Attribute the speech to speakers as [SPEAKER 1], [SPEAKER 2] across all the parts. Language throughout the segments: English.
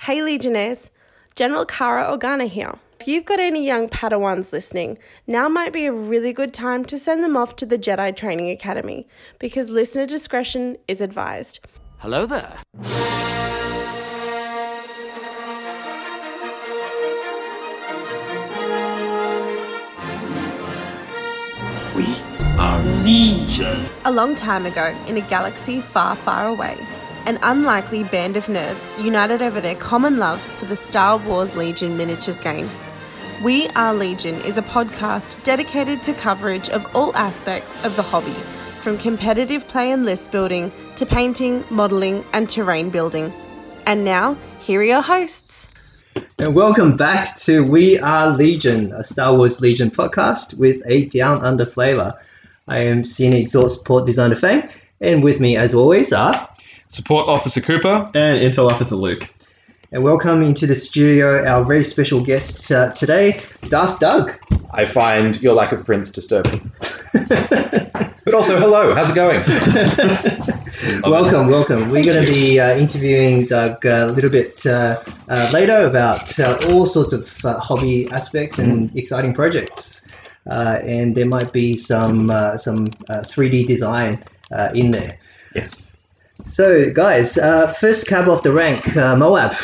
[SPEAKER 1] Haley Janess, General Kara Organa here. If you've got any young Padawans listening, now might be a really good time to send them off to the Jedi Training Academy because listener discretion is advised.
[SPEAKER 2] Hello there.
[SPEAKER 3] We are legion.
[SPEAKER 1] A long time ago, in a galaxy far, far away, an unlikely band of nerds united over their common love for the Star Wars Legion miniatures game. We Are Legion is a podcast dedicated to coverage of all aspects of the hobby, from competitive play and list building to painting, modelling, and terrain building. And now, here are your hosts.
[SPEAKER 4] And welcome back to We Are Legion, a Star Wars Legion podcast with a down under flavor. I am Senior Exhaust Support Designer Fame, and with me, as always, are
[SPEAKER 5] Support Officer Cooper.
[SPEAKER 6] And Intel Officer Luke.
[SPEAKER 4] and welcome into the studio our very special guest uh, today, Darth Doug.
[SPEAKER 7] I find your lack of prints disturbing. but also, hello, how's it going?
[SPEAKER 4] welcome, welcome. We're going to be uh, interviewing Doug uh, a little bit uh, uh, later about uh, all sorts of uh, hobby aspects and exciting projects. Uh, and there might be some uh, some uh, 3D design uh, in there.
[SPEAKER 7] Yes.
[SPEAKER 4] So, guys, uh, first cab off the rank, uh, Moab.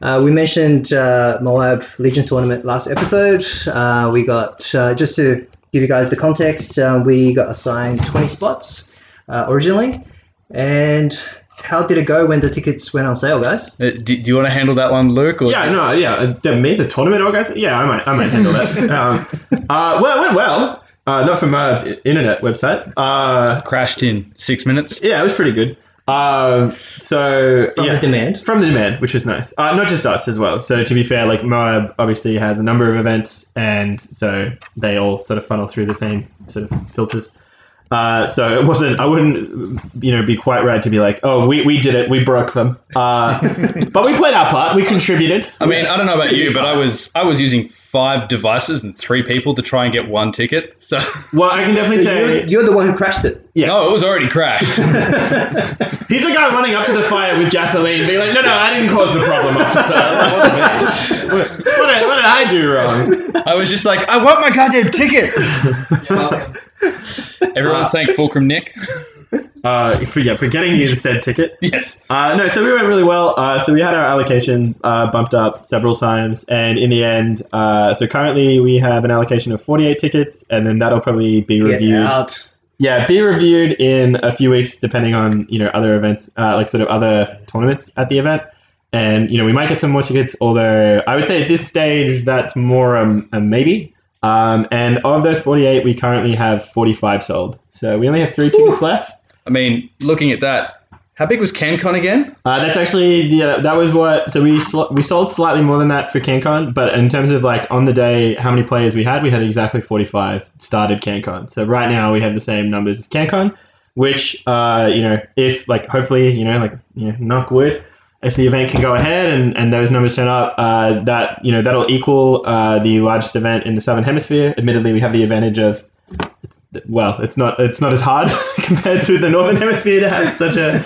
[SPEAKER 4] Uh, we mentioned uh, Moab Legion tournament last episode. Uh, we got uh, just to give you guys the context. Uh, we got assigned twenty spots uh, originally, and how did it go when the tickets went on sale, guys?
[SPEAKER 5] Uh, do, do you want to handle that one, Luke? Or
[SPEAKER 6] Yeah, no, yeah. uh, the- Me, the tournament organizer? Yeah, I might, I might handle that. Um, uh, well, it went well. Uh, not from my internet website. Uh,
[SPEAKER 5] Crashed in six minutes.
[SPEAKER 6] yeah, it was pretty good. Um, so
[SPEAKER 4] From
[SPEAKER 6] yeah.
[SPEAKER 4] the demand.
[SPEAKER 6] From the demand, which is nice. Uh, not just us as well. So to be fair, like Moab obviously has a number of events, and so they all sort of funnel through the same sort of filters. Uh, so it wasn't. I wouldn't, you know, be quite right to be like, oh, we, we did it, we broke them. Uh, but we played our part. We contributed.
[SPEAKER 5] I mean, I don't know about you, but I was I was using five devices and three people to try and get one ticket. So
[SPEAKER 6] Well, I can definitely
[SPEAKER 4] You're,
[SPEAKER 6] say
[SPEAKER 4] you're the one who crashed it.
[SPEAKER 5] no, it was already crashed.
[SPEAKER 6] he's the guy running up to the fire with gasoline, being like, no, no, I didn't cause the problem, officer. That wasn't me. What, what did, what did I do wrong?
[SPEAKER 5] I was just like, I want my goddamn ticket. Everyone thank Fulcrum Nick.
[SPEAKER 6] Uh, for, yeah, for getting you the said ticket.
[SPEAKER 5] yes.
[SPEAKER 6] Uh, no, so we went really well. Uh, so we had our allocation uh, bumped up several times, and in the end, uh, so currently we have an allocation of 48 tickets, and then that'll probably be
[SPEAKER 4] Get
[SPEAKER 6] reviewed. Yeah,
[SPEAKER 4] out.
[SPEAKER 6] be reviewed in a few weeks, depending on you know other events, uh, like sort of other tournaments at the event, and you know we might get some more tickets. Although I would say at this stage that's more um, a maybe. Um, and of those 48, we currently have 45 sold. So we only have three tickets left.
[SPEAKER 5] I mean, looking at that, how big was CanCon again?
[SPEAKER 6] Uh, that's actually yeah. That was what. So we sl- we sold slightly more than that for CanCon, but in terms of like on the day, how many players we had, we had exactly forty five started CanCon. So right now we have the same numbers as CanCon, which uh, you know if like hopefully you know like you know, knock wood, if the event can go ahead and, and those numbers turn up, uh, that you know that'll equal uh, the largest event in the southern hemisphere. Admittedly, we have the advantage of well, it's not it's not as hard compared to the northern hemisphere to have such a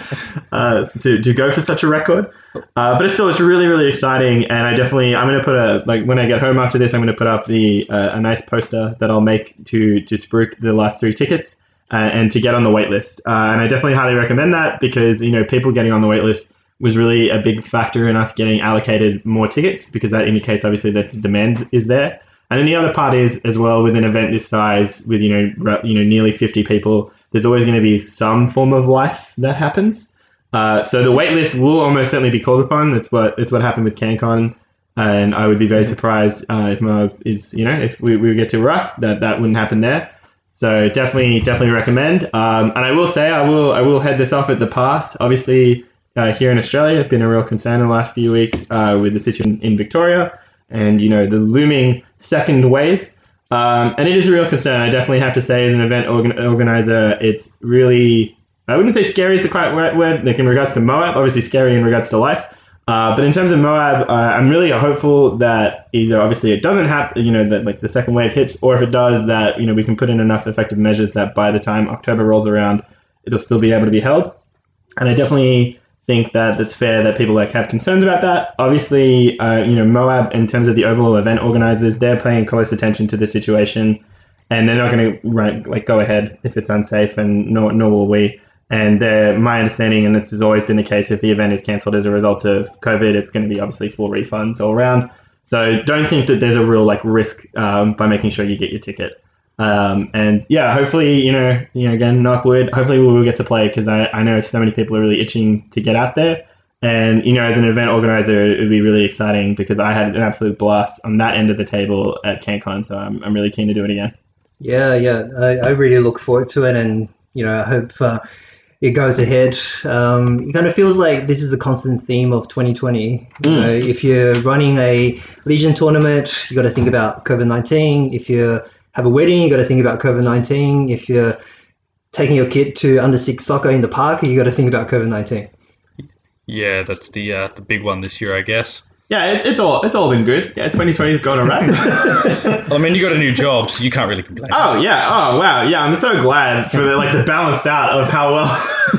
[SPEAKER 6] uh, to, to go for such a record. Uh, but it's still it's really really exciting, and I definitely I'm gonna put a like when I get home after this I'm gonna put up the uh, a nice poster that I'll make to to spruik the last three tickets uh, and to get on the wait list. Uh, and I definitely highly recommend that because you know people getting on the wait list was really a big factor in us getting allocated more tickets because that indicates obviously that the demand is there. And then the other part is as well with an event this size, with you know ru- you know nearly fifty people, there's always going to be some form of life that happens. Uh, so the wait list will almost certainly be called upon. That's what it's what happened with CanCon, and I would be very surprised uh, if my is you know if we, we get to rock that that wouldn't happen there. So definitely definitely recommend. Um, and I will say I will I will head this off at the pass. Obviously uh, here in Australia, it's been a real concern in the last few weeks uh, with the situation in Victoria and you know the looming second wave. Um, and it is a real concern. I definitely have to say, as an event organ- organizer, it's really I wouldn't say scary is the quite right word. Like in regards to Moab, obviously scary in regards to life. Uh, but in terms of Moab, uh, I'm really hopeful that either obviously it doesn't happen, you know, that like the second wave hits, or if it does, that you know we can put in enough effective measures that by the time October rolls around, it'll still be able to be held. And I definitely think that it's fair that people like have concerns about that. Obviously, uh, you know, Moab in terms of the overall event organizers, they're paying close attention to the situation, and they're not going to run like go ahead if it's unsafe, and nor nor will we. And they're, my understanding, and this has always been the case, if the event is cancelled as a result of COVID, it's going to be obviously full refunds all around. So don't think that there's a real like risk um, by making sure you get your ticket. Um, and yeah, hopefully, you know, you know, again, knock wood, hopefully we will get to play because I, I know so many people are really itching to get out there. And, you know, as an event organizer, it would be really exciting because I had an absolute blast on that end of the table at CanCon. So I'm, I'm really keen to do it again.
[SPEAKER 4] Yeah, yeah, I, I really look forward to it, and you know, I hope uh, it goes ahead. Um, it kind of feels like this is a constant theme of 2020. You
[SPEAKER 6] Mm.
[SPEAKER 4] know, if you're running a Legion tournament, you got to think about COVID 19. If you have a wedding, you got to think about COVID 19. If you're taking your kid to under six soccer in the park, you got to think about COVID 19.
[SPEAKER 5] Yeah, that's the uh, the big one this year, I guess.
[SPEAKER 6] Yeah, it, it's all it's all been good. Yeah, 2020's gone all right.
[SPEAKER 5] I mean, you got a new job, so you can't really complain.
[SPEAKER 6] oh yeah. Oh wow. Yeah, I'm so glad for the like the balanced out of how well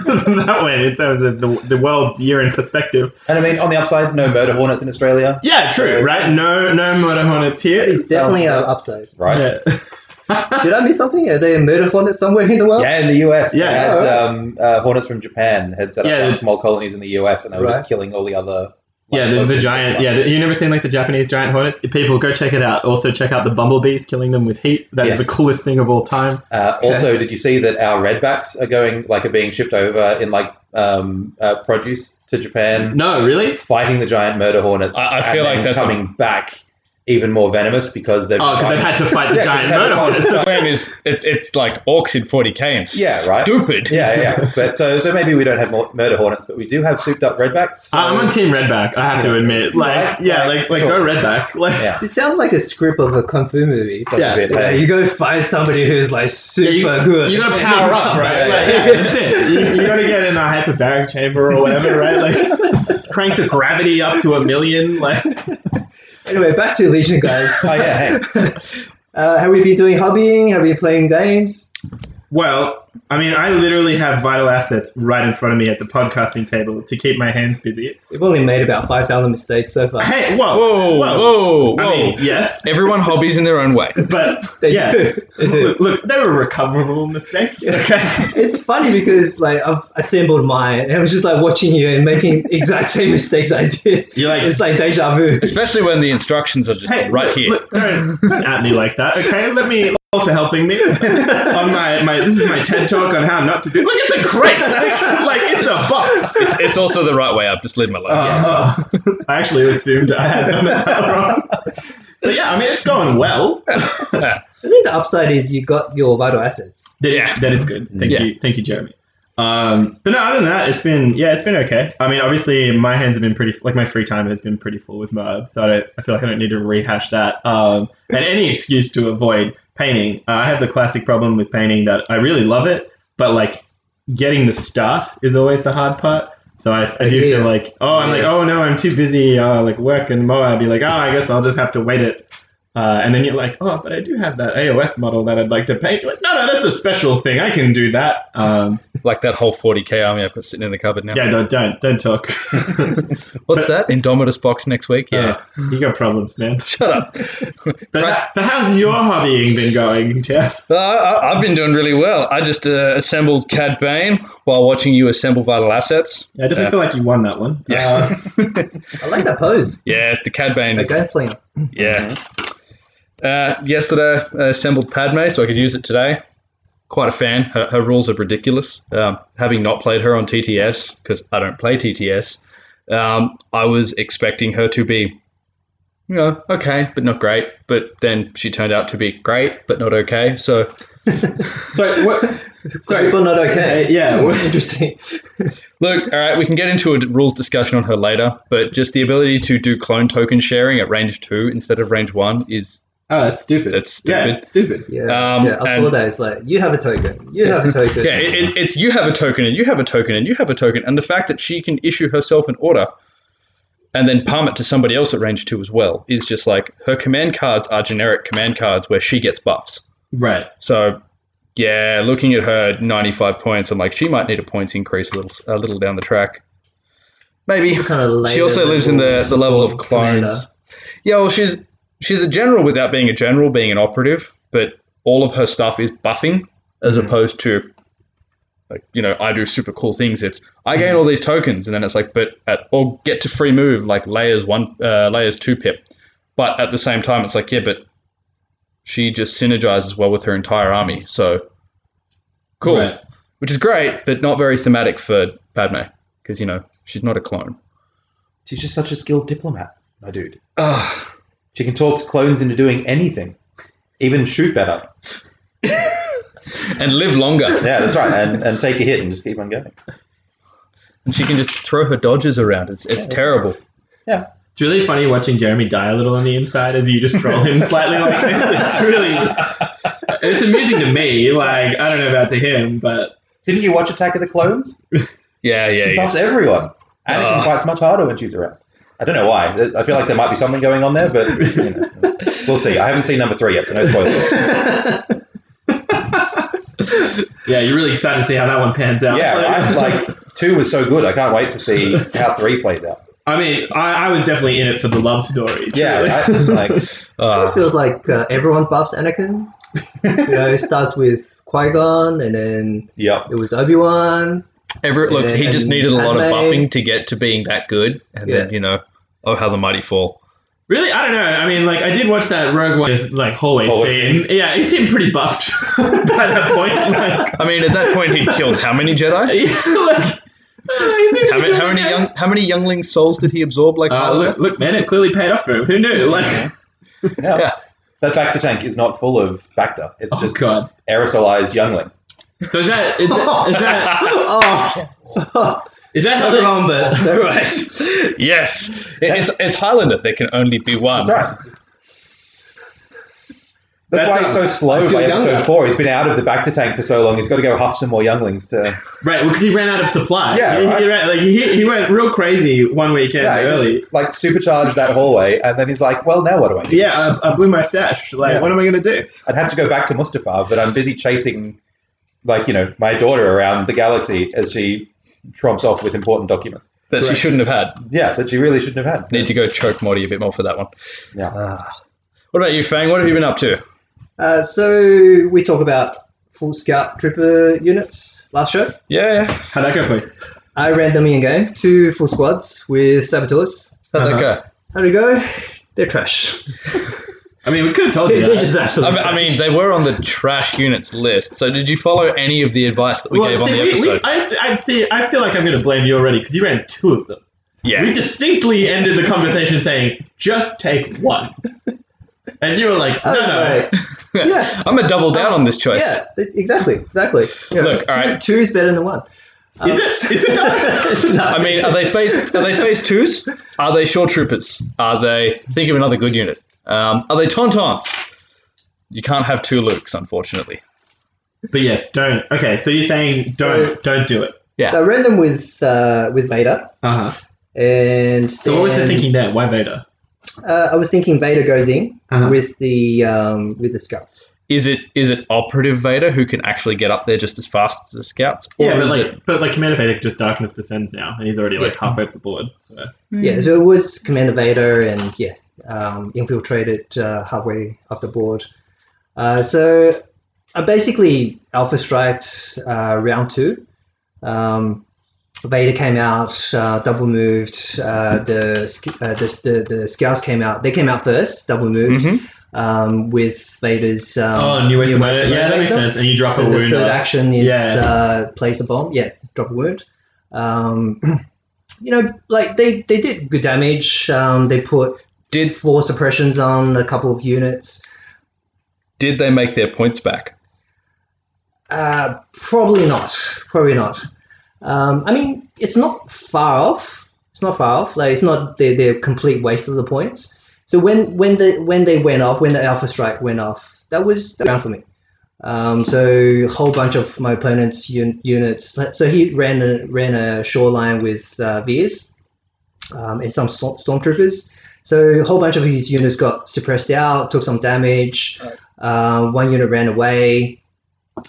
[SPEAKER 6] that went in terms of the, the world's year in perspective.
[SPEAKER 7] And I mean, on the upside, no murder hornets in Australia,
[SPEAKER 6] Yeah, true. Right. No no murder hornets here.
[SPEAKER 4] That is definitely an upside.
[SPEAKER 7] right? Yeah,
[SPEAKER 6] Yeah.
[SPEAKER 4] Did I miss something? Are there murder hornets somewhere in the world?
[SPEAKER 7] in the US.
[SPEAKER 6] Yeah.
[SPEAKER 7] they had
[SPEAKER 4] Alright.
[SPEAKER 7] um, uh, hornets from Japan had set up
[SPEAKER 6] Yeah,
[SPEAKER 7] their
[SPEAKER 6] the-
[SPEAKER 7] small colonies in the US, and they were
[SPEAKER 4] Right.
[SPEAKER 7] just killing all the other. like,
[SPEAKER 6] Yeah, the, the
[SPEAKER 7] locals
[SPEAKER 6] giant.
[SPEAKER 7] and
[SPEAKER 6] Yeah,
[SPEAKER 7] stuff.
[SPEAKER 6] the, you never seen like the Japanese giant hornets? People, go check it out. Also, check out the bumblebees killing them with heat. That is
[SPEAKER 7] Yes.
[SPEAKER 6] the coolest thing of all time.
[SPEAKER 7] Uh, also, did you see that our redbacks are going like are being shipped over in like um, uh, produce to Japan,
[SPEAKER 6] No, really?
[SPEAKER 7] fighting the giant murder hornets?
[SPEAKER 5] I- I
[SPEAKER 7] and
[SPEAKER 5] feel like
[SPEAKER 7] then
[SPEAKER 5] that's a-
[SPEAKER 7] coming back even more venomous because they've
[SPEAKER 6] Oh, because they've
[SPEAKER 7] like,
[SPEAKER 6] had to fight the
[SPEAKER 7] Yeah,
[SPEAKER 6] giant
[SPEAKER 7] they've had to
[SPEAKER 6] murder
[SPEAKER 7] fight-
[SPEAKER 6] hornets.
[SPEAKER 5] The plan is it's it's like orcs in 40k and
[SPEAKER 7] Yeah, right.
[SPEAKER 5] stupid.
[SPEAKER 7] yeah, yeah, yeah. But so, so maybe we don't have more murder hornets, but we do have souped up redbacks. So
[SPEAKER 6] Ah, I'm on Team Redback. I have to
[SPEAKER 7] Yeah.
[SPEAKER 6] admit, like,
[SPEAKER 7] Right,
[SPEAKER 6] yeah,
[SPEAKER 7] right,
[SPEAKER 6] like, like
[SPEAKER 7] sure.
[SPEAKER 6] go Redback. Like,
[SPEAKER 7] Yeah.
[SPEAKER 4] It sounds like a script of a kung fu movie.
[SPEAKER 7] That's
[SPEAKER 6] yeah,
[SPEAKER 7] a bit,
[SPEAKER 4] You, know,
[SPEAKER 7] eh?
[SPEAKER 4] you go find somebody who's like super
[SPEAKER 6] you,
[SPEAKER 4] good.
[SPEAKER 6] you gotta power up, right?
[SPEAKER 7] Yeah,
[SPEAKER 6] Like,
[SPEAKER 7] yeah.
[SPEAKER 6] yeah, that's it. You, you gotta get in a hyperbaric chamber or whatever, right? Like, crank the gravity up to a million. Like,
[SPEAKER 4] Anyway, back to Legion, guys.
[SPEAKER 7] Oh, yeah,
[SPEAKER 4] uh, have we been doing hobbying? Have you been playing games?
[SPEAKER 6] Well, I mean, I literally have vital assets right in front of me at the podcasting table to keep my hands busy.
[SPEAKER 4] We've only made about 5,000 mistakes so far.
[SPEAKER 6] Hey, whoa,
[SPEAKER 5] Whoa, whoa, whoa!
[SPEAKER 6] I mean, yes,
[SPEAKER 5] Everyone hobbies in their own way.
[SPEAKER 6] but
[SPEAKER 4] They
[SPEAKER 6] yeah,
[SPEAKER 4] do. They do.
[SPEAKER 6] Look, look, they were recoverable mistakes.
[SPEAKER 4] Yeah.
[SPEAKER 6] Okay,
[SPEAKER 4] It's funny because like I've assembled mine and I was just like watching you and making exact same mistakes I did.
[SPEAKER 6] you're like,
[SPEAKER 4] It's like deja vu.
[SPEAKER 5] Especially when the instructions are just
[SPEAKER 6] hey,
[SPEAKER 5] right
[SPEAKER 6] look,
[SPEAKER 5] here.
[SPEAKER 6] look, don't, don't at me like that. Okay, let me. all For helping me on my, my this is my TED talk on how not to do. Look, it's a crate, like, like it's a box.
[SPEAKER 5] It's, it's also the right way. I've just lived my life.
[SPEAKER 6] Uh, uh, I actually assumed I had done that wrong. So yeah, I mean it's going well.
[SPEAKER 5] Yeah.
[SPEAKER 4] I think the upside is you got your vital assets.
[SPEAKER 6] That is,
[SPEAKER 5] Yeah.
[SPEAKER 6] that is good. Thank
[SPEAKER 5] Yeah.
[SPEAKER 6] you, thank you, Jeremy. Um, but no, other than that, it's been yeah, it's been okay. I mean, obviously, my hands have been pretty like my free time has been pretty full with Moab, so I, don't, I feel like I don't need to rehash that. Um, and any excuse to avoid painting, uh, I have the classic problem with painting that I really love it, but like getting the start is always the hard part. So I, I do
[SPEAKER 4] Yeah.
[SPEAKER 6] feel like oh, I'm like
[SPEAKER 4] Yeah.
[SPEAKER 6] oh no, I'm too busy uh, like work and Moab. You're like oh, I guess I'll just have to wait it uh, and then you're like, oh, but I do have that AOS model that I'd like to paint. You're like, no, no, that's a special thing. I can do that. Um,
[SPEAKER 5] Like that whole 40k army I've got sitting in the cupboard now.
[SPEAKER 6] yeah, don't, don't, don't talk.
[SPEAKER 5] What's that? Indomitus box next week. Yeah.
[SPEAKER 6] Uh, you got problems, man.
[SPEAKER 5] Shut up.
[SPEAKER 6] But,
[SPEAKER 5] Right.
[SPEAKER 6] but how's your hobbying been going, Jeff?
[SPEAKER 5] So I, I, I've been doing really well. I just uh, assembled Cad Bane while watching you assemble vital assets.
[SPEAKER 6] I definitely
[SPEAKER 5] Yeah.
[SPEAKER 6] feel like you won that one.
[SPEAKER 5] Yeah.
[SPEAKER 4] Uh, I like that pose.
[SPEAKER 5] yeah, the Cad Bane
[SPEAKER 4] Like
[SPEAKER 5] is.
[SPEAKER 4] gunslinger.
[SPEAKER 5] Yeah. Uh, yesterday, I assembled Padme, so I could use it today. Quite a fan. Her, her rules are ridiculous. Um, having not played her on TTS, because I don't play TTS, um, I was expecting her to be, you know, okay, but not great. But then she turned out to be great, but not okay. So
[SPEAKER 6] So, what, sorry.
[SPEAKER 4] People not okay.
[SPEAKER 6] Uh, yeah, what-
[SPEAKER 4] Interesting.
[SPEAKER 5] Look, all right, we can get into a d- rules discussion on her later, but just the ability to do clone token sharing at range two instead of range one is
[SPEAKER 6] Oh, that's stupid.
[SPEAKER 5] that's
[SPEAKER 6] Yeah,
[SPEAKER 5] stupid.
[SPEAKER 6] it's stupid.
[SPEAKER 4] Yeah.
[SPEAKER 5] Um,
[SPEAKER 4] yeah. I saw
[SPEAKER 5] and-
[SPEAKER 4] that. It's like you have a token. You have a token.
[SPEAKER 5] Yeah, it, it, it's you have a token and you have a token and you have a token, and the fact that she can issue herself an order and then palm it to somebody else at range two as well is just like her command cards are generic command cards where she gets buffs.
[SPEAKER 6] Right.
[SPEAKER 5] So, yeah, looking at her ninety-five points, I'm like she might need a points increase a little a little down the track. Maybe.
[SPEAKER 4] Kind of
[SPEAKER 5] She
[SPEAKER 4] later
[SPEAKER 5] also
[SPEAKER 4] than
[SPEAKER 5] lives in the,
[SPEAKER 4] Wolves
[SPEAKER 5] the level
[SPEAKER 4] or
[SPEAKER 5] of clones.
[SPEAKER 4] Commander.
[SPEAKER 5] Yeah, well, she's she's a general without being a general, being an operative, but all of her stuff is buffing as opposed to, like, you know, I do super cool things. It's I gain all these tokens, and then it's like, but at, or get to free move like layers one, uh, layers two pip, but at the same time, it's like yeah, but she just synergizes well with her entire army. So cool,
[SPEAKER 6] Right.
[SPEAKER 5] which is great, but not very thematic for Padme because you know she's not a clone.
[SPEAKER 7] She's just such a skilled diplomat, my dude.
[SPEAKER 5] Ugh.
[SPEAKER 7] She can talk to clones into doing anything, even shoot better.
[SPEAKER 5] and live longer.
[SPEAKER 7] Yeah, that's right. And, and take a hit and just keep on going.
[SPEAKER 5] And she can just throw her dodges around. It's it's terrible.
[SPEAKER 7] Yeah.
[SPEAKER 6] It's really funny watching Jeremy die a little on the inside as you just troll him slightly like this. It's really, it's amusing to me. Like I don't know about to him, but
[SPEAKER 7] Didn't you watch Attack of the Clones?
[SPEAKER 5] Yeah, yeah,
[SPEAKER 7] She
[SPEAKER 5] yeah.
[SPEAKER 7] buffs everyone. Anakin
[SPEAKER 6] Ah.
[SPEAKER 5] Ugh.
[SPEAKER 7] fights much harder when she's around. I don't know why. I feel like there might be something going on there, but you know, we'll see. I haven't seen number three yet, so no spoilers.
[SPEAKER 6] yeah, you're really excited to see how that one pans out.
[SPEAKER 7] Yeah, I'm like two was so good. I can't wait to see how three plays out.
[SPEAKER 6] I mean, I, I was definitely in it for the love story. truly.
[SPEAKER 7] Yeah, I, like
[SPEAKER 4] It
[SPEAKER 5] Uh,
[SPEAKER 4] feels like uh, everyone buffs Anakin. you know, it starts with Qui Gon, and then
[SPEAKER 7] yep.
[SPEAKER 4] it was Obi Wan.
[SPEAKER 5] Everett, look, he
[SPEAKER 4] And-
[SPEAKER 5] just needed a lot
[SPEAKER 4] and
[SPEAKER 5] of
[SPEAKER 4] they-
[SPEAKER 5] buffing to get to being that good, and then
[SPEAKER 4] Yeah.
[SPEAKER 5] you know, oh how the mighty fall.
[SPEAKER 6] Really, I don't know. I mean, like I did watch that Rogue One like hallway
[SPEAKER 7] Hallway
[SPEAKER 6] scene. Yeah, he seemed pretty buffed by that point. Like,
[SPEAKER 5] I mean, at that point, he killed how many Jedi?
[SPEAKER 6] yeah, like, uh, he seemed
[SPEAKER 5] How many, how many young how many youngling souls did he absorb? Like
[SPEAKER 6] Uh,
[SPEAKER 5] Kylo?
[SPEAKER 6] look, look, man, it clearly paid off for him. Who knew? Like,
[SPEAKER 7] Yeah.
[SPEAKER 5] Yeah.
[SPEAKER 7] That Bacta tank is not full of Bacta. It's
[SPEAKER 6] oh
[SPEAKER 7] just
[SPEAKER 6] god.
[SPEAKER 7] aerosolized youngling.
[SPEAKER 6] So is that is that is that,
[SPEAKER 4] oh,
[SPEAKER 6] is that how
[SPEAKER 4] not the
[SPEAKER 6] they?
[SPEAKER 4] wrong, but
[SPEAKER 6] All right.
[SPEAKER 5] yes, It- it's it's Highlander. There can only be one.
[SPEAKER 7] That's right. It's just- That's,
[SPEAKER 6] That's
[SPEAKER 7] why he's so
[SPEAKER 6] not-
[SPEAKER 7] slow
[SPEAKER 6] I feel
[SPEAKER 7] by episode
[SPEAKER 6] younger.
[SPEAKER 7] four. He's been out of the Bacta tank for so long. He's got to go huff some more younglings to.
[SPEAKER 6] Right, because he ran out of supply.
[SPEAKER 7] Yeah,
[SPEAKER 6] he, he
[SPEAKER 7] right.
[SPEAKER 6] ran, like he, he went real crazy one weekend
[SPEAKER 7] Yeah, he just,
[SPEAKER 6] early.
[SPEAKER 7] like supercharge that hallway, and then he's like, "Well, now what do I do?
[SPEAKER 6] Yeah, I, I blew my stash. Like,
[SPEAKER 7] Yeah.
[SPEAKER 6] what am I gonna do?
[SPEAKER 7] I'd have to go back to Mustafar, but I'm busy chasing, like you know, my daughter around the galaxy as she tromps off with important documents.
[SPEAKER 5] That she
[SPEAKER 6] Correct.
[SPEAKER 5] shouldn't have had.
[SPEAKER 7] Yeah, that she really shouldn't have had.
[SPEAKER 5] Need to go choke Morty a bit more for that one.
[SPEAKER 7] Yeah.
[SPEAKER 5] Ah. what about you, Fang? What have you been up to?
[SPEAKER 4] uh, so we talk about full scout trooper units last show.
[SPEAKER 5] Yeah,
[SPEAKER 6] How'd that go for you?
[SPEAKER 4] I ran dummy in game, two full squads with saboteurs.
[SPEAKER 5] how'd that
[SPEAKER 6] Uh-huh.
[SPEAKER 5] go?
[SPEAKER 4] How'd it go? They're trash.
[SPEAKER 6] I mean, we could have told you
[SPEAKER 4] They're
[SPEAKER 6] that.
[SPEAKER 4] just
[SPEAKER 5] I
[SPEAKER 4] absolutely.
[SPEAKER 5] mean, I mean, they were on the trash units list. So, did you follow any of the advice that we
[SPEAKER 6] well,
[SPEAKER 5] gave on
[SPEAKER 6] see,
[SPEAKER 5] the
[SPEAKER 6] we, we,
[SPEAKER 5] episode?
[SPEAKER 6] I, I see. I feel like I'm gonna blame you already because you ran two of them. We
[SPEAKER 5] yeah,
[SPEAKER 6] distinctly ended the conversation saying, "Just take one," and you were like, "No,
[SPEAKER 4] I was
[SPEAKER 6] no."
[SPEAKER 4] like, yeah.
[SPEAKER 5] I'm gonna double down on this choice.
[SPEAKER 4] yeah, exactly, exactly. You know,
[SPEAKER 5] Look, all right.
[SPEAKER 4] two, two is better than one.
[SPEAKER 6] Is it? Is it not?
[SPEAKER 5] I mean, are they phase are they phase twos? Are they shore troopers? Are they think of another good unit? Um, are they tauntauns? You can't have two Lukes, unfortunately.
[SPEAKER 6] But yes, don't. Okay, so you're saying don't don't do it.
[SPEAKER 4] So I ran them with uh, with Vader,
[SPEAKER 6] Uh huh.
[SPEAKER 4] and
[SPEAKER 6] So what was the
[SPEAKER 4] then,
[SPEAKER 6] thinking there? Why Vader?
[SPEAKER 4] Uh, I was thinking Vader goes in
[SPEAKER 6] Uh-huh.
[SPEAKER 4] with the um, with the scouts.
[SPEAKER 5] Is it is it operative Vader who can actually get up there just as fast as the scouts? Or
[SPEAKER 6] Yeah, but
[SPEAKER 5] is
[SPEAKER 6] like,
[SPEAKER 5] it
[SPEAKER 6] but like Commander Vader just darkness descends now, and he's already like
[SPEAKER 4] Yeah.
[SPEAKER 6] halfway up the board. So.
[SPEAKER 4] Yeah, so it was Commander Vader, and yeah, um, infiltrated uh, halfway up the board. Uh, so I basically alpha striked uh, round two. Um, Vader came out, uh, double moved. Uh, the, sc- uh, the the the scouts came out. They came out first, double moved
[SPEAKER 5] Mhm.
[SPEAKER 4] um, with Vader's. Um,
[SPEAKER 6] oh, new ways to murder.
[SPEAKER 4] to
[SPEAKER 6] Yeah, that
[SPEAKER 4] murder
[SPEAKER 6] makes
[SPEAKER 4] vector.
[SPEAKER 6] sense. And you drop
[SPEAKER 4] So
[SPEAKER 6] a
[SPEAKER 4] the
[SPEAKER 6] wound.
[SPEAKER 4] third
[SPEAKER 6] Off.
[SPEAKER 4] action is
[SPEAKER 6] Yeah.
[SPEAKER 4] uh, place a bomb. Yeah, drop a wound. Um, you know, like they, they did good damage. Um, they put
[SPEAKER 5] did
[SPEAKER 4] four suppressions on a couple of units.
[SPEAKER 5] did they make their points back?
[SPEAKER 4] Uh, probably not. Probably not. Um, I mean, it's not far off. It's not far off. Like it's not their their complete waste of the points. So when when the when they went off, when the Alpha Strike went off, that was the round for me. Um, so a whole bunch of my opponent's un- units. So he ran a, ran a shoreline with uh, Veers um, and some storm- stormtroopers. So a whole bunch of his units got suppressed out, took some damage. Uh, one unit ran away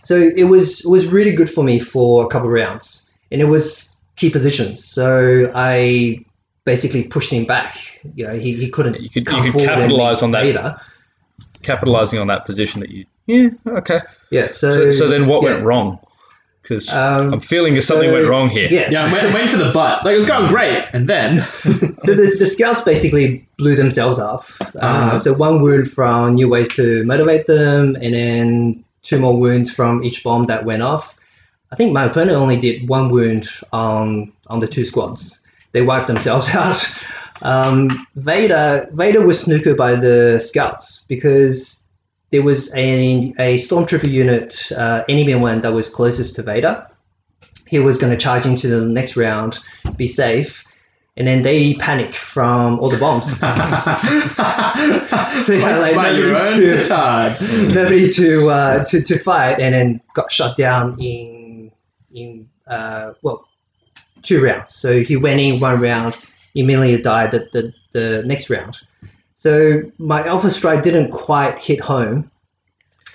[SPEAKER 4] so it was it was really good for me for a couple of rounds, and it was key positions. So I basically pushed him back. You know, he, he couldn't.
[SPEAKER 5] You could- you
[SPEAKER 4] come
[SPEAKER 5] could
[SPEAKER 4] forward and
[SPEAKER 5] capitalise on that.
[SPEAKER 4] either.
[SPEAKER 5] capitalizing on that position that you. Yeah. Okay.
[SPEAKER 4] Yeah. So
[SPEAKER 5] So, so then what
[SPEAKER 4] yeah.
[SPEAKER 5] went wrong? Because
[SPEAKER 4] Um,
[SPEAKER 5] I'm feeling that something
[SPEAKER 4] so-
[SPEAKER 5] went wrong here.
[SPEAKER 4] Yeah.
[SPEAKER 6] Yeah, I'm waiting, waiting for the butt. Like it was going great, and then
[SPEAKER 4] So the, the scouts basically blew themselves up. Uh,
[SPEAKER 6] Ah.
[SPEAKER 4] So one wound from new ways to motivate them, and then two more wounds from each bomb that went off. I think my opponent only did one wound on on the two squads. They wiped themselves out. Um, Vader Vader was snookered by the scouts because there was a, a stormtrooper unit uh, enemy one that was closest to Vader. He was going to charge into the next round, be safe, and then they panic from all the bombs.
[SPEAKER 6] so
[SPEAKER 4] yeah, like, no,
[SPEAKER 6] by your
[SPEAKER 4] it's
[SPEAKER 6] own
[SPEAKER 4] true.
[SPEAKER 6] petard.
[SPEAKER 5] Mm.
[SPEAKER 4] Nobody to uh, to to fight, and then got shot down in in uh, well two rounds. So he went in one round, immediately died the, the, the next round. So my alpha strike didn't quite hit home,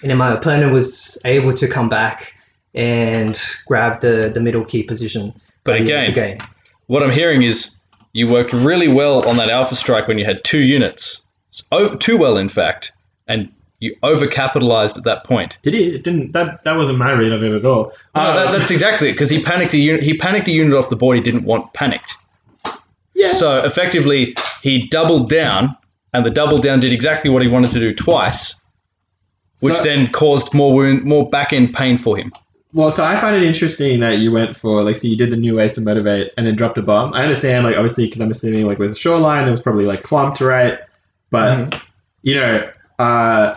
[SPEAKER 4] and then my opponent was able to come back and grab the, the middle key position.
[SPEAKER 5] But
[SPEAKER 4] at the
[SPEAKER 5] again,
[SPEAKER 4] end of the game.
[SPEAKER 5] what I'm hearing is you worked really well on that Alpha Strike when you had two units, It's o- too well, in fact, and you overcapitalized at that point.
[SPEAKER 6] Did he? It didn't. That that wasn't my read of it at all.
[SPEAKER 4] Ah.
[SPEAKER 5] No,
[SPEAKER 6] Uh,
[SPEAKER 5] that, that's exactly it because he panicked a unit. He panicked a unit off the board he didn't want panicked.
[SPEAKER 6] yeah.
[SPEAKER 5] So effectively, he doubled down, and the double down did exactly what he wanted to do twice, which
[SPEAKER 6] So-
[SPEAKER 5] then caused more wound, more back end pain for him.
[SPEAKER 6] Well, so I find it interesting that you went for like, so you did the new ways to motivate, and then dropped a bomb. I understand, like, obviously, because I'm assuming like with shoreline, there was probably like clumped, right? But
[SPEAKER 5] Mm-hmm.
[SPEAKER 6] you know, uh,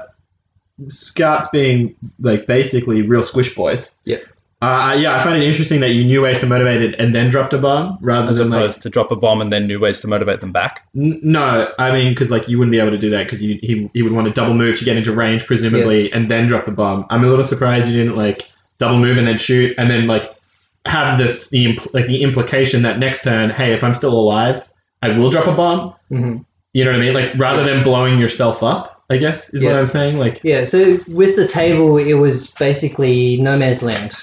[SPEAKER 6] scouts being like basically real squish boys.
[SPEAKER 4] Yeah.
[SPEAKER 6] Uh, yeah, I find it interesting that you knew ways to motivate it and then dropped a bomb rather
[SPEAKER 5] As
[SPEAKER 6] than like
[SPEAKER 5] opposed to drop a bomb and then new ways to motivate them back.
[SPEAKER 6] N- No, I mean because like you wouldn't be able to do that because you he, he would want to double move to get into range presumably and then drop the bomb. I'm a little surprised you didn't like double move and then shoot and then like have the the impl- like the implication that next turn, hey, if I'm still alive, I will drop a bomb.
[SPEAKER 4] Mhm.
[SPEAKER 6] You know what I mean? Like rather than blowing yourself up, I guess is what
[SPEAKER 4] Yeah.
[SPEAKER 6] I'm saying. Like
[SPEAKER 4] Yeah, so with the table, it was basically no man's land.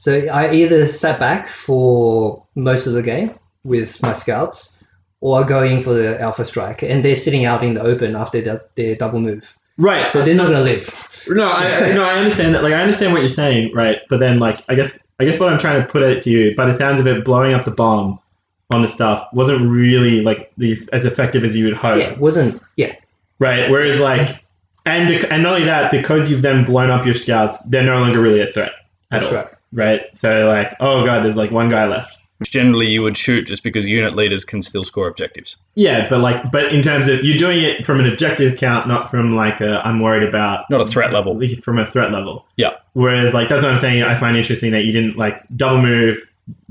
[SPEAKER 4] So I either sat back for most of the game with my scouts, or go in for the alpha strike, and they're sitting out in the open after their, their double move.
[SPEAKER 6] right.
[SPEAKER 4] So they're not gonna live.
[SPEAKER 6] No, I I- no, I understand that. Like, I understand what you're saying, right? But then, like, I guess, I guess what I'm trying to put it to you, by the sounds of it, blowing up the bomb on the stuff wasn't really like the as effective as you would hope,
[SPEAKER 4] Yeah, it wasn't yeah
[SPEAKER 6] right? Whereas, like, and bec- and not only that, because you've then blown up your scouts, they're no longer really a threat at
[SPEAKER 4] that's
[SPEAKER 6] all, right?
[SPEAKER 4] right.
[SPEAKER 6] So, like, oh god, there's like one guy left.
[SPEAKER 5] Which generally you would shoot just because unit leaders can still score objectives.
[SPEAKER 6] Yeah, but like, but in terms of you're doing it from an objective count, not from like a I'm worried about
[SPEAKER 5] Not a threat level.
[SPEAKER 6] Like, from a threat level.
[SPEAKER 5] Yeah.
[SPEAKER 6] Whereas like that's what I'm saying. I find interesting that you didn't like double move,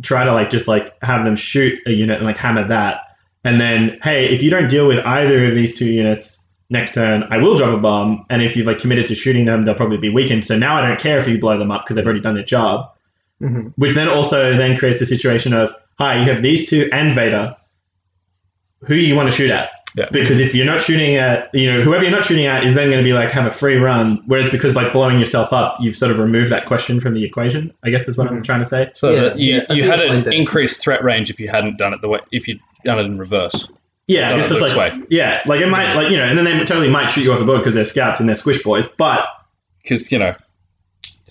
[SPEAKER 6] try to like just like have them shoot a unit and like hammer that, and then hey, if you don't deal with either of these two units next turn, I will drop a bomb, and if you've like committed to shooting them, they'll probably be weakened. So now I don't care if you blow them up because they've already done their job.
[SPEAKER 4] Mhm.
[SPEAKER 6] Which then also then creates a situation of hi, you have these two and Vader. Who you want to shoot at?
[SPEAKER 5] Yeah.
[SPEAKER 6] Because if you're not shooting at, you know, whoever you're not shooting at is then going to be like have a free run. Whereas because by blowing yourself up, you've sort of removed that question from the equation. I guess is what I'm trying to say.
[SPEAKER 5] So
[SPEAKER 4] Yeah,
[SPEAKER 5] that you,
[SPEAKER 4] yeah, I
[SPEAKER 5] you
[SPEAKER 4] see
[SPEAKER 5] had
[SPEAKER 4] your point
[SPEAKER 5] an
[SPEAKER 4] there.
[SPEAKER 5] increased threat range if you hadn't done it the way if you'd done it in reverse.
[SPEAKER 6] Yeah, I
[SPEAKER 5] Done
[SPEAKER 6] guess
[SPEAKER 5] it
[SPEAKER 6] it's
[SPEAKER 5] Luke's
[SPEAKER 6] like
[SPEAKER 5] way.
[SPEAKER 6] yeah, like it might like you know, and then they totally might shoot you off the board because they're scouts and they're squish boys. But
[SPEAKER 5] Because you know,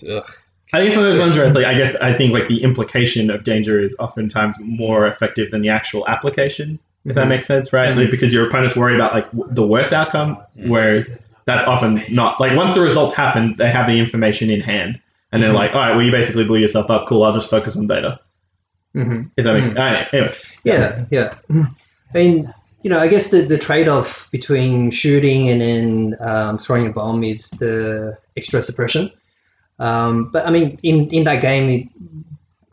[SPEAKER 5] ugh.
[SPEAKER 6] I think it's one of those ones where it's like I guess I think like the implication of danger is oftentimes more effective than the actual application. If
[SPEAKER 5] Mm-hmm.
[SPEAKER 6] that makes sense, right? Like, because your opponent's worried about like w- the worst outcome, whereas that's often not like once the results happen, they have the information in hand, and
[SPEAKER 5] Mm-hmm.
[SPEAKER 6] they're like, all right, well, you basically blew yourself up. Cool, I'll just focus on data.
[SPEAKER 4] Mhm.
[SPEAKER 6] If that
[SPEAKER 5] Mm-hmm.
[SPEAKER 6] makes alright, anyway,
[SPEAKER 4] Yeah, yeah. I mean, you know, I guess the, the trade off between shooting and then um, throwing a bomb is the extra suppression. Um, but I mean, in, in that game, it,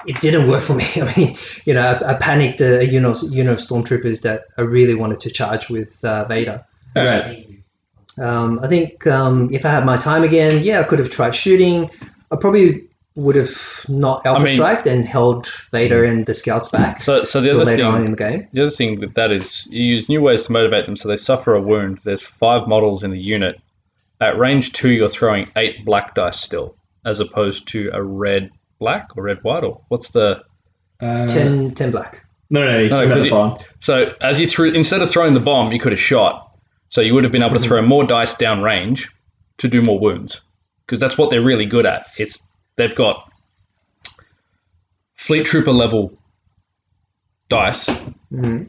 [SPEAKER 4] it didn't work for me. I mean, you know, I, I panicked a, a unit, of, unit of stormtroopers that I really wanted to charge with uh, Vader.
[SPEAKER 6] right.
[SPEAKER 4] Um, I think um, if I had my time again, yeah, I could have tried shooting. I probably would have not alpha
[SPEAKER 5] mean-
[SPEAKER 4] striked and held Vader and the scouts back
[SPEAKER 5] So so the
[SPEAKER 4] till
[SPEAKER 5] other
[SPEAKER 4] later
[SPEAKER 5] thing
[SPEAKER 4] on in the game.
[SPEAKER 5] The other thing with that is you use new ways to motivate them so they suffer a wound. There's five models in the unit. At range two, you're throwing eight black dice still, as opposed to a red black or red white or what's the Uh,
[SPEAKER 4] 10, 10 black.
[SPEAKER 6] No, no, he's
[SPEAKER 5] No,
[SPEAKER 6] talking about
[SPEAKER 5] 'cause
[SPEAKER 6] the
[SPEAKER 5] it-
[SPEAKER 6] bomb.
[SPEAKER 5] So as you threw, instead of throwing the bomb, you could have shot. So you would have been able to throw more dice down range to do more wounds, because that's what they're really good at. It's they've got fleet trooper level dice,
[SPEAKER 4] mm-hmm,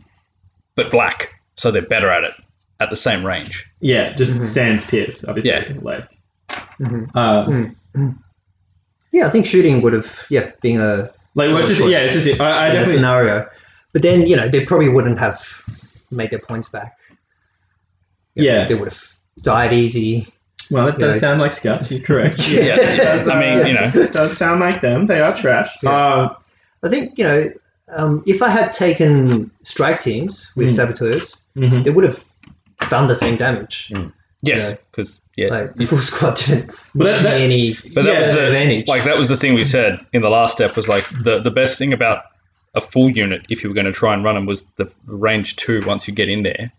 [SPEAKER 5] but black, so they're better at it at the same range.
[SPEAKER 6] Yeah, just sans Pierce, obviously.
[SPEAKER 5] Mm-hmm. Yeah. Mm.
[SPEAKER 6] Like, uh,
[SPEAKER 4] mm-hmm. Yeah, I think shooting would have yeah been a
[SPEAKER 6] like
[SPEAKER 4] Solid
[SPEAKER 6] what's just yeah,
[SPEAKER 4] choice.
[SPEAKER 6] it's just I, I
[SPEAKER 4] in a
[SPEAKER 6] definitely
[SPEAKER 4] scenario. But then, you know, they probably wouldn't have made their points back. You know,
[SPEAKER 6] Yeah.
[SPEAKER 4] They would have died easy.
[SPEAKER 6] well, it does
[SPEAKER 4] Yeah.
[SPEAKER 6] sound like Scots. You're correct.
[SPEAKER 5] Yeah,
[SPEAKER 6] That's,
[SPEAKER 5] I
[SPEAKER 4] uh,
[SPEAKER 5] mean, you know.
[SPEAKER 6] It uh, does sound like them. They are trash.
[SPEAKER 4] Yeah.
[SPEAKER 6] Uh,
[SPEAKER 4] I think, you know, um, if I had taken strike teams with
[SPEAKER 6] Mm.
[SPEAKER 4] saboteurs,
[SPEAKER 6] mhm.
[SPEAKER 4] they would have done the same damage.
[SPEAKER 5] Yes,
[SPEAKER 4] Yeah.
[SPEAKER 5] because yeah,
[SPEAKER 4] Like, the full squad didn't
[SPEAKER 6] But that-
[SPEAKER 4] give me
[SPEAKER 6] that-
[SPEAKER 4] any
[SPEAKER 5] But that
[SPEAKER 6] Yeah,
[SPEAKER 5] was the
[SPEAKER 4] advantage.
[SPEAKER 5] like that was the thing we said in the last step was like the the best thing about a full unit if you were going to try and run them was the range two once you get in there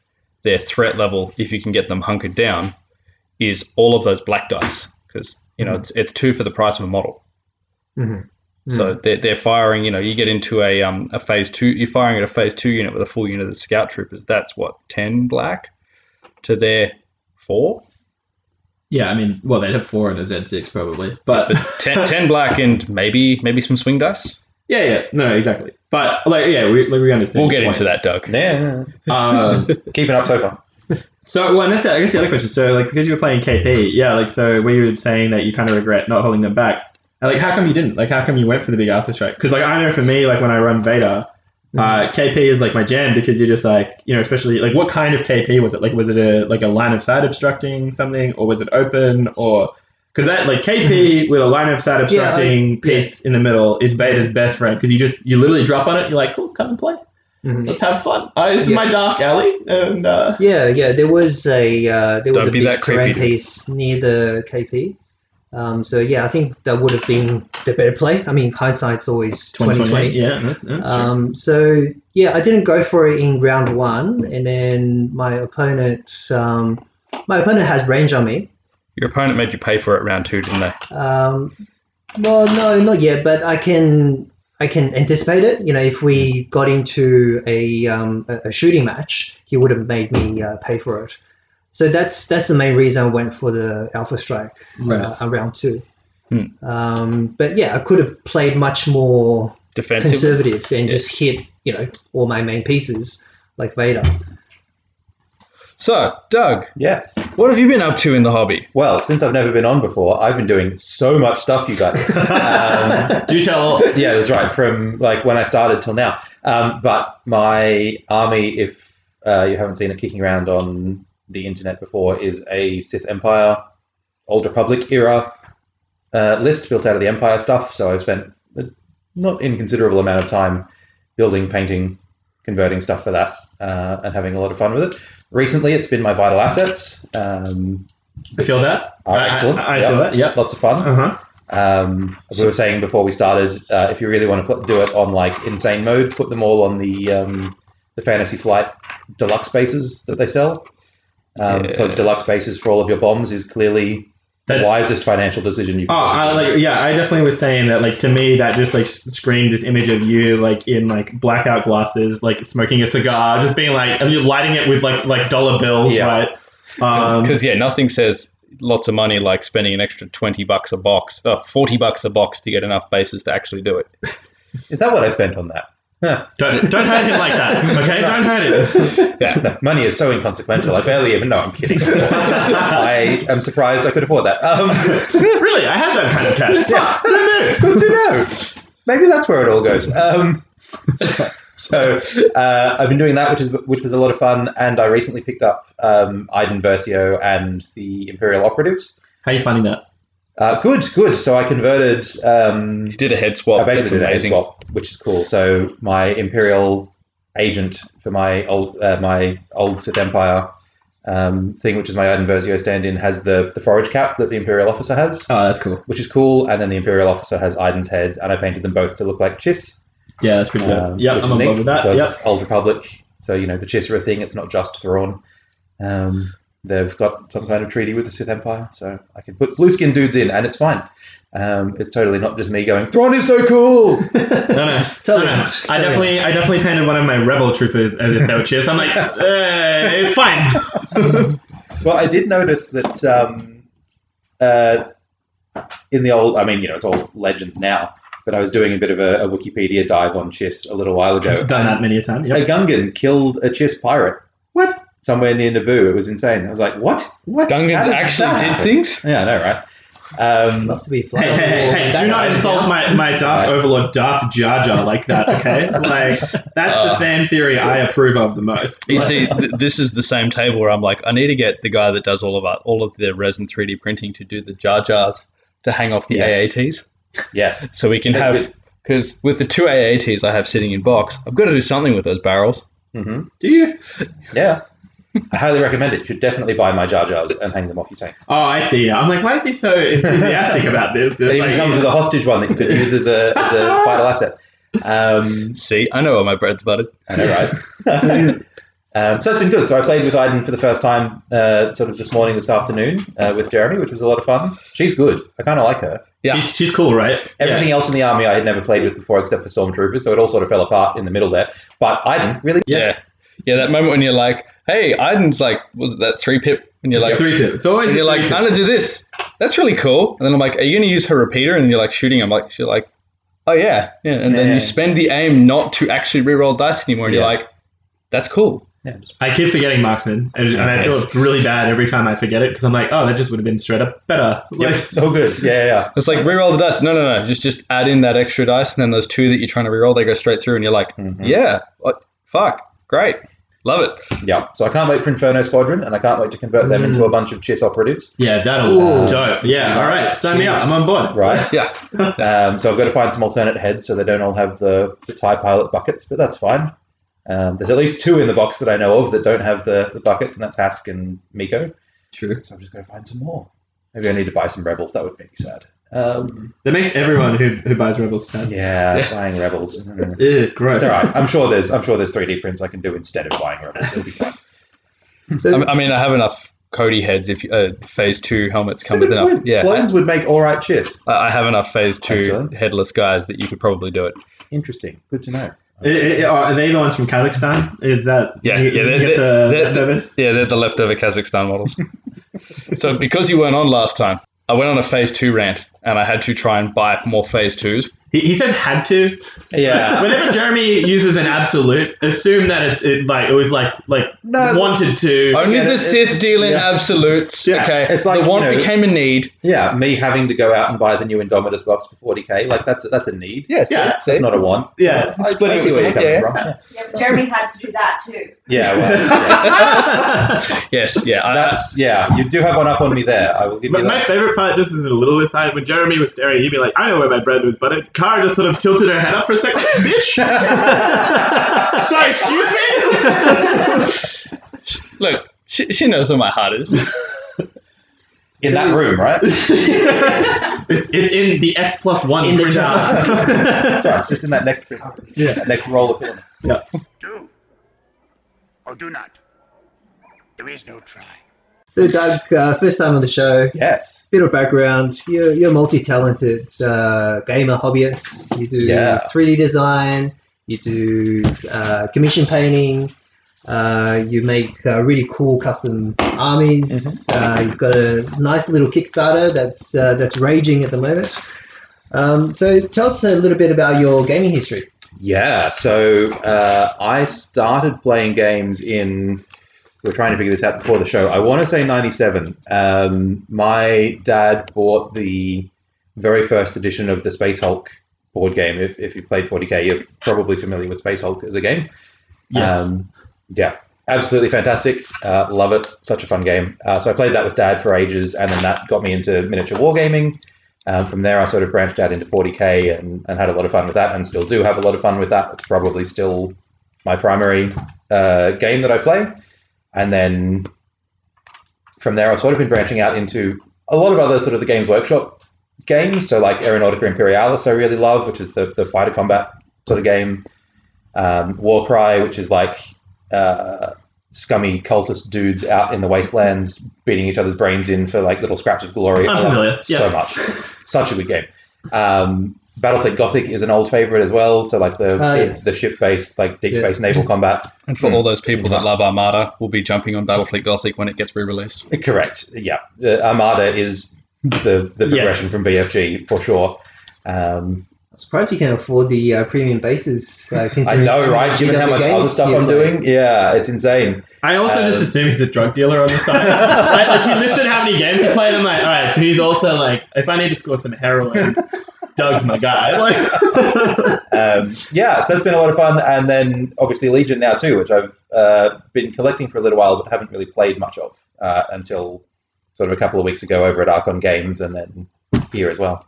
[SPEAKER 5] their threat level if you can get them hunkered down is all of those black dice because you know it's, it's two for the price of a model
[SPEAKER 4] Mhm.
[SPEAKER 5] so they're, they're firing you know you get into a um a phase two you're firing at a phase two unit with a full unit of scout troopers that's what 10 black to their four
[SPEAKER 6] yeah, I mean, well, they'd have four in a Z6 probably, but
[SPEAKER 5] but 10, 10 black and maybe maybe some swing dice
[SPEAKER 6] yeah, yeah, no, exactly. But like, yeah, we, like, we understand.
[SPEAKER 5] we'll
[SPEAKER 6] your
[SPEAKER 5] get into
[SPEAKER 6] point.
[SPEAKER 5] that doug
[SPEAKER 7] Yeah,
[SPEAKER 6] Um,
[SPEAKER 7] keeping up so far.
[SPEAKER 6] so, well, and that's I guess the other question. So, like, because you were playing KP, yeah, like, so where you were saying that you kind of regret not holding them back, and, like, how come you didn't? Like, how come you went for the big Arthur strike? Because, like, I know for me, like, when I run Vader,
[SPEAKER 4] Mm-hmm.
[SPEAKER 6] uh, KP is like my jam because you're just like, you know, especially like, what kind of KP was it? Like, was it a like a line of sight obstructing something, or was it open, or because that like KP with a line of sight
[SPEAKER 4] Mm-hmm. Yeah, I-
[SPEAKER 6] obstructing piece in the middle is Vader's best friend because you just you literally drop on it, you're like, cool, come and play,
[SPEAKER 4] Mhm.
[SPEAKER 6] let's have fun. Uh, this is
[SPEAKER 4] Yeah.
[SPEAKER 6] my dark alley, and. uh
[SPEAKER 4] Yeah, yeah. There was a uh, there was
[SPEAKER 5] Don't
[SPEAKER 4] a
[SPEAKER 5] be
[SPEAKER 4] big
[SPEAKER 5] that
[SPEAKER 4] terrain
[SPEAKER 5] creepy.
[SPEAKER 4] piece near the KP. Um, so yeah, I think that would have been the better play. I mean, hindsight's always twenty twenty.
[SPEAKER 6] Yeah, that's, that's
[SPEAKER 4] Um, so yeah, I didn't go for it in round one, and then my opponent um, my opponent has range on me.
[SPEAKER 5] Your opponent made you pay for it round two, didn't they?
[SPEAKER 4] Um, well, no, not yet, but I can I can anticipate it. You know, if we got into a um, a, a shooting match, he would have made me uh, pay for it. So that's that's the main reason I went for the Alpha Strike
[SPEAKER 6] true. Right.
[SPEAKER 4] uh, round two.
[SPEAKER 5] Hmm.
[SPEAKER 4] Um, but yeah, I could have played much more
[SPEAKER 5] Defensive.
[SPEAKER 4] conservative and
[SPEAKER 5] Yeah.
[SPEAKER 4] just hit you know all my main pieces like Vader.
[SPEAKER 5] So, Doug,
[SPEAKER 7] Yes.
[SPEAKER 5] what have you been up to in the hobby?
[SPEAKER 7] Well, since I've never been on before, I've been doing so much stuff, you guys. Um,
[SPEAKER 6] Do tell.
[SPEAKER 7] yeah, that's right. From like when I started till now. Um, but my army, if uh, you haven't seen it kicking around on the internet before, is a Sith Empire, Old Republic era uh, list built out of the Empire stuff. So I've spent a not inconsiderable amount of time building, painting, converting stuff for that, uh, and having a lot of fun with it. Recently, it's been my vital assets. Um,
[SPEAKER 6] I feel that.
[SPEAKER 7] are
[SPEAKER 6] I-
[SPEAKER 7] excellent.
[SPEAKER 6] I, I feel that. Yep.
[SPEAKER 7] Lots of fun.
[SPEAKER 6] Uh huh.
[SPEAKER 7] Um, as we were saying before we started, uh, if you really want to pl- do it on like insane mode, put them all on the um, the Fantasy Flight deluxe bases that they sell. Um,
[SPEAKER 5] Yeah.
[SPEAKER 7] Because deluxe bases for all of your bombs is clearly
[SPEAKER 6] That's-
[SPEAKER 7] the wisest financial decision you
[SPEAKER 6] Oh,
[SPEAKER 7] can
[SPEAKER 6] I,
[SPEAKER 7] possibly
[SPEAKER 6] like yeah. I definitely was saying that. Like to me, that just like s- screamed this image of you like in like blackout glasses, like smoking a cigar, just being like and you're lighting it with like like dollar bills,
[SPEAKER 7] Yeah.
[SPEAKER 6] right? Um,
[SPEAKER 5] Because, yeah, nothing says lots of money like spending an extra 20 bucks a box, uh, 40 bucks a box to get enough bases to actually do it.
[SPEAKER 7] do. Is that what I spent on that? Huh.
[SPEAKER 6] don't don't hurt him like that. Okay, don't hurt him.
[SPEAKER 7] No, money is so inconsequential. I barely even know. I'm kidding. I am surprised I could afford that. Um,
[SPEAKER 6] really, I have that kind of cash.
[SPEAKER 7] yeah, good to know. Maybe that's where it all goes. Um, so uh, I've been doing that, which is which was a lot of fun, and I recently picked up um, Iden Versio and the Imperial Operatives.
[SPEAKER 6] How are you finding that?
[SPEAKER 7] Uh, good, good. So I converted. Um,
[SPEAKER 5] You did a head
[SPEAKER 7] I
[SPEAKER 5] swap. That's
[SPEAKER 7] basically did a
[SPEAKER 5] amazing.
[SPEAKER 7] swap, which is cool. So my Imperial agent for my old uh, my old Sith Empire um, thing, which is my Iden Versio stand-in, has the the forage cap that the Imperial officer has
[SPEAKER 6] Oh, that's cool.
[SPEAKER 7] which is cool. And then the Imperial officer has Iden's head, and I painted them both to look like Chiss.
[SPEAKER 6] Yeah, that's pretty good.
[SPEAKER 7] um,
[SPEAKER 6] yeah,
[SPEAKER 7] which
[SPEAKER 6] I'm
[SPEAKER 7] is
[SPEAKER 6] on
[SPEAKER 7] neat
[SPEAKER 6] board with that.
[SPEAKER 7] because
[SPEAKER 6] Yep.
[SPEAKER 7] Old Republic. So you know the Chiss are a thing. It's not just Thrawn. Um, They've got some kind of treaty with the Sith Empire, so I can put blue skin dudes in, and it's fine. Um, it's totally not just me going. Thrawn is so cool.
[SPEAKER 6] No, no, no,
[SPEAKER 4] Totally
[SPEAKER 6] no.
[SPEAKER 4] not.
[SPEAKER 6] I
[SPEAKER 4] Totally
[SPEAKER 6] definitely, I definitely painted one of my rebel troopers as a Celtius. I'm like, uh, it's fine.
[SPEAKER 7] Well, I did notice that um, uh, in the old, I mean, you know, it's all legends now, but I was doing a bit of a, a Wikipedia dive on Chiss a little while ago.
[SPEAKER 6] I've done that many a time.
[SPEAKER 7] A
[SPEAKER 6] Yep.
[SPEAKER 7] Gungan killed a Chiss pirate. What? Somewhere near Naboo. It was insane. I was like, what? What? How
[SPEAKER 5] Gungans
[SPEAKER 7] did
[SPEAKER 5] actually
[SPEAKER 7] that
[SPEAKER 5] did
[SPEAKER 7] happen?
[SPEAKER 5] things.
[SPEAKER 7] Yeah, I know, right? Um,
[SPEAKER 4] Love to be fly.
[SPEAKER 6] Hey, hey, hey, hey, do not insult my, my Darth Overlord, Darth Jar Jar like that, okay? Like, that's the
[SPEAKER 5] Uh.
[SPEAKER 6] fan theory I approve of the most.
[SPEAKER 5] You
[SPEAKER 6] Like,
[SPEAKER 5] see, th- this is the same table where I'm like, I need to get the guy that does all of our, all of the resin 3D printing to do the jar jars to hang off the
[SPEAKER 7] Yes.
[SPEAKER 5] AATs,
[SPEAKER 7] yes.
[SPEAKER 5] so we can have because with the two AATs I have sitting in box, I've got to do something with those barrels.
[SPEAKER 7] hmm
[SPEAKER 6] do you?
[SPEAKER 7] Yeah. I highly recommend it. You should definitely buy my Jar Jars and hang them off your tanks.
[SPEAKER 6] Oh, I see. I'm like, why is he so enthusiastic about this?
[SPEAKER 7] It
[SPEAKER 6] It's
[SPEAKER 7] even
[SPEAKER 6] like-
[SPEAKER 7] comes with a hostage one that you could use as a, as a vital asset. Um,
[SPEAKER 5] See, I know where my bread's buttered.
[SPEAKER 7] I know, right? um, so it's been good. So I played with Iden for the first time, uh, sort of this morning, this afternoon, uh, with Jeremy, which was a lot of fun. She's good. I kind of like her.
[SPEAKER 5] Yeah.
[SPEAKER 6] she's, she's cool, right?
[SPEAKER 7] Everything else in the army I had never played with before, except for stormtroopers. So it all sort of fell apart in the middle there. But Iden really,
[SPEAKER 5] Yeah. yeah, that moment when you're like, "Hey, Iden's like, was it that three pip?" And you're
[SPEAKER 6] Yeah.
[SPEAKER 5] like,
[SPEAKER 6] It's a three pip. It's always a
[SPEAKER 5] and you're like,
[SPEAKER 6] three
[SPEAKER 5] "I'm
[SPEAKER 6] pip.
[SPEAKER 5] gonna do this. That's really cool." And then I'm like, "Are you gonna use her repeater?" And you're like, "Shooting." I'm like, "She's like, oh yeah, yeah." And then
[SPEAKER 7] Yeah.
[SPEAKER 5] you spend the aim not to actually reroll dice anymore, and
[SPEAKER 7] Yeah.
[SPEAKER 5] you're like, "That's cool."
[SPEAKER 7] yeah, just-
[SPEAKER 6] I keep forgetting marksman, and, and I feel
[SPEAKER 7] Yes.
[SPEAKER 6] really bad every time I forget it because I'm like, oh, that just would have been straight up better. Like,
[SPEAKER 7] oh good, yeah, yeah, yeah.
[SPEAKER 5] It's like reroll the dice. No, no, no. Just just add in that extra dice, and then those two that you're trying to reroll, they go straight through, and you're like,
[SPEAKER 7] Mhm.
[SPEAKER 5] yeah, what, fuck, great, love it.
[SPEAKER 7] yeah. So I can't wait for Inferno Squadron, and I can't wait to convert them into a bunch of chess operatives.
[SPEAKER 6] yeah, that'll
[SPEAKER 7] Ooh.
[SPEAKER 6] dope. Yeah, all right, sign me up. I'm on board.
[SPEAKER 7] Right.
[SPEAKER 5] Yeah,
[SPEAKER 7] Um, so I've got to find some alternate heads so they don't all have the, the tie pilot buckets, but that's fine. Um, there's at least two in the box that I know of that don't have the, the buckets, and that's Hask and Miko.
[SPEAKER 6] True.
[SPEAKER 7] So I've just got to find some more. Maybe I need to buy some rebels. That would make me sad. Um,
[SPEAKER 6] That makes everyone who, who buys rebels sad.
[SPEAKER 7] yeah, buying rebels. Mm.
[SPEAKER 6] Ew, gross.
[SPEAKER 7] It's all right. I'm sure there's I'm sure there's 3D prints I can do instead of buying rebels. It'll be fine.
[SPEAKER 5] I, I mean, I have enough Cody heads if uh, phase two helmets
[SPEAKER 7] That's a
[SPEAKER 5] come with
[SPEAKER 7] good
[SPEAKER 5] enough.
[SPEAKER 7] point.
[SPEAKER 5] Yeah,
[SPEAKER 7] Clones would make all right cheers.
[SPEAKER 5] I, I have enough phase two
[SPEAKER 7] Excellent.
[SPEAKER 5] headless guys that you could probably do it.
[SPEAKER 7] Interesting. Good to know.
[SPEAKER 6] I- I- Eh, are they the ones from Kazakhstan? Is that
[SPEAKER 5] Yeah,
[SPEAKER 6] You,
[SPEAKER 5] yeah,
[SPEAKER 6] you
[SPEAKER 5] they're-
[SPEAKER 6] get
[SPEAKER 5] they're-
[SPEAKER 6] the
[SPEAKER 5] they're-
[SPEAKER 6] leftovers?
[SPEAKER 5] Yeah, they're the leftover Kazakhstan models. so because you weren't on last time, I went on a phase two rant, and I had to try and buy more phase twos.
[SPEAKER 6] He, he says had to.
[SPEAKER 7] Yeah.
[SPEAKER 6] Whenever Jeremy uses an absolute, assume that it, it like it was like like
[SPEAKER 7] No.
[SPEAKER 6] wanted to.
[SPEAKER 5] Only
[SPEAKER 7] get
[SPEAKER 5] the
[SPEAKER 7] it.
[SPEAKER 5] Sith
[SPEAKER 7] It's-
[SPEAKER 5] deal in
[SPEAKER 7] yeah.
[SPEAKER 5] absolutes.
[SPEAKER 6] Yeah,
[SPEAKER 5] okay,
[SPEAKER 7] it's like,
[SPEAKER 5] the want
[SPEAKER 7] you know-
[SPEAKER 5] became a need.
[SPEAKER 7] yeah. Me having to go out and buy the new Indomitus box for 40k, like that's a, that's a need.
[SPEAKER 5] Yes,
[SPEAKER 6] Yeah.
[SPEAKER 5] yeah,
[SPEAKER 7] That's not a want.
[SPEAKER 6] Yeah.
[SPEAKER 7] I- I
[SPEAKER 5] Splitting
[SPEAKER 7] see
[SPEAKER 5] it
[SPEAKER 7] where
[SPEAKER 5] with,
[SPEAKER 7] you're coming
[SPEAKER 5] yeah.
[SPEAKER 7] from. Yeah.
[SPEAKER 2] Yep, Jeremy had to do that too.
[SPEAKER 7] Yeah, well, yeah.
[SPEAKER 5] yes, yeah. I-
[SPEAKER 7] that's yeah. You do have one up on me there. I will give you
[SPEAKER 6] But my
[SPEAKER 7] that.
[SPEAKER 6] favorite part, just as a little aside, when Jeremy was staring, he'd be like, "I know where my bread was buttered." Kara just sort of tilted her head up for a second. Bitch. Sorry, excuse me.
[SPEAKER 5] Look, she, she knows where my heart is.
[SPEAKER 7] in that room, right?
[SPEAKER 6] it's it's in the X plus one
[SPEAKER 4] In the
[SPEAKER 6] printout.
[SPEAKER 7] That's right. It's just in that next
[SPEAKER 6] Yeah.
[SPEAKER 7] that next roll of film.
[SPEAKER 3] Do or do not. There is no try.
[SPEAKER 4] So, Doug, uh, first time on the show.
[SPEAKER 7] Yes.
[SPEAKER 4] Bit of background. You're, you're multi-talented uh, gamer hobbyist. You do
[SPEAKER 7] Yeah.
[SPEAKER 4] 3D design. You do uh, commission painting. Uh, you make uh, really cool custom armies.
[SPEAKER 7] Mm-hmm.
[SPEAKER 4] Uh, you've got a nice little Kickstarter that's uh, that's raging at the moment. Um, so tell us a little bit about your gaming history.
[SPEAKER 7] Yeah. So uh, I started playing games in. We're trying to figure this out before the show. I want to say '97. Um, my dad bought the very first edition of the Space Hulk board game. If, if you played 40k, you're probably familiar with Space Hulk as a game.
[SPEAKER 6] Yes.
[SPEAKER 7] Um, yeah, absolutely fantastic. Uh, love it. Such a fun game. Uh, so I played that with dad for ages, and then that got me into miniature wargaming. Um, from there, I sort of branched out into 40k and, and had a lot of fun with that, and still do have a lot of fun with that. It's probably still my primary uh, game that I play. And then from there, I've sort of been branching out into a lot of other sort of the Games Workshop games. So, like Aeronautica Imperialis, I really love, which is the, the fighter combat sort of game um, Warcry, which is like uh, scummy cultist dudes out in the wastelands beating each other's brains in for like little scraps of glory.
[SPEAKER 6] I'm
[SPEAKER 7] I love
[SPEAKER 6] familiar,
[SPEAKER 7] it So
[SPEAKER 6] yeah.
[SPEAKER 7] much. Such a good game. Um, Battlefleet Gothic is an old favorite as well. So like the
[SPEAKER 4] Ah,
[SPEAKER 7] the,
[SPEAKER 4] yes.
[SPEAKER 7] the ship based like deep
[SPEAKER 4] Yeah.
[SPEAKER 7] space naval combat.
[SPEAKER 5] And for all those people that love Armada, we'll be jumping on Battlefleet Gothic when it gets re-released.
[SPEAKER 7] Correct. Yeah, the Armada is the the
[SPEAKER 6] Yes.
[SPEAKER 7] progression from BFG for sure. Um,
[SPEAKER 4] I'm surprised you can afford the uh, premium bases. Uh,
[SPEAKER 7] I
[SPEAKER 4] considering
[SPEAKER 7] know, right? Given how
[SPEAKER 4] other
[SPEAKER 7] much
[SPEAKER 4] games
[SPEAKER 7] other stuff
[SPEAKER 4] you
[SPEAKER 7] I'm
[SPEAKER 4] play.
[SPEAKER 7] doing, yeah, it's insane.
[SPEAKER 6] I also just
[SPEAKER 7] Um,
[SPEAKER 6] assume he's a drug dealer on the side. like, like, he listed how many games he played. I'm like, all right, so he's also like, if I need to score some heroin, Doug's my guy. Like,
[SPEAKER 7] um, yeah, so that's been a lot of fun. And then obviously Legion now too, which I've uh, been collecting for a little while, but haven't really played much of uh, until sort of a couple of weeks ago over at Archon Games, and then here as well.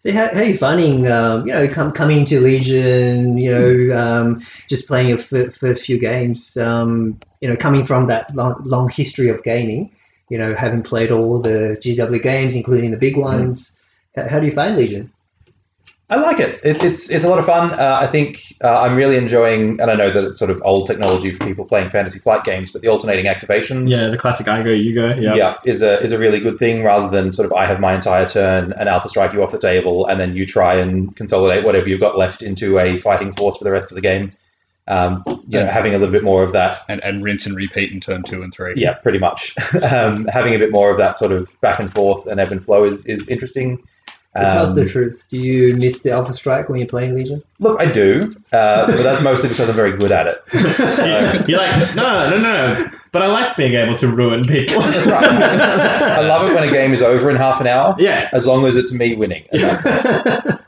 [SPEAKER 4] So how, how are you finding, um, you know, com- coming to Legion, you know, um, just playing your f- first few games, um, you know, coming from that long, long history of gaming, you know, having played all the GW games, including the big
[SPEAKER 7] Mm-hmm.
[SPEAKER 4] ones. H- how do you find Legion?
[SPEAKER 7] I like it. it it's it's a lot of fun. Uh, I think uh, I'm really enjoying, and I know that it's sort of old technology for people playing fantasy flight games, but the alternating activations.
[SPEAKER 6] yeah, the classic I go, you go. Yeah.
[SPEAKER 7] Yeah, is a is a really good thing rather than sort of I have my entire turn and Alpha Strike you off the table and then you try and consolidate whatever you've got left into a fighting force for the rest of the game. Um, you know,
[SPEAKER 5] Yeah.
[SPEAKER 7] having a little bit more of that,
[SPEAKER 5] And, and rinse and repeat in turn two and three.
[SPEAKER 7] yeah, pretty much. um, having a bit more of that sort of back and forth and ebb and flow is, is interesting.
[SPEAKER 4] But tell us
[SPEAKER 7] Um,
[SPEAKER 4] the truth. Do you miss the Alpha Strike when you're playing Legion?
[SPEAKER 7] Look, I do, uh, but that's mostly because I'm very good at it. So-
[SPEAKER 6] You- You're like, no, no, no. But I like being able to ruin people.
[SPEAKER 7] That's right. I love it when a game is over in half an hour,
[SPEAKER 6] Yeah.
[SPEAKER 7] as long as it's me winning. And that's-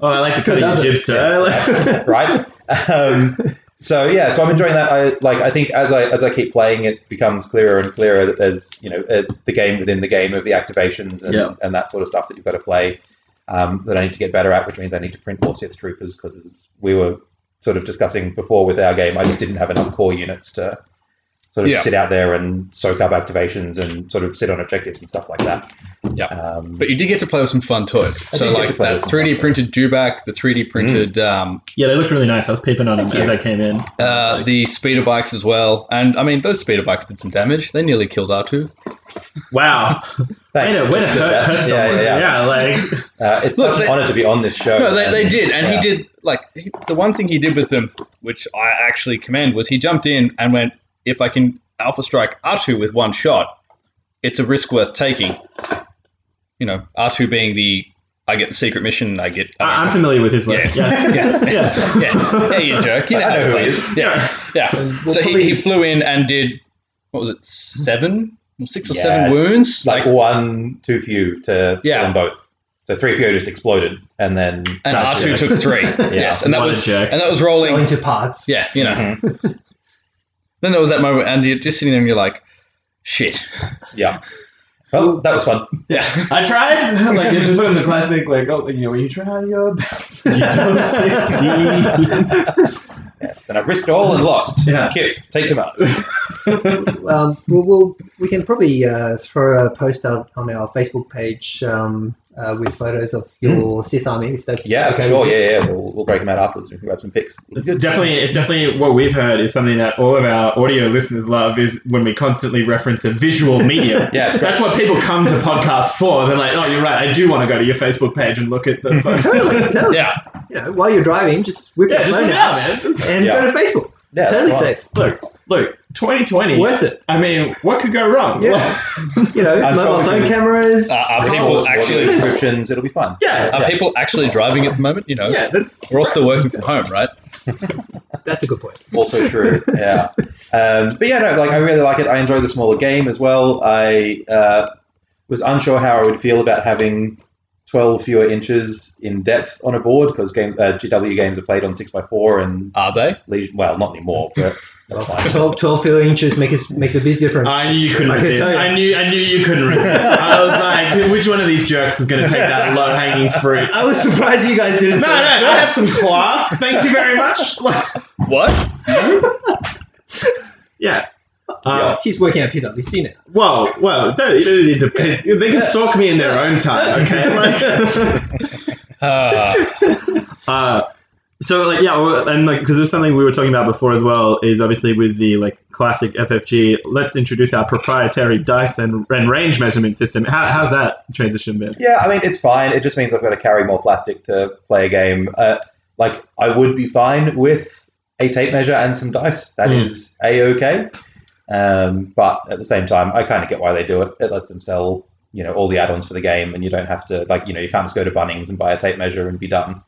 [SPEAKER 6] Oh, I like you cutting your
[SPEAKER 4] Doesn't-
[SPEAKER 6] jib, sir. Like-
[SPEAKER 7] right? Um, so yeah, so I'm enjoying that. I like. I think as I as I keep playing, it becomes clearer and clearer that there's you know uh the game within the game of the activations and,
[SPEAKER 6] Yeah.
[SPEAKER 7] and that sort of stuff that you've got to play. Um, that I need to get better at, which means I need to print more Sith troopers because as we were sort of discussing before with our game, I just didn't have enough core units to sort of
[SPEAKER 5] Yeah.
[SPEAKER 7] sit out there and soak up activations and sort of sit on objectives and stuff like that.
[SPEAKER 5] Yeah.
[SPEAKER 7] Um,
[SPEAKER 5] But you did get to play with some fun toys.
[SPEAKER 7] I did get
[SPEAKER 5] So
[SPEAKER 7] to
[SPEAKER 5] like
[SPEAKER 7] play
[SPEAKER 5] that
[SPEAKER 7] with some
[SPEAKER 5] 3D
[SPEAKER 7] fun Hmm.
[SPEAKER 5] printed Dubak, the 3D printed um,
[SPEAKER 6] yeah, they looked really nice. I was peeping on them
[SPEAKER 7] Thank
[SPEAKER 6] as
[SPEAKER 7] you.
[SPEAKER 6] I came in.
[SPEAKER 5] uh, the speeder bikes as well. And I mean those speeder bikes did some damage. They nearly killed R2.
[SPEAKER 6] wow. Wait,
[SPEAKER 7] thanks.
[SPEAKER 6] it went
[SPEAKER 7] That's good,
[SPEAKER 6] hurt,
[SPEAKER 7] that.
[SPEAKER 6] hurt
[SPEAKER 7] yeah,
[SPEAKER 6] someone. Yeah,
[SPEAKER 7] yeah, yeah.
[SPEAKER 6] like,
[SPEAKER 7] Uh, it's
[SPEAKER 5] Look,
[SPEAKER 7] such an
[SPEAKER 5] they-
[SPEAKER 7] honor to be on this show.
[SPEAKER 5] No, they, they
[SPEAKER 7] Oh, and-
[SPEAKER 5] did, and
[SPEAKER 7] yeah.
[SPEAKER 5] he did like he, the one thing he did with them, which I actually commend, was he jumped in and went, "If I can alpha strike R2 with one shot, it's a risk worth taking." You know, R2 being the I get the secret mission, I get
[SPEAKER 6] I-
[SPEAKER 5] I
[SPEAKER 6] I'm
[SPEAKER 5] don't know.
[SPEAKER 6] familiar with his work.
[SPEAKER 5] Yeah.
[SPEAKER 6] Yeah.
[SPEAKER 5] yeah,
[SPEAKER 6] Yeah.
[SPEAKER 5] yeah, yeah, you jerk, you know,
[SPEAKER 7] I know who he
[SPEAKER 5] it
[SPEAKER 7] is.
[SPEAKER 5] yeah, yeah.
[SPEAKER 4] And we'll
[SPEAKER 5] so
[SPEAKER 4] probably-
[SPEAKER 5] he, he flew in and did what was it, seven, or six or
[SPEAKER 7] Yeah,
[SPEAKER 5] seven wounds,
[SPEAKER 7] like one too few to
[SPEAKER 5] Yeah.
[SPEAKER 7] kill them both. So three PO just exploded, and then
[SPEAKER 5] and
[SPEAKER 6] That's
[SPEAKER 5] R2
[SPEAKER 6] it.
[SPEAKER 5] took three. Yes, and that
[SPEAKER 6] What a
[SPEAKER 5] was
[SPEAKER 6] jerk.
[SPEAKER 5] and that was
[SPEAKER 4] Go
[SPEAKER 5] rolling.
[SPEAKER 4] into parts.
[SPEAKER 5] Yeah, you know.
[SPEAKER 7] Mhm.
[SPEAKER 6] Mm-hmm.
[SPEAKER 5] Then there was that moment, and you're just sitting there and you're like, shit.
[SPEAKER 7] yeah. Well, that was fun.
[SPEAKER 5] Yeah.
[SPEAKER 6] I tried. Like you just put in the classic, like oh, you know, you try your best. You don't succeed.
[SPEAKER 7] Yes. Then I risked all and lost.
[SPEAKER 6] Yeah.
[SPEAKER 7] Kif, take him out.
[SPEAKER 4] um, we'll, we'll, we can probably uh, throw a post out on our Facebook page um, uh, with photos of your Sith army, if that's
[SPEAKER 7] Hmm. Yeah, for
[SPEAKER 4] okay.
[SPEAKER 7] sure. Yeah, yeah. We'll, we'll break him out afterwards. We can grab some pics.
[SPEAKER 6] It's definitely, it's definitely what we've heard is something that all of our audio listeners love is when we constantly reference a visual medium.
[SPEAKER 7] Yeah, it's great.
[SPEAKER 6] That's what people come to podcasts for. They're like, oh, you're right. I do want to go to your Facebook page and look at the photo.
[SPEAKER 4] Totally, totally.
[SPEAKER 5] Yeah.
[SPEAKER 4] You know, while you're driving, just whip
[SPEAKER 6] yeah,
[SPEAKER 4] your
[SPEAKER 6] just put
[SPEAKER 4] phone
[SPEAKER 6] it
[SPEAKER 4] out
[SPEAKER 6] out, man. It's-
[SPEAKER 4] and
[SPEAKER 7] Yeah.
[SPEAKER 4] go to Facebook.
[SPEAKER 7] Yeah, it's
[SPEAKER 4] totally
[SPEAKER 7] fun.
[SPEAKER 4] safe.
[SPEAKER 6] Look, look, 2020.
[SPEAKER 4] Worth it.
[SPEAKER 6] I mean, what could go wrong?
[SPEAKER 4] Yeah. You know,
[SPEAKER 7] I'm
[SPEAKER 4] mobile
[SPEAKER 7] sure we
[SPEAKER 4] phone
[SPEAKER 7] can-
[SPEAKER 4] cameras. Uh,
[SPEAKER 5] Uh, are
[SPEAKER 7] Pictures,
[SPEAKER 5] people
[SPEAKER 7] audio
[SPEAKER 5] actually
[SPEAKER 7] descriptions. It'll be fun.
[SPEAKER 6] Yeah.
[SPEAKER 5] are people actually driving at the moment? You know,
[SPEAKER 6] yeah, that's
[SPEAKER 5] we're all still working from home, right?
[SPEAKER 4] That's a good point.
[SPEAKER 7] also true. Yeah. Um, but yeah, no, like I really like it. I enjoy the smaller game as well. I uh, was unsure how I would feel about having 12 fewer inches in depth on a board because game, uh, GW games are played on 6x4 and
[SPEAKER 5] Are they?
[SPEAKER 7] Legion. Well, not anymore, but that's fine.
[SPEAKER 4] 12, 12 fewer inches make us, makes a big difference.
[SPEAKER 6] I knew you couldn't
[SPEAKER 4] I could
[SPEAKER 6] resist.
[SPEAKER 4] tell you.
[SPEAKER 6] I knew I knew you couldn't resist. I was like, which one of these jerks is going to take that low hanging fruit?
[SPEAKER 4] I was surprised you guys
[SPEAKER 6] No,
[SPEAKER 4] didn't
[SPEAKER 6] no,
[SPEAKER 4] say Oh, that.
[SPEAKER 6] I have some class. Thank you very much. Like,
[SPEAKER 5] What?
[SPEAKER 6] yeah. Uh,
[SPEAKER 4] He's working at PwC now.
[SPEAKER 6] Whoa, whoa! Don't you don't need to. Pick. They can stalk me in their own time, okay? Like,
[SPEAKER 5] Ah,
[SPEAKER 6] uh, So like yeah, well, and like because there's something we were talking about before as well is obviously with the like classic FFG. Let's introduce our proprietary dice and, and range measurement system. How, how's that transition been?
[SPEAKER 7] Yeah, I mean, it's fine. It just means I've got to carry more plastic to play a game. Uh, like, I would be fine with a tape measure and some dice. That
[SPEAKER 6] Mm.
[SPEAKER 7] is a-okay. Um, but at the same time, I kind of get why they do it. It lets them sell, you know, all the add-ons for the game, and you don't have to, like, you know, you can't just go to Bunnings and buy a tape measure and be done.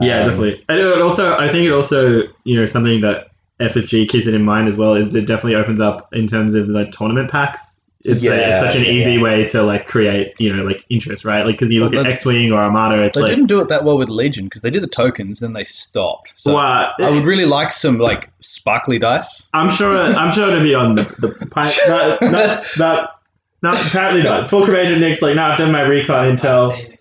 [SPEAKER 6] Yeah,
[SPEAKER 7] Um,
[SPEAKER 6] definitely. And it also, I think it also, you know, something that FFG keeps it in mind as well is it definitely opens up in terms of the tournament packs. It's, like- it's
[SPEAKER 7] Yeah,
[SPEAKER 6] such an
[SPEAKER 7] yeah,
[SPEAKER 6] easy
[SPEAKER 7] yeah.
[SPEAKER 6] way to like create, you know, like interest, right? Like because you look
[SPEAKER 5] Well,
[SPEAKER 6] at
[SPEAKER 5] that-
[SPEAKER 6] X Wing or Armada, it's
[SPEAKER 5] They
[SPEAKER 6] like,
[SPEAKER 5] didn't do it that well with Legion because they did the tokens, then they stopped. So
[SPEAKER 6] wow.
[SPEAKER 5] I would really like some like sparkly dice.
[SPEAKER 6] I'm sure. I'm sure it'll be on the, the pipe. Not, not, not, not apparently not. Fulcrum Agent Nick's like, no, I've done my recon intel.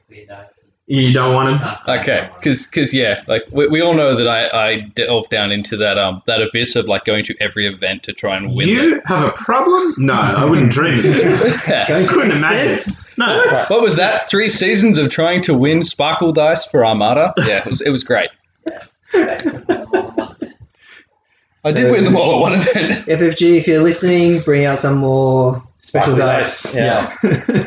[SPEAKER 6] You don't want him.
[SPEAKER 5] Okay, because yeah, like we, we all know that I I delved down into that um that abyss of like going to every event to try and win.
[SPEAKER 6] You have a problem? No, I wouldn't dream. of it.
[SPEAKER 5] it.
[SPEAKER 4] Going
[SPEAKER 6] Couldn't
[SPEAKER 4] fix
[SPEAKER 6] imagine.
[SPEAKER 4] this.
[SPEAKER 6] No.
[SPEAKER 5] What was that? Three seasons of trying to win sparkle dice for Armada. Yeah, it was it was great. I did win them all at one event.
[SPEAKER 4] FFG, if you're listening, bring out some more special
[SPEAKER 7] Sparkly
[SPEAKER 4] dice.
[SPEAKER 7] dice, yeah.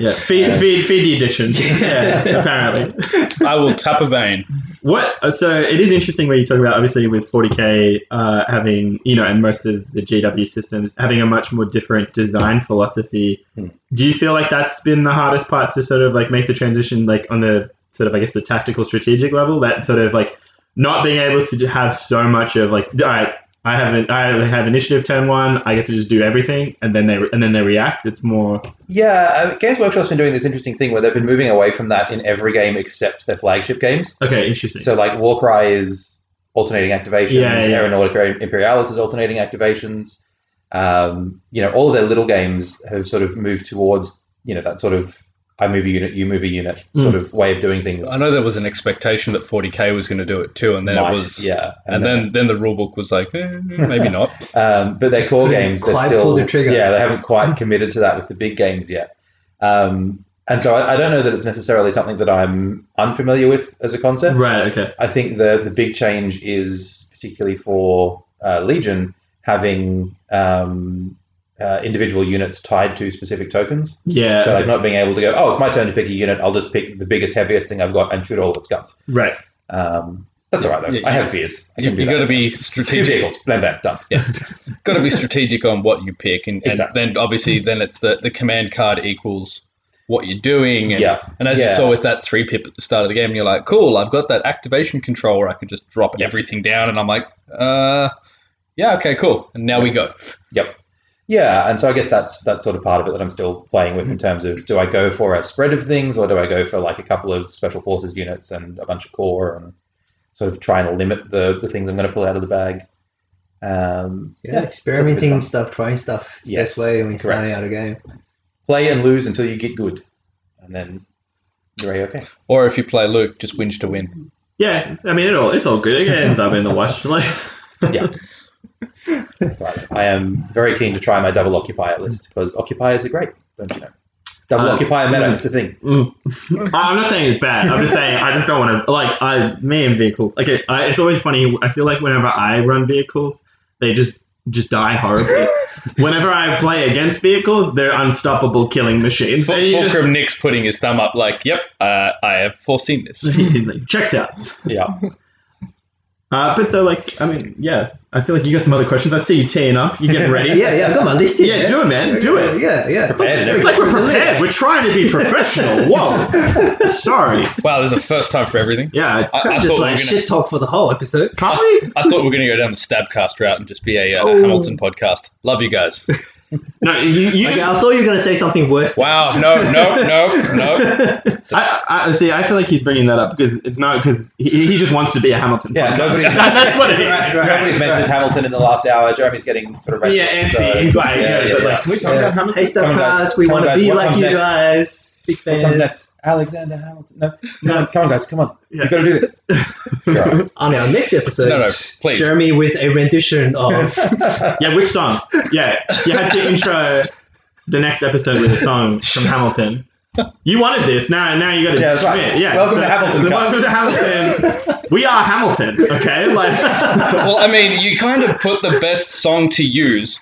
[SPEAKER 6] Yeah. Feed,
[SPEAKER 7] Yeah.
[SPEAKER 6] feed, feed the addiction. Yeah. apparently.
[SPEAKER 5] I will tap a vein.
[SPEAKER 6] What? uh, So it is interesting where you talk about obviously with 40k uh, having you know, and most of the GW systems having a much more different design philosophy.
[SPEAKER 7] Hmm.
[SPEAKER 6] Do you feel like that's been the hardest part to sort of like make the transition, like on the sort of I guess the tactical strategic level, that sort of like not being able to have so much of like all right. I have an, I have initiative turn one. I get to just do everything, and then they and then they react. It's more
[SPEAKER 7] Yeah, uh, Games Workshop's been doing this interesting thing where they've been moving away from that in every game except their flagship games.
[SPEAKER 6] okay, interesting.
[SPEAKER 7] So, like, Warcry is alternating activations,
[SPEAKER 6] Yeah, yeah.
[SPEAKER 7] Aeronautica Imperialis is alternating activations. Um, you know, all of their little games have sort of moved towards, you know, that sort of I move a unit, you move a unit
[SPEAKER 6] Hmm.
[SPEAKER 7] sort of way of doing things.
[SPEAKER 5] I know there was an expectation that 40k was going to do it too, and then
[SPEAKER 7] Might,
[SPEAKER 5] it was
[SPEAKER 7] yeah.
[SPEAKER 5] And then, then the rulebook was like, eh, maybe not.
[SPEAKER 7] Um, but their core
[SPEAKER 4] couldn't
[SPEAKER 7] games, they're
[SPEAKER 4] quite
[SPEAKER 7] still
[SPEAKER 4] pull the trigger.
[SPEAKER 7] yeah, they haven't quite committed to that with the big games yet. Um, and so I, I don't know that it's necessarily something that I'm unfamiliar with as a concept.
[SPEAKER 6] right. Okay.
[SPEAKER 7] I think the the big change is particularly for uh, Legion having um, uh, individual units tied to specific tokens.
[SPEAKER 6] Yeah.
[SPEAKER 7] So like not being able to go, oh, it's my turn to pick a unit. I'll just pick the biggest, heaviest thing I've got and shoot all its guns.
[SPEAKER 6] right.
[SPEAKER 7] Um, that's all right though.
[SPEAKER 5] Yeah,
[SPEAKER 7] I
[SPEAKER 5] you-
[SPEAKER 7] have fears. I
[SPEAKER 5] You,
[SPEAKER 7] can do
[SPEAKER 5] you got to
[SPEAKER 7] that.
[SPEAKER 5] be
[SPEAKER 7] two
[SPEAKER 5] strategic.
[SPEAKER 7] vehicles. Blam bam done.
[SPEAKER 5] got to be strategic on what you pick, and, and
[SPEAKER 7] Exactly.
[SPEAKER 5] then obviously then it's the, the command card equals what you're doing. And,
[SPEAKER 7] Yeah.
[SPEAKER 5] and as you
[SPEAKER 7] Yeah.
[SPEAKER 5] saw with that three pip at the start of the game, you're like, cool, I've got that activation control where I can just drop everything down, and I'm like, uh, yeah, okay, cool. And now we go.
[SPEAKER 7] Yep. Yeah, and so I guess that's that's sort of part of it that I'm still playing with in terms of do I go for a spread of things or do I go for like a couple of special forces units and a bunch of core and sort of try and limit the, the things I'm going to pull out of the bag. Um,
[SPEAKER 4] Yeah,
[SPEAKER 7] yeah,
[SPEAKER 4] experimenting
[SPEAKER 7] that's a
[SPEAKER 4] stuff, trying stuff. It's the
[SPEAKER 7] Yes,
[SPEAKER 4] best way when you're
[SPEAKER 7] correct.
[SPEAKER 4] starting out a game.
[SPEAKER 7] play and lose until you get good, and then you're a okay.
[SPEAKER 5] Or if you play Luke, just whinge to win.
[SPEAKER 6] Yeah, I mean, it all it's all good. It ends up in the wash. Like,
[SPEAKER 7] Yeah. That's all right. I am very keen to try my double occupier list because occupiers are great, don't you know? Double
[SPEAKER 4] Ah,
[SPEAKER 6] Um,
[SPEAKER 7] occupier meta,
[SPEAKER 6] yeah.
[SPEAKER 7] it's a thing.
[SPEAKER 6] mm. I'm not saying it's bad. I'm just saying I just don't want to. Like, I me and vehicles. Like, it, I, it's always funny. I feel like whenever I run vehicles, they just just die horribly. whenever I play against vehicles, they're unstoppable killing machines. And you just-
[SPEAKER 5] Fulcrum Nick's putting his thumb up, like, yep, uh, I have foreseen this.
[SPEAKER 6] like, checks out.
[SPEAKER 7] Yeah.
[SPEAKER 6] Uh, but so like, I mean, yeah. I feel like you got some other questions. I see you teeing up. You getting ready?
[SPEAKER 4] Yeah, yeah, I've got my list here.
[SPEAKER 6] Yeah, do it, man. Do it.
[SPEAKER 4] Yeah, yeah.
[SPEAKER 7] Prepared
[SPEAKER 6] It's like we're prepared. We're trying to be professional. Whoa. Sorry.
[SPEAKER 5] Wow, there's a first time for everything.
[SPEAKER 6] Yeah.
[SPEAKER 5] I- I
[SPEAKER 6] just
[SPEAKER 5] thought we
[SPEAKER 6] like,
[SPEAKER 5] were
[SPEAKER 4] Like
[SPEAKER 5] gonna-
[SPEAKER 4] shit talk for the whole episode.
[SPEAKER 6] can't we?
[SPEAKER 5] I thought we were going to go down the Stabcast route and just be a uh,
[SPEAKER 4] Oh.
[SPEAKER 5] Hamilton podcast. Love you guys.
[SPEAKER 6] No, you, you
[SPEAKER 4] Okay,
[SPEAKER 6] just.
[SPEAKER 4] I thought you were gonna say something worse. than
[SPEAKER 5] Wow. No, no, no, no.
[SPEAKER 6] I, I see. I feel like he's bringing that up because it's not because he, he just wants to be a Hamilton.
[SPEAKER 7] Yeah,
[SPEAKER 6] podcast.
[SPEAKER 7] nobody's-
[SPEAKER 6] That- that's what it is.
[SPEAKER 4] Right, right.
[SPEAKER 7] Nobody's mentioned Hamilton in the last hour. Jeremy's getting sort of restless.
[SPEAKER 6] Yeah, MC.
[SPEAKER 7] so-
[SPEAKER 6] he's like,
[SPEAKER 7] yeah,
[SPEAKER 6] yeah,
[SPEAKER 7] yeah,
[SPEAKER 6] but
[SPEAKER 7] yeah.
[SPEAKER 6] like, can we talk
[SPEAKER 4] Yeah.
[SPEAKER 6] about Hamilton?
[SPEAKER 4] Hey, stuff
[SPEAKER 7] Come on, guys.
[SPEAKER 4] class. We
[SPEAKER 7] Come on,
[SPEAKER 4] want to
[SPEAKER 7] guys.
[SPEAKER 4] be
[SPEAKER 7] What
[SPEAKER 4] like
[SPEAKER 7] comes
[SPEAKER 4] you
[SPEAKER 7] next?
[SPEAKER 4] guys. Big
[SPEAKER 7] What comes
[SPEAKER 4] fans.
[SPEAKER 7] next? Alexander Hamilton. No,
[SPEAKER 6] No.
[SPEAKER 7] no, come on, guys, come on.
[SPEAKER 6] Yeah.
[SPEAKER 7] You've got to do this. You're all right.
[SPEAKER 4] On our next episode,
[SPEAKER 5] No, no, please.
[SPEAKER 4] Jeremy with a rendition of
[SPEAKER 6] Yeah, which song? Yeah, you had to intro the next episode with a song from Hamilton. You wanted this. Now, now you got to
[SPEAKER 7] Yeah, that's right.
[SPEAKER 6] admit. Yeah.
[SPEAKER 7] Welcome to Hamilton
[SPEAKER 6] the-
[SPEAKER 7] Cup.
[SPEAKER 6] Welcome to Hamilton. we are Hamilton. Okay. Like.
[SPEAKER 5] well, I mean, you kind of put the best song to use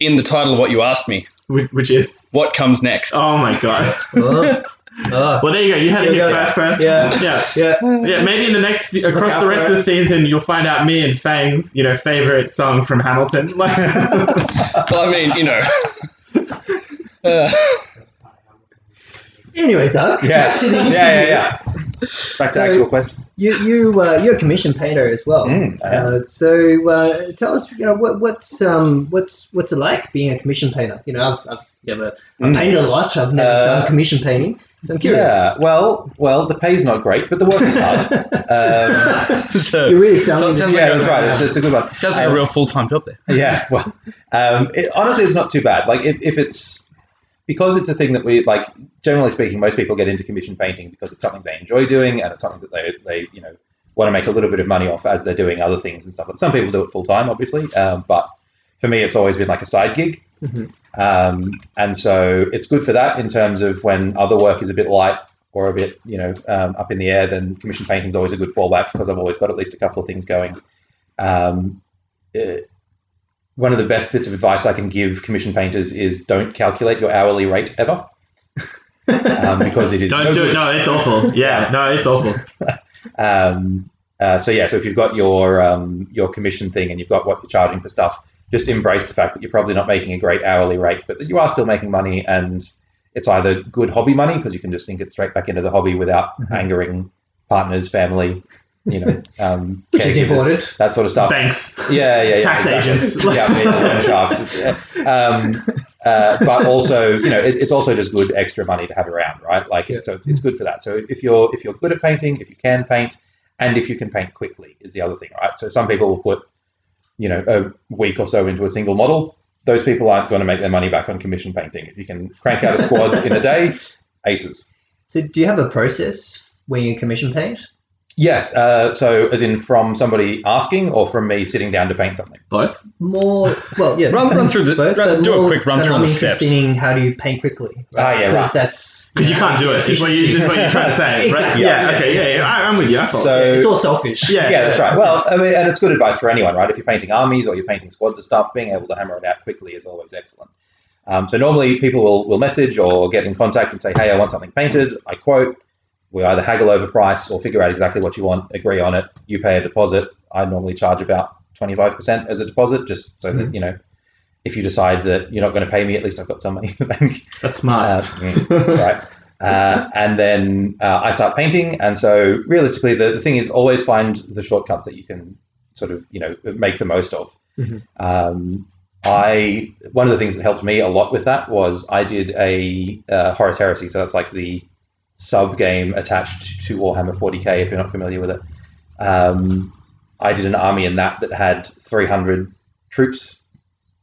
[SPEAKER 5] in the title of what you asked me.
[SPEAKER 6] Which which is
[SPEAKER 5] What comes next?
[SPEAKER 6] oh my god.
[SPEAKER 4] Oh, oh.
[SPEAKER 6] Well, there you go. You had it
[SPEAKER 4] Here
[SPEAKER 6] here
[SPEAKER 4] we go.
[SPEAKER 6] first, man.
[SPEAKER 4] Yeah.
[SPEAKER 6] Yeah.
[SPEAKER 4] Yeah.
[SPEAKER 6] Yeah. Maybe in the next few- across
[SPEAKER 7] out
[SPEAKER 6] the
[SPEAKER 7] for
[SPEAKER 6] rest
[SPEAKER 7] it.
[SPEAKER 6] of the season, you'll find out me and Fang's you know favorite song from Hamilton. Like,
[SPEAKER 5] Well, I mean, you know. Uh,
[SPEAKER 4] Anyway, Doug.
[SPEAKER 7] Yeah,
[SPEAKER 4] back to the
[SPEAKER 7] yeah, yeah,
[SPEAKER 4] interview.
[SPEAKER 7] yeah. Back to
[SPEAKER 4] So-
[SPEAKER 7] actual questions.
[SPEAKER 4] You you uh, you're a commission painter as well.
[SPEAKER 7] Mm, I am.
[SPEAKER 4] uh, so uh, tell us, you know, what what's um what's what's it like being a commission painter? You know, I've, I've never I've
[SPEAKER 7] Mm.
[SPEAKER 4] painted a lot. I've never
[SPEAKER 7] Uh,
[SPEAKER 4] done commission painting, so I'm curious.
[SPEAKER 7] Yeah, well, well, the pay's not great, but the work is hard. um,
[SPEAKER 5] so,
[SPEAKER 4] you really
[SPEAKER 5] So it
[SPEAKER 4] sound.
[SPEAKER 5] sounds like
[SPEAKER 7] yeah,
[SPEAKER 5] a-
[SPEAKER 7] that's right. It's, it's a good one.
[SPEAKER 5] sounds like a
[SPEAKER 7] Um,
[SPEAKER 5] real full time job there.
[SPEAKER 7] yeah well um, it, honestly it's not too bad like if, if it's because it's a thing that we like generally speaking most people get into commission painting because it's something they enjoy doing and it's something that they, they you know want to make a little bit of money off as they're doing other things and stuff some people do it full time obviously um, but for me it's always been like a side gig
[SPEAKER 4] Mhm.
[SPEAKER 7] um, and so it's good for that in terms of when other work is a bit light or a bit you know um, up in the air then commission painting is always a good fallback because i've always got at least a couple of things going um, uh, one of the best bits of advice I can give commission painters is don't calculate your hourly rate ever. um, because it is
[SPEAKER 6] don't
[SPEAKER 7] no
[SPEAKER 6] do it.
[SPEAKER 7] good.
[SPEAKER 6] No, it's awful. Yeah. No, it's awful.
[SPEAKER 7] Um, uh, so yeah, so if you've got your um, your commission thing and you've got what you're charging for stuff, just embrace the fact that you're probably not making a great hourly rate, but that you are still making money, and it's either good hobby money because you can just sink it straight back into the hobby without
[SPEAKER 4] Mm-hmm.
[SPEAKER 7] angering partners, family, you know, um,
[SPEAKER 4] Which is
[SPEAKER 7] caregivers,
[SPEAKER 4] important.
[SPEAKER 7] that sort of stuff.
[SPEAKER 6] Banks.
[SPEAKER 7] yeah, yeah, yeah,
[SPEAKER 6] Tax agents.
[SPEAKER 7] yeah, I mean, loan sharks. It's, uh, um, uh, but also, you know, it, it's also just good extra money to have around, right? Like, so it's, it's good for that. So if you're if you're good at painting, if you can paint, and if you can paint quickly, is the other thing, right? So some people will put, you know, a week or so into a single model. Those people aren't going to make their money back on commission painting. If you can crank out a squad in a day, aces.
[SPEAKER 4] So do you have a process when you commission paint?
[SPEAKER 7] Yes. Uh, so, as in from somebody asking or from me sitting down to paint something.
[SPEAKER 6] Both.
[SPEAKER 4] More well, yeah.
[SPEAKER 5] Run- run through the-
[SPEAKER 4] but-
[SPEAKER 5] run-
[SPEAKER 4] but
[SPEAKER 5] do a
[SPEAKER 4] more
[SPEAKER 5] quick run
[SPEAKER 4] that
[SPEAKER 5] through
[SPEAKER 4] I'm
[SPEAKER 5] on the
[SPEAKER 4] interested
[SPEAKER 5] steps.
[SPEAKER 4] in how do you paint quickly?
[SPEAKER 7] Ah, yeah,
[SPEAKER 4] Because
[SPEAKER 7] right.
[SPEAKER 4] that's
[SPEAKER 6] Because you can't do it. Is what you is what you're trying to say. Right?
[SPEAKER 4] Exactly.
[SPEAKER 6] Yeah. Okay. Yeah. Yeah. I, I'm with you. I follow.
[SPEAKER 7] So-
[SPEAKER 4] it's all selfish.
[SPEAKER 6] yeah.
[SPEAKER 7] yeah, that's right. Well, I mean, and it's good advice for anyone, right? If you're painting armies or you're painting squads of stuff, being able to hammer it out quickly is always excellent. Um, so normally people will, will message or get in contact and say, hey, I want something painted. I quote. We either haggle over price or figure out exactly what you want, agree on it. You pay a deposit. I normally charge about 25% as a deposit, just so that, you know, if you decide that you're not going to pay me, at least I've got some money in the bank.
[SPEAKER 6] That's smart.
[SPEAKER 7] Uh, mm, right. Uh, and then uh, I start painting. And so, realistically, the, the thing is always find the shortcuts that you can sort of, you know, make the most of.
[SPEAKER 4] Mhm.
[SPEAKER 7] Um, I one of the things that helped me a lot with that was I did a uh, Horus Heresy, so that's like the sub game attached to Warhammer 40k. If you're not familiar with it, um, I did an army in that that had 300 troops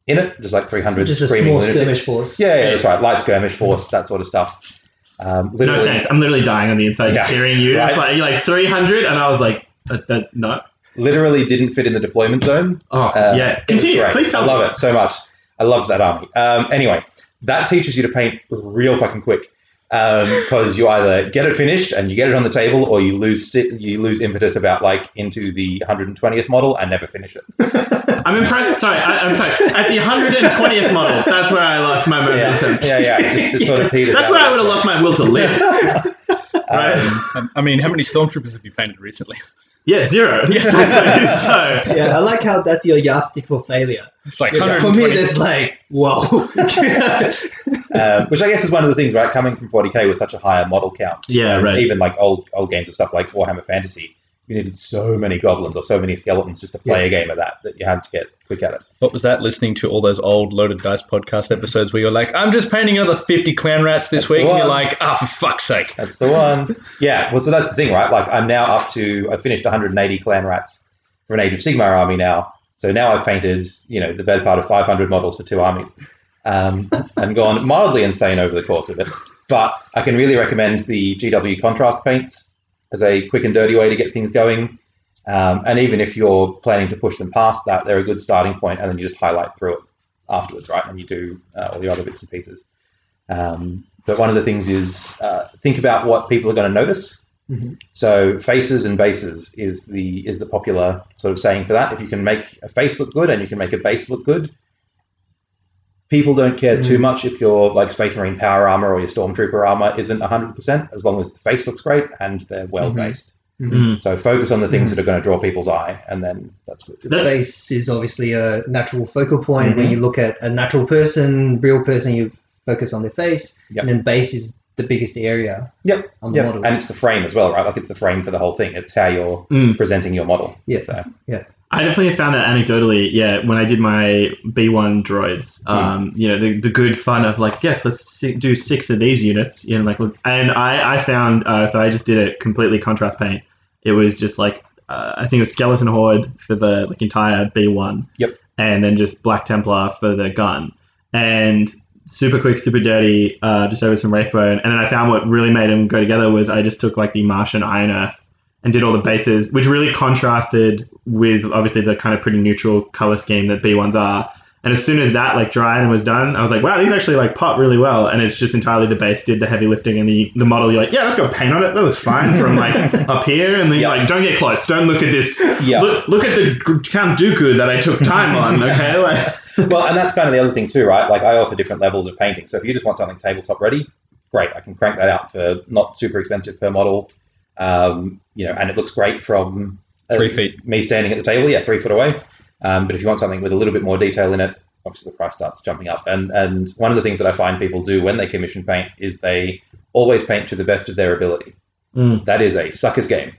[SPEAKER 7] in it, just like 300
[SPEAKER 4] Just a
[SPEAKER 7] screaming
[SPEAKER 4] small
[SPEAKER 7] lunatics.
[SPEAKER 4] skirmish force.
[SPEAKER 7] Yeah, yeah, that's right. Light skirmish force, that sort of stuff. Um,
[SPEAKER 6] No
[SPEAKER 7] literally,
[SPEAKER 6] thanks. I'm literally dying on the inside
[SPEAKER 7] Yeah.
[SPEAKER 6] hearing you.
[SPEAKER 7] Right.
[SPEAKER 6] It's like you're like 300, and I was like, uh, that, no.
[SPEAKER 7] literally didn't fit in the deployment zone.
[SPEAKER 6] Oh
[SPEAKER 7] Uh, it
[SPEAKER 6] yeah.
[SPEAKER 7] was
[SPEAKER 6] Continue.
[SPEAKER 7] great.
[SPEAKER 6] Please tell
[SPEAKER 7] I love
[SPEAKER 6] me.
[SPEAKER 7] it so much. I loved that army. Um, anyway, that teaches you to paint real fucking quick because you either get it finished and you get it on the table, or you lose sti- you lose impetus about like into the 120th model and never finish it.
[SPEAKER 6] I'm impressed. Sorry, I, I'm sorry. At the 120th model, that's where I lost my
[SPEAKER 7] Yeah,
[SPEAKER 6] momentum.
[SPEAKER 7] yeah, yeah. It Just it sort of petered.
[SPEAKER 6] That's
[SPEAKER 7] out.
[SPEAKER 6] where I would have lost my will to live. Right?
[SPEAKER 5] Um, I mean, how many stormtroopers have you painted recently?
[SPEAKER 6] yeah, zero. Exactly. so,
[SPEAKER 4] Yeah, I like how that's your yardstick for failure.
[SPEAKER 5] It's like
[SPEAKER 4] For me,
[SPEAKER 5] 120.
[SPEAKER 4] that's like, whoa.
[SPEAKER 7] Um, which I guess is one of the things, right? Coming from 40k with such a higher model count,
[SPEAKER 6] yeah,
[SPEAKER 7] And
[SPEAKER 6] right.
[SPEAKER 7] even like old old games of stuff like Warhammer Fantasy, you needed so many goblins or so many skeletons just to play a game of that that you had to get quick at it.
[SPEAKER 5] What was that? Listening to all those old loaded dice podcast episodes where you're like, "I'm just painting another 50 clan rats this
[SPEAKER 7] That's the
[SPEAKER 5] week," and you're
[SPEAKER 7] one.
[SPEAKER 5] like, "Ah, for fuck's sake!"
[SPEAKER 7] That's the one. yeah. Well, so that's the thing, right? Like I'm now up to I finished 180 clan rats for an Age of Sigmar army now. So now I've painted you know the better part of 500 models for two armies, um, and gone mildly insane over the course of it. But I can really recommend the GW contrast paints as a quick and dirty way to get things going. Um, and even if you're planning to push them past that, they're a good starting point, and then you just highlight through it afterwards, right? And you do uh, all the other bits and pieces. Um, but one of the things is uh, think about what people are going to notice. So faces and bases is the is the popular sort of saying for that. If you can make a face look good and you can make a base look good, people don't care too much if your like Space Marine power armor or your Stormtrooper armor isn't hundred percent, as long as the face looks great and they're well
[SPEAKER 4] Mm-hmm.
[SPEAKER 7] based.
[SPEAKER 6] Mhm.
[SPEAKER 7] So focus on the things that are going to draw people's eye, and then that's good.
[SPEAKER 4] The face is obviously a natural focal point
[SPEAKER 7] Mm-hmm.
[SPEAKER 4] when you look at a natural person, real person, you focus on their face.
[SPEAKER 7] Yep.
[SPEAKER 4] And then base is the biggest area
[SPEAKER 7] Yep.
[SPEAKER 4] on the
[SPEAKER 7] Yep.
[SPEAKER 4] model.
[SPEAKER 7] And it's the frame as well, right? Like it's the frame for the whole thing. It's how you're
[SPEAKER 6] Mm.
[SPEAKER 7] presenting your model.
[SPEAKER 4] Yeah.
[SPEAKER 7] So
[SPEAKER 6] I definitely have found that anecdotally, yeah, when I did my B1 droids, um, you know, the, the good fun of like, yes, let's si- do six of these units, you know, like, look- and I, I found, uh, so I just did a completely contrast paint. It was just like, uh, I think it was Skeleton Horde for the like entire B1.
[SPEAKER 7] Yep.
[SPEAKER 6] And then just Black Templar for the gun. And super quick, super dirty, uh, just over some Wraithbone. And then I found what really made them go together was I just took like the Martian Iron Earth and did all the bases, which really contrasted with obviously the kind of pretty neutral color scheme that B1s are. And as soon as that like dried and was done, I was like, wow, these actually like pop really well. And it's just entirely the base did the heavy lifting and the, the model. You're like, yeah, let's go paint on it. That looks fine from like up here. And then
[SPEAKER 7] Yeah.
[SPEAKER 6] like, don't get close. Don't look at this.
[SPEAKER 7] Yeah.
[SPEAKER 6] Look, look at the G- Count Dooku that I took time on. Okay. Like,
[SPEAKER 7] well, and that's kind of the other thing too, right? Like I offer different levels of painting. So if you just want something tabletop ready, great, I can crank that out for not super expensive per model. Um, you know, and it looks great from uh,
[SPEAKER 5] Three feet.
[SPEAKER 7] Me standing at the table, yeah, three foot away. Um, but if you want something with a little bit more detail in it, obviously the price starts jumping up. And and one of the things that I find people do when they commission paint is they always paint to the best of their ability.
[SPEAKER 6] Mm.
[SPEAKER 7] That is a sucker's game.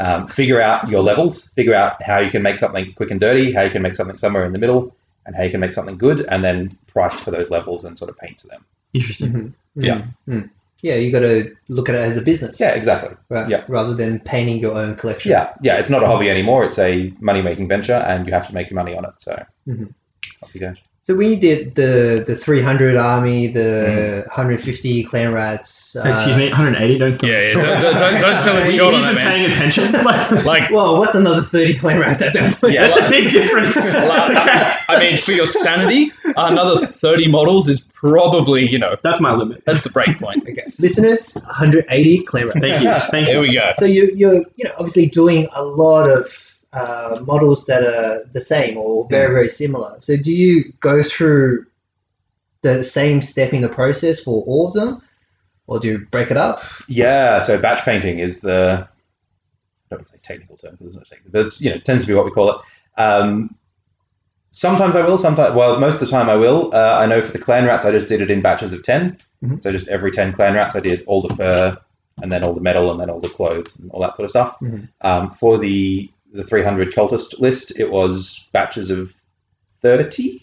[SPEAKER 7] Um, figure out your levels. Figure out how you can make something quick and dirty, how you can make something somewhere in the middle, and how you can make something good, and then price for those levels and sort of paint to them.
[SPEAKER 6] Interesting.
[SPEAKER 7] Mm-hmm. Yeah.
[SPEAKER 4] Mm. Mm-hmm. Yeah, you got to look at it as a business.
[SPEAKER 7] Yeah, exactly.
[SPEAKER 4] Right?
[SPEAKER 7] yeah.
[SPEAKER 4] Rather than painting your own collection.
[SPEAKER 7] Yeah, yeah. It's not a hobby anymore. It's a money making venture, and you have to make your money on it. So
[SPEAKER 4] Mhm.
[SPEAKER 7] off you go.
[SPEAKER 4] So when you did the the 300 army, the
[SPEAKER 7] Mm-hmm.
[SPEAKER 4] 150 clan rats. Uh,
[SPEAKER 6] Excuse me, 180. Don't sell
[SPEAKER 5] Yeah, yeah.
[SPEAKER 6] it.
[SPEAKER 5] Don't, don't- don't, don't sell
[SPEAKER 6] Are
[SPEAKER 5] him
[SPEAKER 6] you
[SPEAKER 5] short on
[SPEAKER 6] even
[SPEAKER 5] that, man.
[SPEAKER 6] paying attention? Like,
[SPEAKER 5] Like,
[SPEAKER 4] Well, what's another 30 clan rats at that point?
[SPEAKER 7] Yeah,
[SPEAKER 6] that's a big difference. Okay.
[SPEAKER 5] I mean, for your sanity, another 30 models is probably, you know,
[SPEAKER 6] That's my limit.
[SPEAKER 5] that's the break point.
[SPEAKER 4] Okay. Listeners, 180 clan rats.
[SPEAKER 6] Thank you. Thank
[SPEAKER 5] There
[SPEAKER 6] you.
[SPEAKER 5] we go.
[SPEAKER 4] So you, you're you know obviously doing a lot of uh, models that are the same or
[SPEAKER 7] Mm-hmm.
[SPEAKER 4] very very similar. So do you go through the same step in the process for all of them, or do you break it up?
[SPEAKER 7] Yeah, so batch painting is the I don't want to say technical term because it's not technical, but it's, you know tends to be what we call it. Um, sometimes I will, sometimes well, most of the time I will. Uh, I know for the clan rats, I just did it in batches of 10
[SPEAKER 4] Mhm.
[SPEAKER 7] so just every ten clan rats, I did all the fur and then all the metal and then all the clothes and all that sort of stuff.
[SPEAKER 4] Mhm.
[SPEAKER 7] Um, for the the three hundred cultist list, it was batches of thirty,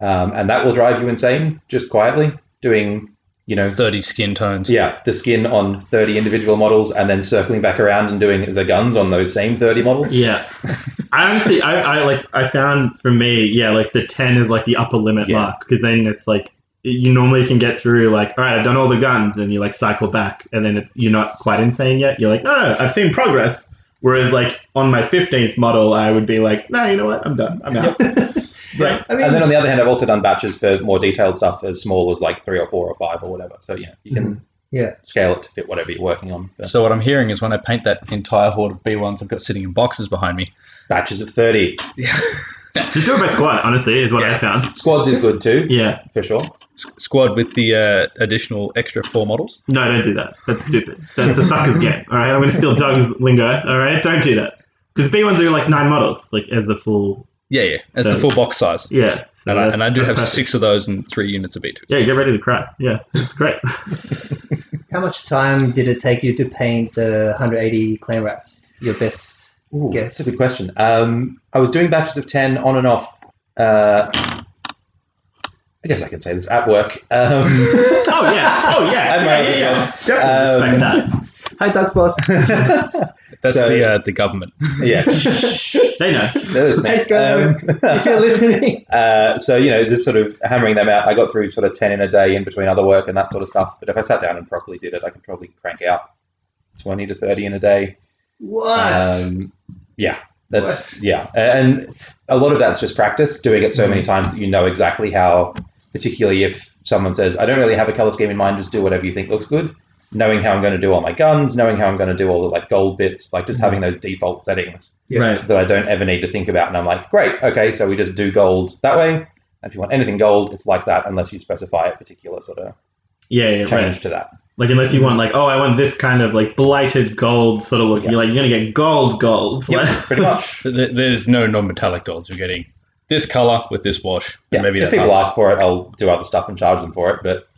[SPEAKER 7] um, and that will drive you insane just quietly doing you know
[SPEAKER 5] 30 skin tones.
[SPEAKER 7] yeah, the skin on 30 individual models and then circling back around and doing the guns on those same 30 models.
[SPEAKER 6] Yeah. I honestly, I, I like, I found for me, yeah, like the 10 is like the upper limit
[SPEAKER 7] Yeah.
[SPEAKER 6] mark because then it's like, you normally can get through like, all right, I've done all the guns and you like cycle back and then it's, you're not quite insane yet. You're like, no, no, I've seen progress. Whereas like on my 15th model, I would be like, no, you know what? I'm done. I'm out. Right.
[SPEAKER 4] I mean,
[SPEAKER 7] and then on the other hand, I've also done batches for more detailed stuff as small as like three or four or five or whatever. So, yeah, you can
[SPEAKER 4] Mm-hmm. Yeah.
[SPEAKER 7] scale it to fit whatever you're working on. But
[SPEAKER 5] So what I'm hearing is when I paint that entire horde of B1s I've got sitting in boxes behind me.
[SPEAKER 7] batches of 30.
[SPEAKER 6] Just do it by squad, honestly, is what I
[SPEAKER 5] Yeah.
[SPEAKER 6] found.
[SPEAKER 7] Squads is good too,
[SPEAKER 6] Yeah.
[SPEAKER 7] for sure.
[SPEAKER 5] S- squad with the uh, additional extra four models.
[SPEAKER 6] No, don't do that. That's stupid. That's a sucker's game. All right. I'm going to steal Doug's lingo. All right. Don't do that. Because B1s are like nine models, like as the full
[SPEAKER 5] Yeah, yeah. That's
[SPEAKER 6] So-
[SPEAKER 5] the full box size.
[SPEAKER 6] Yeah. so
[SPEAKER 5] And I,
[SPEAKER 6] that's-
[SPEAKER 5] and I do
[SPEAKER 6] that's
[SPEAKER 5] have
[SPEAKER 6] perfect.
[SPEAKER 5] six of those and three units of B2s.
[SPEAKER 6] Yeah, get ready to cry. Yeah, it's great.
[SPEAKER 4] how much time did it take you to paint the 180 clan rats? Your best.
[SPEAKER 7] Ooh,
[SPEAKER 4] Yes.
[SPEAKER 7] That's a good question. Um, I was doing batches of 10 on and off. Uh, I guess I can say this at work. Um,
[SPEAKER 6] oh, yeah. Oh, yeah.
[SPEAKER 7] I'm
[SPEAKER 6] yeah,
[SPEAKER 7] right
[SPEAKER 6] yeah,
[SPEAKER 7] with
[SPEAKER 6] yeah.
[SPEAKER 7] Definitely
[SPEAKER 6] respect
[SPEAKER 4] Hi, Doug's boss.
[SPEAKER 5] That's
[SPEAKER 7] So-
[SPEAKER 5] the uh, the government.
[SPEAKER 7] yeah.
[SPEAKER 6] that. They know.
[SPEAKER 7] Those
[SPEAKER 4] Hey,
[SPEAKER 7] snakes.
[SPEAKER 4] Skylar,
[SPEAKER 7] Um,
[SPEAKER 4] if you're listening,
[SPEAKER 7] Uh, so you know, just sort of hammering them out. I got through sort of ten in a day in between other work and that sort of stuff. But if I sat down and properly did it, I could probably crank out twenty to thirty in a day.
[SPEAKER 4] what?
[SPEAKER 7] Um, yeah, that's yeah, and a lot of that's just practice, doing it so many times that you know exactly how. Particularly if someone says, I don't really have a color scheme in mind, just do whatever you think looks good. Knowing how I'm going to do all my guns, knowing how I'm going to do all the like gold bits, like just having those default settings
[SPEAKER 4] Yeah.
[SPEAKER 6] Right.
[SPEAKER 7] that I don't ever need to think about. And I'm like, great, okay, so we just do gold that way. And if you want anything gold, it's like that unless you specify a particular sort of
[SPEAKER 6] Yeah, yeah,
[SPEAKER 7] change
[SPEAKER 6] right.
[SPEAKER 7] to that.
[SPEAKER 6] Like unless you want like, oh, I want this kind of like blighted gold sort of look.
[SPEAKER 7] Yeah.
[SPEAKER 6] You're like you're gonna get gold, gold.
[SPEAKER 7] Yep, pretty much.
[SPEAKER 5] Th- th- There's no non-metallic golds. You're getting this color with this wash.
[SPEAKER 7] Yeah,
[SPEAKER 5] and maybe
[SPEAKER 7] if
[SPEAKER 5] that
[SPEAKER 7] people
[SPEAKER 5] color.
[SPEAKER 7] ask for it, I'll do other stuff and charge them for it. But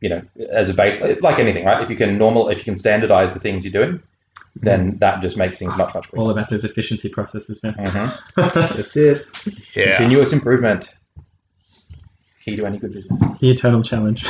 [SPEAKER 7] you know, as a base, like anything, right? If you can normal, if you can standardize the things you're doing,
[SPEAKER 5] Mm-hmm.
[SPEAKER 7] then that just makes things much much quicker.
[SPEAKER 6] All about those efficiency processes, man.
[SPEAKER 7] Mhm.
[SPEAKER 4] That's it.
[SPEAKER 5] Yeah.
[SPEAKER 7] Continuous improvement, key to any good business.
[SPEAKER 6] the eternal challenge.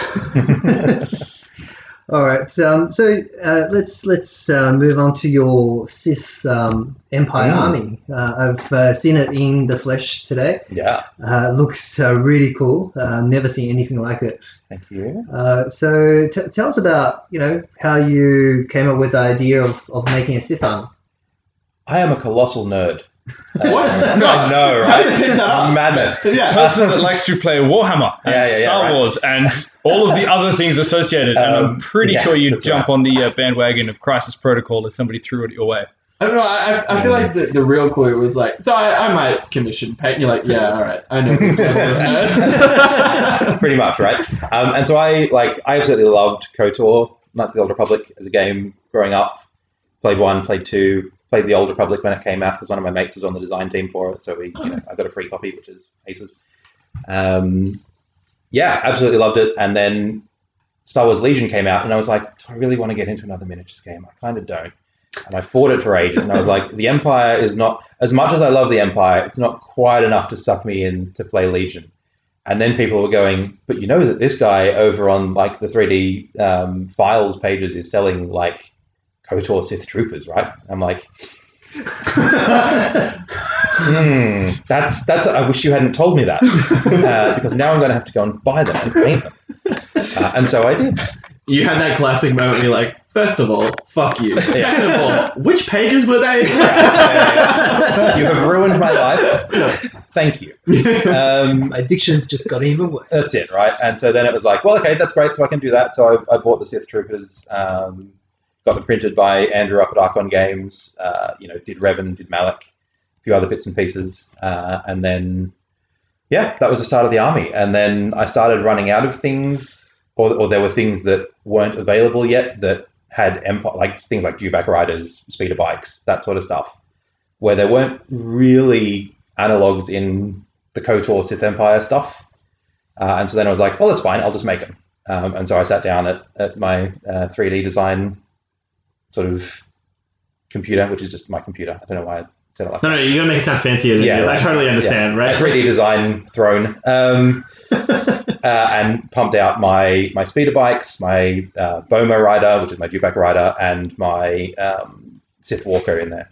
[SPEAKER 4] All right. Um, so uh, let's let's uh, move on to your Sith um, Empire
[SPEAKER 7] Mm.
[SPEAKER 4] army. Uh, I've uh, seen it in the flesh today.
[SPEAKER 7] yeah,
[SPEAKER 4] Uh, looks uh, really cool. Uh, never seen anything like it.
[SPEAKER 7] thank you.
[SPEAKER 4] Uh, so t- tell us about you know how you came up with the idea of, of making a Sith army.
[SPEAKER 7] I am a colossal nerd. Uh,
[SPEAKER 6] What?
[SPEAKER 7] I know,
[SPEAKER 6] How did you
[SPEAKER 7] right?
[SPEAKER 6] pick that up?
[SPEAKER 7] Madness.
[SPEAKER 5] A
[SPEAKER 6] yeah.
[SPEAKER 5] person that likes to play Warhammer and
[SPEAKER 7] Yeah, yeah, yeah,
[SPEAKER 5] Star
[SPEAKER 7] right.
[SPEAKER 5] Wars and all of the other things associated, and
[SPEAKER 7] Um,
[SPEAKER 5] I'm pretty
[SPEAKER 7] yeah,
[SPEAKER 5] sure you'd
[SPEAKER 7] that's
[SPEAKER 5] jump on the uh, bandwagon of Crisis Protocol if somebody threw it your way.
[SPEAKER 8] I don't know. I, I- I feel like the, the real clue was like, so I, I might commission paint. You're like, yeah, all right, I know this level of nerd.
[SPEAKER 7] pretty much right um, and so i like i absolutely loved kotor knights of the old republic as a game growing up played one played two played the old republic when it came out because one of my mates was on the design team for it so we you know i got a free copy which is aces um, yeah absolutely loved it and then star wars legion came out and i was like do i really want to get into another miniatures game i kind of don't and i fought it for ages and i was like the empire is not as much as i love the empire it's not quite enough to suck me in to play legion and then people were going, but you know that this guy over on like the 3D um, files pages is selling like KOTOR Sith Troopers, right? I'm like, hmm, that's that's. I wish you hadn't told me that uh, because now I'm going to have to go and buy them and paint them. Uh, and so I did.
[SPEAKER 6] You had that classic moment where you're like, first of all, fuck you. Second of all, which pages were they?
[SPEAKER 7] Uh, You have ruined my life. Thank you. Um,
[SPEAKER 4] My addictions just got even worse.
[SPEAKER 7] That's it, right? And so then it was like, well, okay, that's great, so I can do that. So I, I bought the Sith Troopers, um, got them printed by Andrew up at Archon Games, uh, you know, did Revan, did Malik, a few other bits and pieces. Uh, and then, yeah, that was the start of the army. And then I started running out of things, or, or there were things that weren't available yet that had empire, like things like dewback riders, speeder bikes, that sort of stuff, where there weren't really analogs in the KOTOR Sith Empire stuff. Uh, and so then I was like, well, that's fine. I'll just make them. Um, and so I sat down at, at my uh, 3D design sort of computer, which is just my computer. I don't know why I said it like
[SPEAKER 6] no, no, you gotta make it sound fancier than
[SPEAKER 7] Yeah,
[SPEAKER 6] it is.
[SPEAKER 7] right.
[SPEAKER 6] I totally understand,
[SPEAKER 7] a 3D design throne, um, uh, and pumped out my my speeder bikes, my uh, Boma rider, which is my dewback rider, and my um, Sith Walker in there.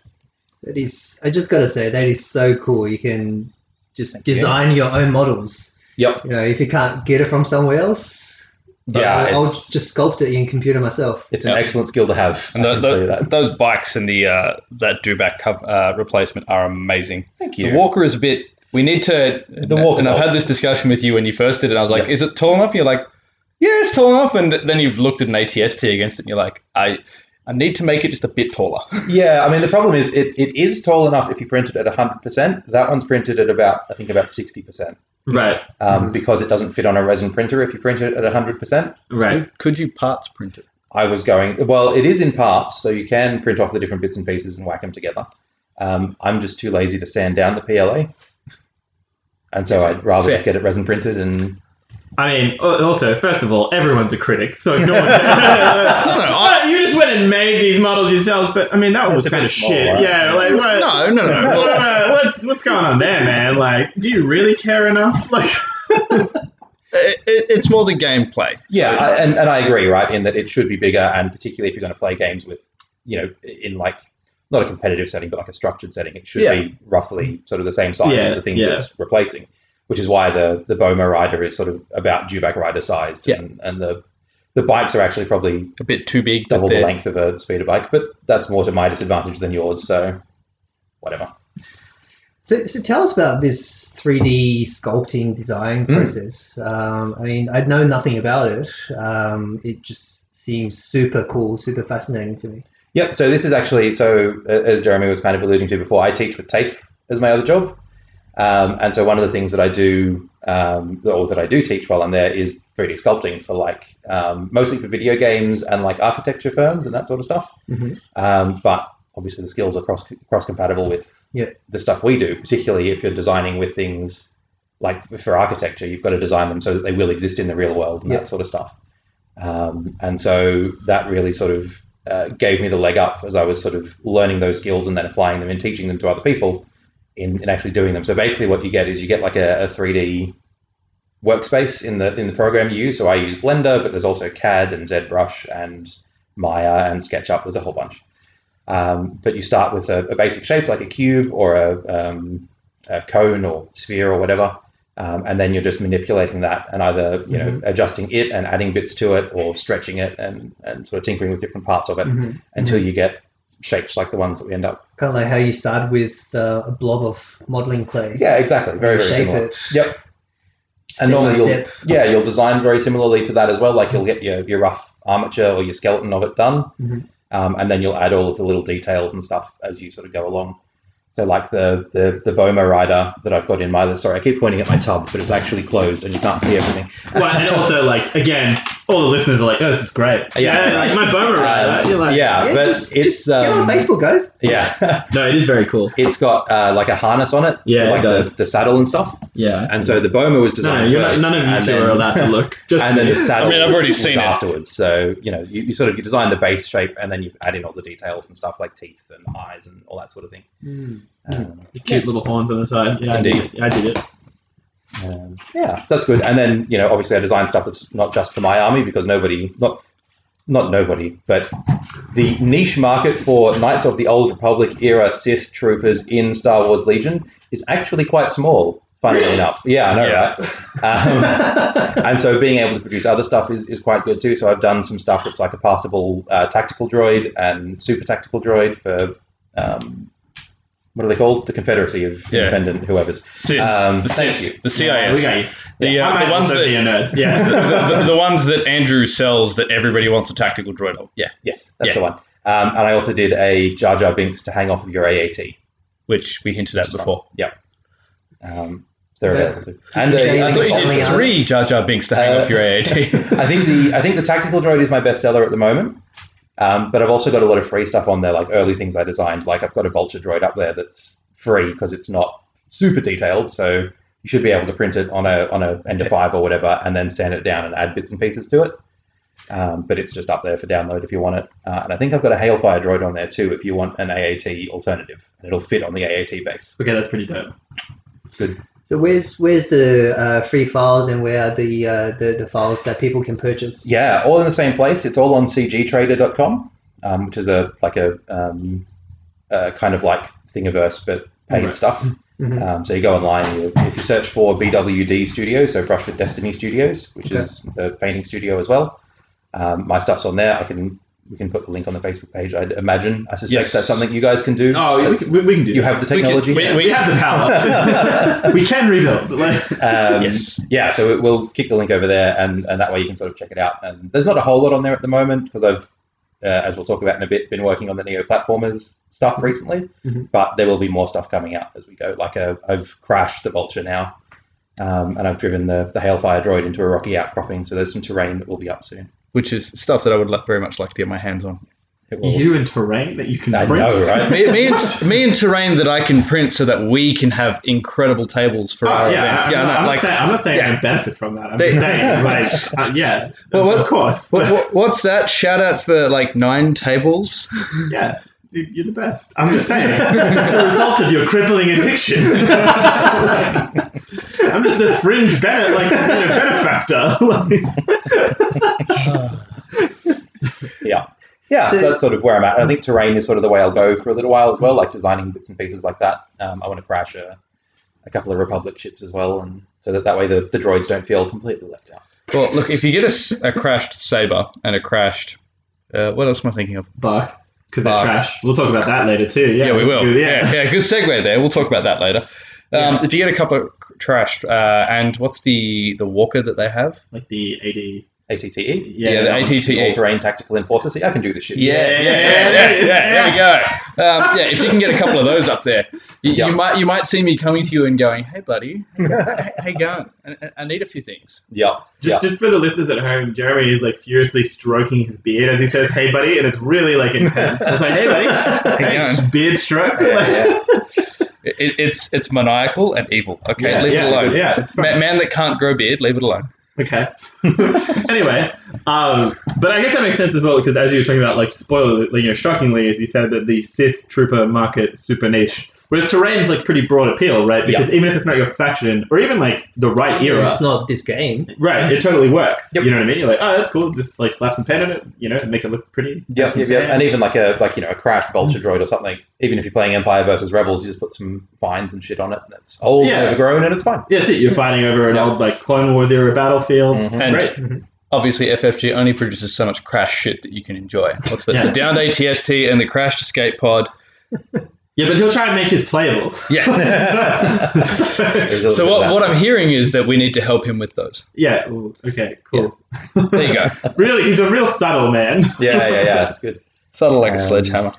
[SPEAKER 4] That is, I just gotta say, that is so cool. You can just
[SPEAKER 7] Thank you.
[SPEAKER 4] design your own models.
[SPEAKER 7] Yep.
[SPEAKER 4] You know, if you can't get it from somewhere else,
[SPEAKER 7] yeah,
[SPEAKER 4] I'll, I'll
[SPEAKER 7] it's,
[SPEAKER 4] just sculpt it in computer myself.
[SPEAKER 7] it's an
[SPEAKER 5] Yep.
[SPEAKER 7] excellent skill to have.
[SPEAKER 5] And
[SPEAKER 7] I
[SPEAKER 5] tho-
[SPEAKER 7] can
[SPEAKER 5] tho-
[SPEAKER 7] tell you that.
[SPEAKER 5] those bikes and the uh, that dewback co- uh, replacement are amazing.
[SPEAKER 7] Thank
[SPEAKER 5] The
[SPEAKER 7] you.
[SPEAKER 5] Walker is a bit. We need to.
[SPEAKER 7] The Walker's
[SPEAKER 5] And I've
[SPEAKER 7] old.
[SPEAKER 5] had this discussion with you when you first did it. I was like,
[SPEAKER 7] Yeah.
[SPEAKER 5] "Is it tall enough?" You're like, "Yeah, it's tall enough." And th- then you've looked at an ATST against it, and you're like, "I, I need to make it just a bit taller."
[SPEAKER 7] yeah, I mean the problem is it, it is tall enough if you print it at hundred percent. That one's printed at about I think about sixty percent.
[SPEAKER 6] right?
[SPEAKER 7] um,
[SPEAKER 4] Mhm.
[SPEAKER 7] because it doesn't fit on a resin printer if you print it at 100%.
[SPEAKER 6] Right,
[SPEAKER 5] Could- Could you parts print it?
[SPEAKER 7] I was going, well, it is in parts, so you can print off the different bits and pieces and whack them together. Um, I'm just too lazy to sand down the PLA. And so I'd rather
[SPEAKER 5] Fair.
[SPEAKER 7] just get it resin printed and.
[SPEAKER 6] I mean, al- also, first of all, everyone's a critic, so no one. Oh, you just went and made these models yourselves, but I mean, that one was
[SPEAKER 7] That's a
[SPEAKER 6] kind
[SPEAKER 7] bit
[SPEAKER 6] of
[SPEAKER 7] small,
[SPEAKER 6] shit.
[SPEAKER 7] right?
[SPEAKER 6] Yeah, like what?
[SPEAKER 5] No, no, no.
[SPEAKER 6] what-
[SPEAKER 5] Well,
[SPEAKER 6] what- what's what's going on there, man? Like, do you really care enough? Like,
[SPEAKER 5] it, it- it's more the gameplay.
[SPEAKER 7] Yeah, I, and, and I agree, right, in that it should be bigger, and particularly if you're going to play games with, you know, in like, not a competitive setting, but like a structured setting, it should
[SPEAKER 5] Yeah.
[SPEAKER 7] be roughly sort of the same size
[SPEAKER 6] Yeah,
[SPEAKER 7] as the things
[SPEAKER 6] yeah.
[SPEAKER 7] it's replacing, which is why the, the Boma Rider is sort of about dewback rider sized,
[SPEAKER 5] Yeah.
[SPEAKER 7] and, and the, the bikes are actually probably
[SPEAKER 5] a bit too big. but
[SPEAKER 7] double the
[SPEAKER 5] they're-
[SPEAKER 7] length of a speeder bike, but that's more to my disadvantage than yours, so whatever.
[SPEAKER 4] So, so tell us about this 3D sculpting design
[SPEAKER 7] Mm.
[SPEAKER 4] process. Um, I mean, I know nothing about it. Um, it just seems super cool, super fascinating to me.
[SPEAKER 7] Yep. So this is actually so uh, as Jeremy was kind of alluding to before. I teach with TAFE as my other job, um, and so one of the things that I do um, or that I do teach while I'm there is 3D sculpting for like um, mostly for video games and like architecture firms and that sort of stuff.
[SPEAKER 4] Mhm.
[SPEAKER 7] Um, but obviously the skills are cross cross compatible with
[SPEAKER 4] Yeah.
[SPEAKER 7] the stuff we do, particularly if you're designing with things like for architecture, you've got to design them so that they will exist in the real world and
[SPEAKER 4] Yeah.
[SPEAKER 7] that sort of stuff. Um, and so that really sort of uh, gave me the leg up as I was sort of learning those skills and then applying them and teaching them to other people in, in actually doing them. So basically, what you get is you get like a, a 3D workspace in the in the program you use. So I use Blender, but there's also CAD and ZBrush and Maya and SketchUp. There's a whole bunch. Um, but you start with a, a basic shape like a cube or a, um, a cone or sphere or whatever, um, and then you're just manipulating that and either you know adjusting it and adding bits to it or stretching it and, and sort of tinkering with different parts of it
[SPEAKER 4] Mm-hmm.
[SPEAKER 8] Mhm.
[SPEAKER 7] until you get shapes like the ones that we end up.
[SPEAKER 4] Kind of like how you started with uh, a blob of modeling clay.
[SPEAKER 7] Yeah, exactly. Very very
[SPEAKER 4] Shape
[SPEAKER 7] similar.
[SPEAKER 4] it.
[SPEAKER 7] Yep.
[SPEAKER 4] Step
[SPEAKER 7] and normally
[SPEAKER 4] by
[SPEAKER 7] you'll,
[SPEAKER 4] step.
[SPEAKER 7] yeah you'll design very similarly to that as well like you'll get your, your rough armature or your skeleton of it done
[SPEAKER 4] Mhm.
[SPEAKER 7] um, and then you'll add all of the little details and stuff as you sort of go along so like the the, the boma rider that i've got in my sorry i keep pointing at my tub but it's actually closed and you can't see everything
[SPEAKER 6] Well, and also like again, all the listeners are like, "Oh, this is great."
[SPEAKER 7] Yeah.
[SPEAKER 6] like my bummer
[SPEAKER 7] Uh,
[SPEAKER 6] right? You're like,
[SPEAKER 7] yeah,
[SPEAKER 4] Yeah,
[SPEAKER 7] but
[SPEAKER 4] just-
[SPEAKER 7] it's
[SPEAKER 4] Get on
[SPEAKER 7] um,
[SPEAKER 4] Facebook, guys.
[SPEAKER 7] yeah
[SPEAKER 6] No, it is very cool.
[SPEAKER 7] it's got uh, like a harness on it
[SPEAKER 6] Yeah, it
[SPEAKER 7] like the,
[SPEAKER 6] does.
[SPEAKER 7] the saddle and stuff
[SPEAKER 6] Yeah.
[SPEAKER 7] and so the boma was
[SPEAKER 6] no,
[SPEAKER 7] designed
[SPEAKER 6] you're not,
[SPEAKER 7] first,
[SPEAKER 6] none of
[SPEAKER 7] and
[SPEAKER 6] you two
[SPEAKER 7] then-
[SPEAKER 6] are allowed to look. Just
[SPEAKER 7] and then the
[SPEAKER 6] me.
[SPEAKER 7] saddle.
[SPEAKER 5] I mean, I've already
[SPEAKER 7] was
[SPEAKER 5] seen it.
[SPEAKER 7] afterwards. So you know, you, you sort of you design the base shape, and then you add in all the details and stuff like teeth and eyes and all that sort of thing. Um,
[SPEAKER 6] The cute little horns on the side. Yeah, I
[SPEAKER 7] Indeed.
[SPEAKER 6] did it. I did it.
[SPEAKER 7] um, yeah, so that's good. And then you know, obviously, I design stuff that's not just for my army because nobody, not not nobody, but the niche market for Knights of the Old Republic era Sith troopers in Star Wars Legion is actually quite small. Funnily enough, yeah, I know,
[SPEAKER 5] Yeah.
[SPEAKER 7] right? Um, and so being able to produce other stuff is, is quite good too. So I've done some stuff that's like a passable uh, tactical droid and super tactical droid for um, what are they called? The Confederacy of
[SPEAKER 5] Yeah.
[SPEAKER 7] Independent whoever's.
[SPEAKER 5] Sis,
[SPEAKER 7] Um,
[SPEAKER 5] the
[SPEAKER 7] thank
[SPEAKER 5] sis,
[SPEAKER 7] you.
[SPEAKER 5] the
[SPEAKER 6] Yeah, we
[SPEAKER 5] CIS,
[SPEAKER 6] got you.
[SPEAKER 5] the,
[SPEAKER 6] I
[SPEAKER 5] uh,
[SPEAKER 6] might
[SPEAKER 5] the ones
[SPEAKER 6] also be a
[SPEAKER 5] that
[SPEAKER 6] nerd. Yeah.
[SPEAKER 5] the, the, the ones that Andrew sells that everybody wants a tactical droid of. Yeah,
[SPEAKER 7] Yes, that's
[SPEAKER 5] Yeah.
[SPEAKER 7] the one. Um, and I also did a Jar Jar Binks to hang off of your AAT.
[SPEAKER 5] which we hinted at before.
[SPEAKER 7] Um, they're
[SPEAKER 4] Yeah.
[SPEAKER 7] available too. And
[SPEAKER 4] Yeah,
[SPEAKER 7] a,
[SPEAKER 4] yeah,
[SPEAKER 5] I
[SPEAKER 7] I
[SPEAKER 5] thought
[SPEAKER 7] think-
[SPEAKER 5] you did three Jar Jar Binks to hang
[SPEAKER 7] Uh,
[SPEAKER 5] off your AAT.
[SPEAKER 7] I think the I think the tactical droid is my bestseller at the moment. Um, but I've also got a lot of free stuff on there, like early things I designed. Like I've got a vulture droid up there that's free because it's not super detailed, so you should be able to print it on a on a end of five or whatever, and then sand it down and add bits and pieces to it. Um, but it's just up there for download if you want it. Uh, and I think I've got a hailfire droid on there too if you want an AAT alternative, and it'll fit on the AAT base.
[SPEAKER 6] okay, that's pretty dope.
[SPEAKER 4] So where's where's the uh, free files and where are the, uh, the the files that people can purchase?
[SPEAKER 7] Yeah, all in the same place. It's all on cgtrader.com, um, which is a like a, um, a kind of like Thingiverse but paid
[SPEAKER 6] Right.
[SPEAKER 7] stuff.
[SPEAKER 4] Mhm.
[SPEAKER 7] Um, so you go online, you, if you search for BWD Studios, so Brush with Destiny Studios, which
[SPEAKER 4] Okay.
[SPEAKER 7] is the painting studio as well. Um, my stuff's on there. I can we can put the link on the Facebook page. I imagine. I suspect
[SPEAKER 5] Yes.
[SPEAKER 7] that's something you guys can do.
[SPEAKER 6] Oh, we
[SPEAKER 7] That's-
[SPEAKER 6] can, we, we can do.
[SPEAKER 7] you
[SPEAKER 6] that.
[SPEAKER 7] have the technology.
[SPEAKER 5] We-
[SPEAKER 6] Yeah, we, have the power. we can rebuild. Like,
[SPEAKER 7] Um,
[SPEAKER 5] yes.
[SPEAKER 7] yeah, so we- we'll kick the link over there, and, and that way you can sort of check it out. And there's not a whole lot on there at the moment because I've, uh, as we'll talk about in a bit, been working on the Neo platformers
[SPEAKER 6] Mm-hmm.
[SPEAKER 7] stuff recently.
[SPEAKER 4] Mhm.
[SPEAKER 7] But there will be more stuff coming out as we go. Like i I've crashed the Vulture now, um, and I've driven the the Hailfire droid into a rocky outcropping. So there's some terrain that will be up soon.
[SPEAKER 5] which is stuff that I would like, very much like to get my hands on.
[SPEAKER 7] It will-
[SPEAKER 6] you and terrain that you can
[SPEAKER 7] I
[SPEAKER 6] print.
[SPEAKER 7] know, right?
[SPEAKER 5] me, me, and, me and terrain that I can print so that we can have incredible tables for
[SPEAKER 6] Oh,
[SPEAKER 5] our
[SPEAKER 6] yeah,
[SPEAKER 5] events.
[SPEAKER 6] I'm,
[SPEAKER 5] yeah,
[SPEAKER 6] not,
[SPEAKER 5] no,
[SPEAKER 6] I'm,
[SPEAKER 5] like
[SPEAKER 6] not saying, I'm not saying
[SPEAKER 5] yeah.
[SPEAKER 6] I benefit from that. I'm
[SPEAKER 5] They-
[SPEAKER 6] just saying, like, uh, yeah,
[SPEAKER 5] Well, what-
[SPEAKER 6] of course.
[SPEAKER 5] what, what, what's that? Shout out for like nine tables.
[SPEAKER 6] yeah, you- you're the best. I'm just saying. it's a result of your crippling addiction. I'm just a fringe bene- like, you know, benefactor. Like,
[SPEAKER 7] yeah. Yeah, so,
[SPEAKER 4] So-
[SPEAKER 7] that's sort of where I'm at. I think terrain is sort of the way I'll go for a little while as well, like designing bits and pieces like that. Um, I want to crash a, a couple of Republic ships as well, and so that that way the, the droids don't feel completely left out.
[SPEAKER 5] Well, look, if you get a, s- a crashed saber and a crashed, uh, what else am I thinking of?
[SPEAKER 6] Bark. because they're
[SPEAKER 5] Fuck.
[SPEAKER 6] trash. We'll talk about that later too. Yeah,
[SPEAKER 5] Yeah, we
[SPEAKER 6] let's
[SPEAKER 5] will.
[SPEAKER 6] do-
[SPEAKER 5] yeah. yeah, good segue there. We'll talk about that later. Um,
[SPEAKER 6] Yeah.
[SPEAKER 5] If you get a cup of cr- trash, uh, and what's the the walker that they have?
[SPEAKER 6] like the AD.
[SPEAKER 7] ATTE.
[SPEAKER 6] Yeah,
[SPEAKER 5] the
[SPEAKER 7] that one.
[SPEAKER 5] ATTE.
[SPEAKER 7] All-terrain tactical enforcer. See, I can do this shit.
[SPEAKER 5] E. Yeah, yeah, yeah,
[SPEAKER 6] yeah,
[SPEAKER 5] yeah.
[SPEAKER 6] yeah,
[SPEAKER 5] yeah, There we go. Um, yeah, if you can get a couple of those up there, you,
[SPEAKER 7] Yeah.
[SPEAKER 5] you might you might see me coming to you and going, "Hey, buddy, hey, hey going? I, I- I need a few things."
[SPEAKER 7] Yeah.
[SPEAKER 6] Just, just for the listeners at home, Jeremy is like furiously stroking his beard as he says, "Hey, buddy," and it's really like intense. It's like, "Hey, buddy,"
[SPEAKER 5] Hang
[SPEAKER 6] Like,
[SPEAKER 5] on.
[SPEAKER 6] just beard stroke. like-
[SPEAKER 7] yeah,
[SPEAKER 5] It, it- it's it's maniacal and evil. Okay,
[SPEAKER 6] Yeah,
[SPEAKER 5] leave
[SPEAKER 6] yeah,
[SPEAKER 5] it alone.
[SPEAKER 6] yeah, it's
[SPEAKER 5] Ma-
[SPEAKER 6] fine.
[SPEAKER 5] man, that can't grow beard, leave it alone.
[SPEAKER 6] Okay. anyway, um, but I guess that makes sense as well because as you were talking about, like, spoiler, like, you know, shockingly, as you said, that the Sith trooper market is super niche. Whereas terrain's like pretty broad appeal, right? Because even if it's not your faction or even like the right era,
[SPEAKER 4] It's not this game.
[SPEAKER 6] right, it totally works.
[SPEAKER 7] Yep.
[SPEAKER 6] You know what I mean? You're like, oh, that's cool. Just like slap some paint on it, you know, make it look pretty.
[SPEAKER 7] yeah, yeah, yeah. And even like a like you know a crash vulture droid or something. Even if you're playing Empire versus Rebels, you just put some vines and shit on it, and it's old,
[SPEAKER 6] Yeah.
[SPEAKER 7] and overgrown, and it's fine.
[SPEAKER 6] Yeah, that's it. You're fighting over an
[SPEAKER 7] Yeah.
[SPEAKER 6] old like Clone Wars era battlefield.
[SPEAKER 7] Mhm.
[SPEAKER 5] And
[SPEAKER 6] Great.
[SPEAKER 5] obviously, FFG only produces so much crash shit that you can enjoy. What's the,
[SPEAKER 6] Yeah.
[SPEAKER 5] the downed ATST and the crashed escape pod?
[SPEAKER 6] Yeah, but he'll try and make his playable.
[SPEAKER 5] Yeah.
[SPEAKER 7] There's a
[SPEAKER 5] so
[SPEAKER 7] little
[SPEAKER 5] what,
[SPEAKER 7] bit
[SPEAKER 5] what
[SPEAKER 7] of
[SPEAKER 5] I'm hearing is that we need to help him with those.
[SPEAKER 6] yeah. ooh, Okay. Cool.
[SPEAKER 5] There you go.
[SPEAKER 6] Really, he's a real subtle man.
[SPEAKER 7] that. yeah, yeah, yeah. It's good.
[SPEAKER 5] Subtle like a
[SPEAKER 7] Um,
[SPEAKER 5] sledgehammer.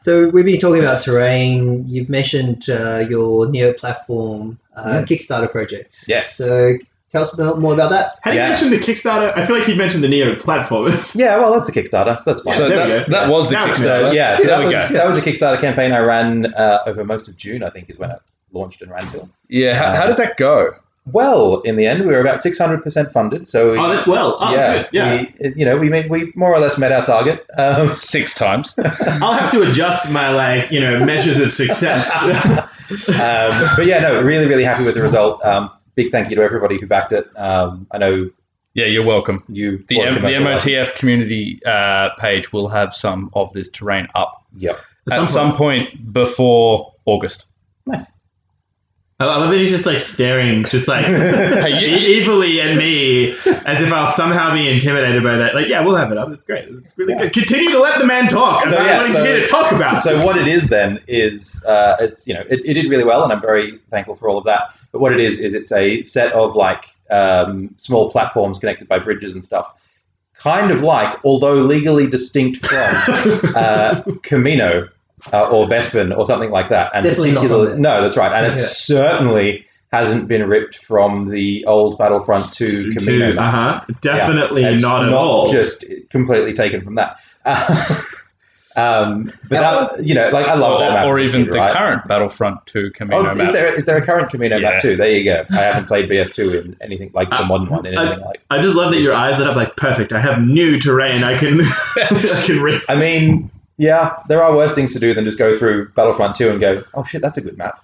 [SPEAKER 4] So we've been talking about terrain. You've mentioned uh, your Neo platform uh, Kickstarter project.
[SPEAKER 7] Mm-hmm. Yes.
[SPEAKER 4] So tell us about, more about that.
[SPEAKER 6] Had you
[SPEAKER 7] Yeah.
[SPEAKER 6] mentioned the Kickstarter? I feel like he mentioned the Neo platformers.
[SPEAKER 7] Yeah, well, that's a Kickstarter, so that's fine.
[SPEAKER 5] so
[SPEAKER 6] there we
[SPEAKER 5] that,
[SPEAKER 6] go.
[SPEAKER 5] that was the
[SPEAKER 6] Now it's
[SPEAKER 5] Kickstarter.
[SPEAKER 7] So, yeah, so
[SPEAKER 5] there
[SPEAKER 7] that
[SPEAKER 5] we
[SPEAKER 7] was
[SPEAKER 5] go.
[SPEAKER 7] that was a Kickstarter campaign I ran uh, over most of June. I think is when it launched and ran till.
[SPEAKER 5] Yeah, how, how did that go?
[SPEAKER 7] Well, in the end, we were about six hundred percent funded. So we,
[SPEAKER 6] Oh, that's well. Oh,
[SPEAKER 7] yeah,
[SPEAKER 6] good. Yeah.
[SPEAKER 7] we, you know, we made, we more or less met our target. Um,
[SPEAKER 5] Six times.
[SPEAKER 6] I'll have to adjust my like you know measures of success.
[SPEAKER 7] um, but yeah, no, really, really happy with the result. Um, big thank you to everybody who backed it. Um, I know
[SPEAKER 5] Yeah, you're welcome.
[SPEAKER 7] you.
[SPEAKER 5] The,
[SPEAKER 7] bought a
[SPEAKER 5] M- the
[SPEAKER 7] commercial
[SPEAKER 5] MOTF
[SPEAKER 7] license.
[SPEAKER 5] community uh, page will have some of this terrain up
[SPEAKER 7] Yep.
[SPEAKER 5] at some point, before August.
[SPEAKER 7] Nice.
[SPEAKER 6] I love that he's just like staring, just like
[SPEAKER 5] Hey, you-
[SPEAKER 6] e- evilly at me, as if I'll somehow be intimidated by that. Like, yeah, we'll have it up. It's great. It's really
[SPEAKER 7] Yeah.
[SPEAKER 6] good. Continue to let the man talk
[SPEAKER 7] So,
[SPEAKER 6] about
[SPEAKER 7] yeah,
[SPEAKER 6] what he's
[SPEAKER 7] so-
[SPEAKER 6] here to talk about.
[SPEAKER 7] So what it is then is uh, it's you know it, it did really well, and I'm very thankful for all of that. But what it is is it's a set of like um, small platforms connected by bridges and stuff, kind of like although legally distinct from uh, Camino uh, or Bespin or something like that. And
[SPEAKER 4] Definitely not
[SPEAKER 7] particularly-
[SPEAKER 4] from
[SPEAKER 7] no, that's right, and it
[SPEAKER 4] Yeah.
[SPEAKER 7] certainly hasn't been ripped from the old Battlefront 2 Camino.
[SPEAKER 6] uh huh. Definitely
[SPEAKER 7] It's
[SPEAKER 6] not at all.
[SPEAKER 7] Just completely taken from that. um, but that, you know, like I love
[SPEAKER 5] or,
[SPEAKER 7] that map. as
[SPEAKER 5] or
[SPEAKER 7] a
[SPEAKER 5] even
[SPEAKER 7] kid,
[SPEAKER 5] the
[SPEAKER 7] right?
[SPEAKER 5] current Battlefront 2 Camino
[SPEAKER 7] Oh,
[SPEAKER 5] map.
[SPEAKER 7] is there is there a current Camino
[SPEAKER 5] Yeah.
[SPEAKER 7] map too? There you go. I haven't played BF2 in anything like the
[SPEAKER 6] Uh,
[SPEAKER 7] modern one. In
[SPEAKER 6] I-
[SPEAKER 7] anything like.
[SPEAKER 6] I just love that your eyes lit up like perfect. I have new terrain. I can I can riff.
[SPEAKER 7] I mean, yeah, there are worse things to do than just go through Battlefront 2 and go, oh shit, that's a good map.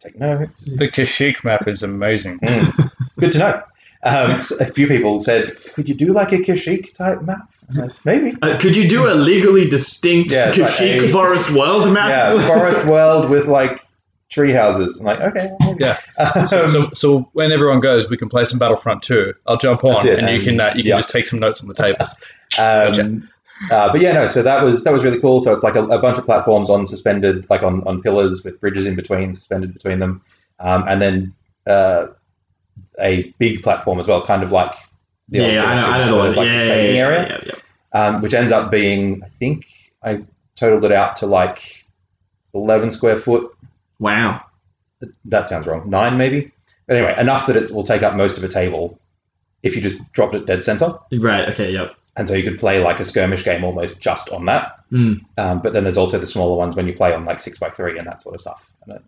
[SPEAKER 7] Take notes.
[SPEAKER 5] The Kashyyyk map is amazing.
[SPEAKER 7] Mm. Good to know. Um, so a few people said, could you do like a Kashyyyk type map? I'm like, Maybe.
[SPEAKER 6] Uh, could you do a legally distinct
[SPEAKER 7] Yeah, it's like
[SPEAKER 6] Kashyyyk
[SPEAKER 7] a-
[SPEAKER 6] Forest World map?
[SPEAKER 7] Yeah, forest world with like tree houses. I'm like, okay. maybe.
[SPEAKER 5] Yeah.
[SPEAKER 7] Um,
[SPEAKER 5] So, so, so when everyone goes, we can play some Battlefront 2. I'll jump on,
[SPEAKER 7] That's it,
[SPEAKER 5] and you can uh, you can
[SPEAKER 7] yeah.
[SPEAKER 5] just take some notes on the tables.
[SPEAKER 7] Um, uh, but yeah, no. So that was that was really cool. So it's like a, a bunch of platforms on suspended, like on, on pillars with bridges in between, suspended between them, um, and then uh, a big platform as well, kind of like the
[SPEAKER 6] Yeah,
[SPEAKER 7] old
[SPEAKER 6] yeah, I know,
[SPEAKER 7] Virgin,
[SPEAKER 6] I know the ones.
[SPEAKER 7] like
[SPEAKER 6] yeah,
[SPEAKER 7] the
[SPEAKER 6] yeah,
[SPEAKER 7] staging
[SPEAKER 6] yeah,
[SPEAKER 7] area,
[SPEAKER 6] yeah, yeah,
[SPEAKER 7] Um, which ends up being, I think, I totaled it out to like eleven square foot.
[SPEAKER 6] Wow.
[SPEAKER 7] That sounds wrong. Nine maybe. But anyway, enough that it will take up most of a table if you just dropped it dead center.
[SPEAKER 6] Right. Okay. Yep.
[SPEAKER 7] and so you could play like a skirmish game almost just on that.
[SPEAKER 6] Mm.
[SPEAKER 7] Um, but then there's also the smaller ones when you play on like six by three and that sort of stuff, and it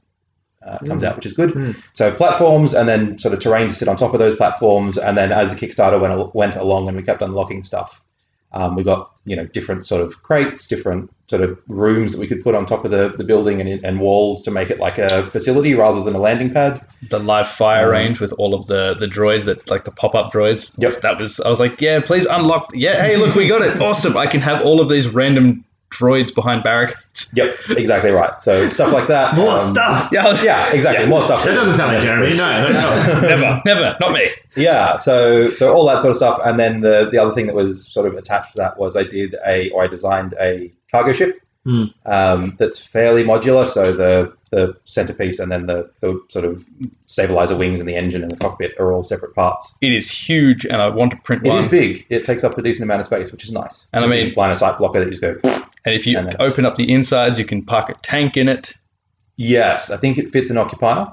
[SPEAKER 7] uh, comes
[SPEAKER 6] Hmm.
[SPEAKER 7] out, which is good.
[SPEAKER 4] Mm.
[SPEAKER 7] So platforms, and then sort of terrain to sit on top of those platforms, and then as the Kickstarter went al- went along and we kept unlocking stuff, um, we got you know different sort of crates, different sort of rooms that we could put on top of the, the building and, and walls to make it like a facility rather than a landing pad.
[SPEAKER 5] the live fire
[SPEAKER 7] Um,
[SPEAKER 5] range with all of the the droids that like the pop up droids.
[SPEAKER 7] Yep.
[SPEAKER 5] That was I was like, yeah, please unlock. Yeah, hey, look, we got it. Awesome. I can have all of these random droids behind barricades.
[SPEAKER 7] Yep, exactly right. So stuff like that.
[SPEAKER 6] More
[SPEAKER 7] um,
[SPEAKER 6] stuff.
[SPEAKER 5] Yeah, I was-
[SPEAKER 7] Yeah, exactly. More stuff.
[SPEAKER 6] That doesn't sound like Jeremy. No. no, no.
[SPEAKER 5] never, never, not me.
[SPEAKER 7] yeah so so all that sort of stuff and then the the other thing that was sort of attached to that was i did a or i designed a cargo ship
[SPEAKER 6] Hmm.
[SPEAKER 7] um, that's fairly modular. So the the centerpiece and then the, the sort of stabilizer wings and the engine and the cockpit are all separate parts.
[SPEAKER 5] It is huge, and I want to print
[SPEAKER 7] It
[SPEAKER 5] one.
[SPEAKER 7] is big. It takes up a decent amount of space, which is nice.
[SPEAKER 5] And I
[SPEAKER 7] You
[SPEAKER 5] mean-
[SPEAKER 7] can fly in a sight blocker that you just go.
[SPEAKER 5] And if you
[SPEAKER 7] And it's-
[SPEAKER 5] open up the insides, you can park a tank in it.
[SPEAKER 7] Yes, I think it fits an occupier.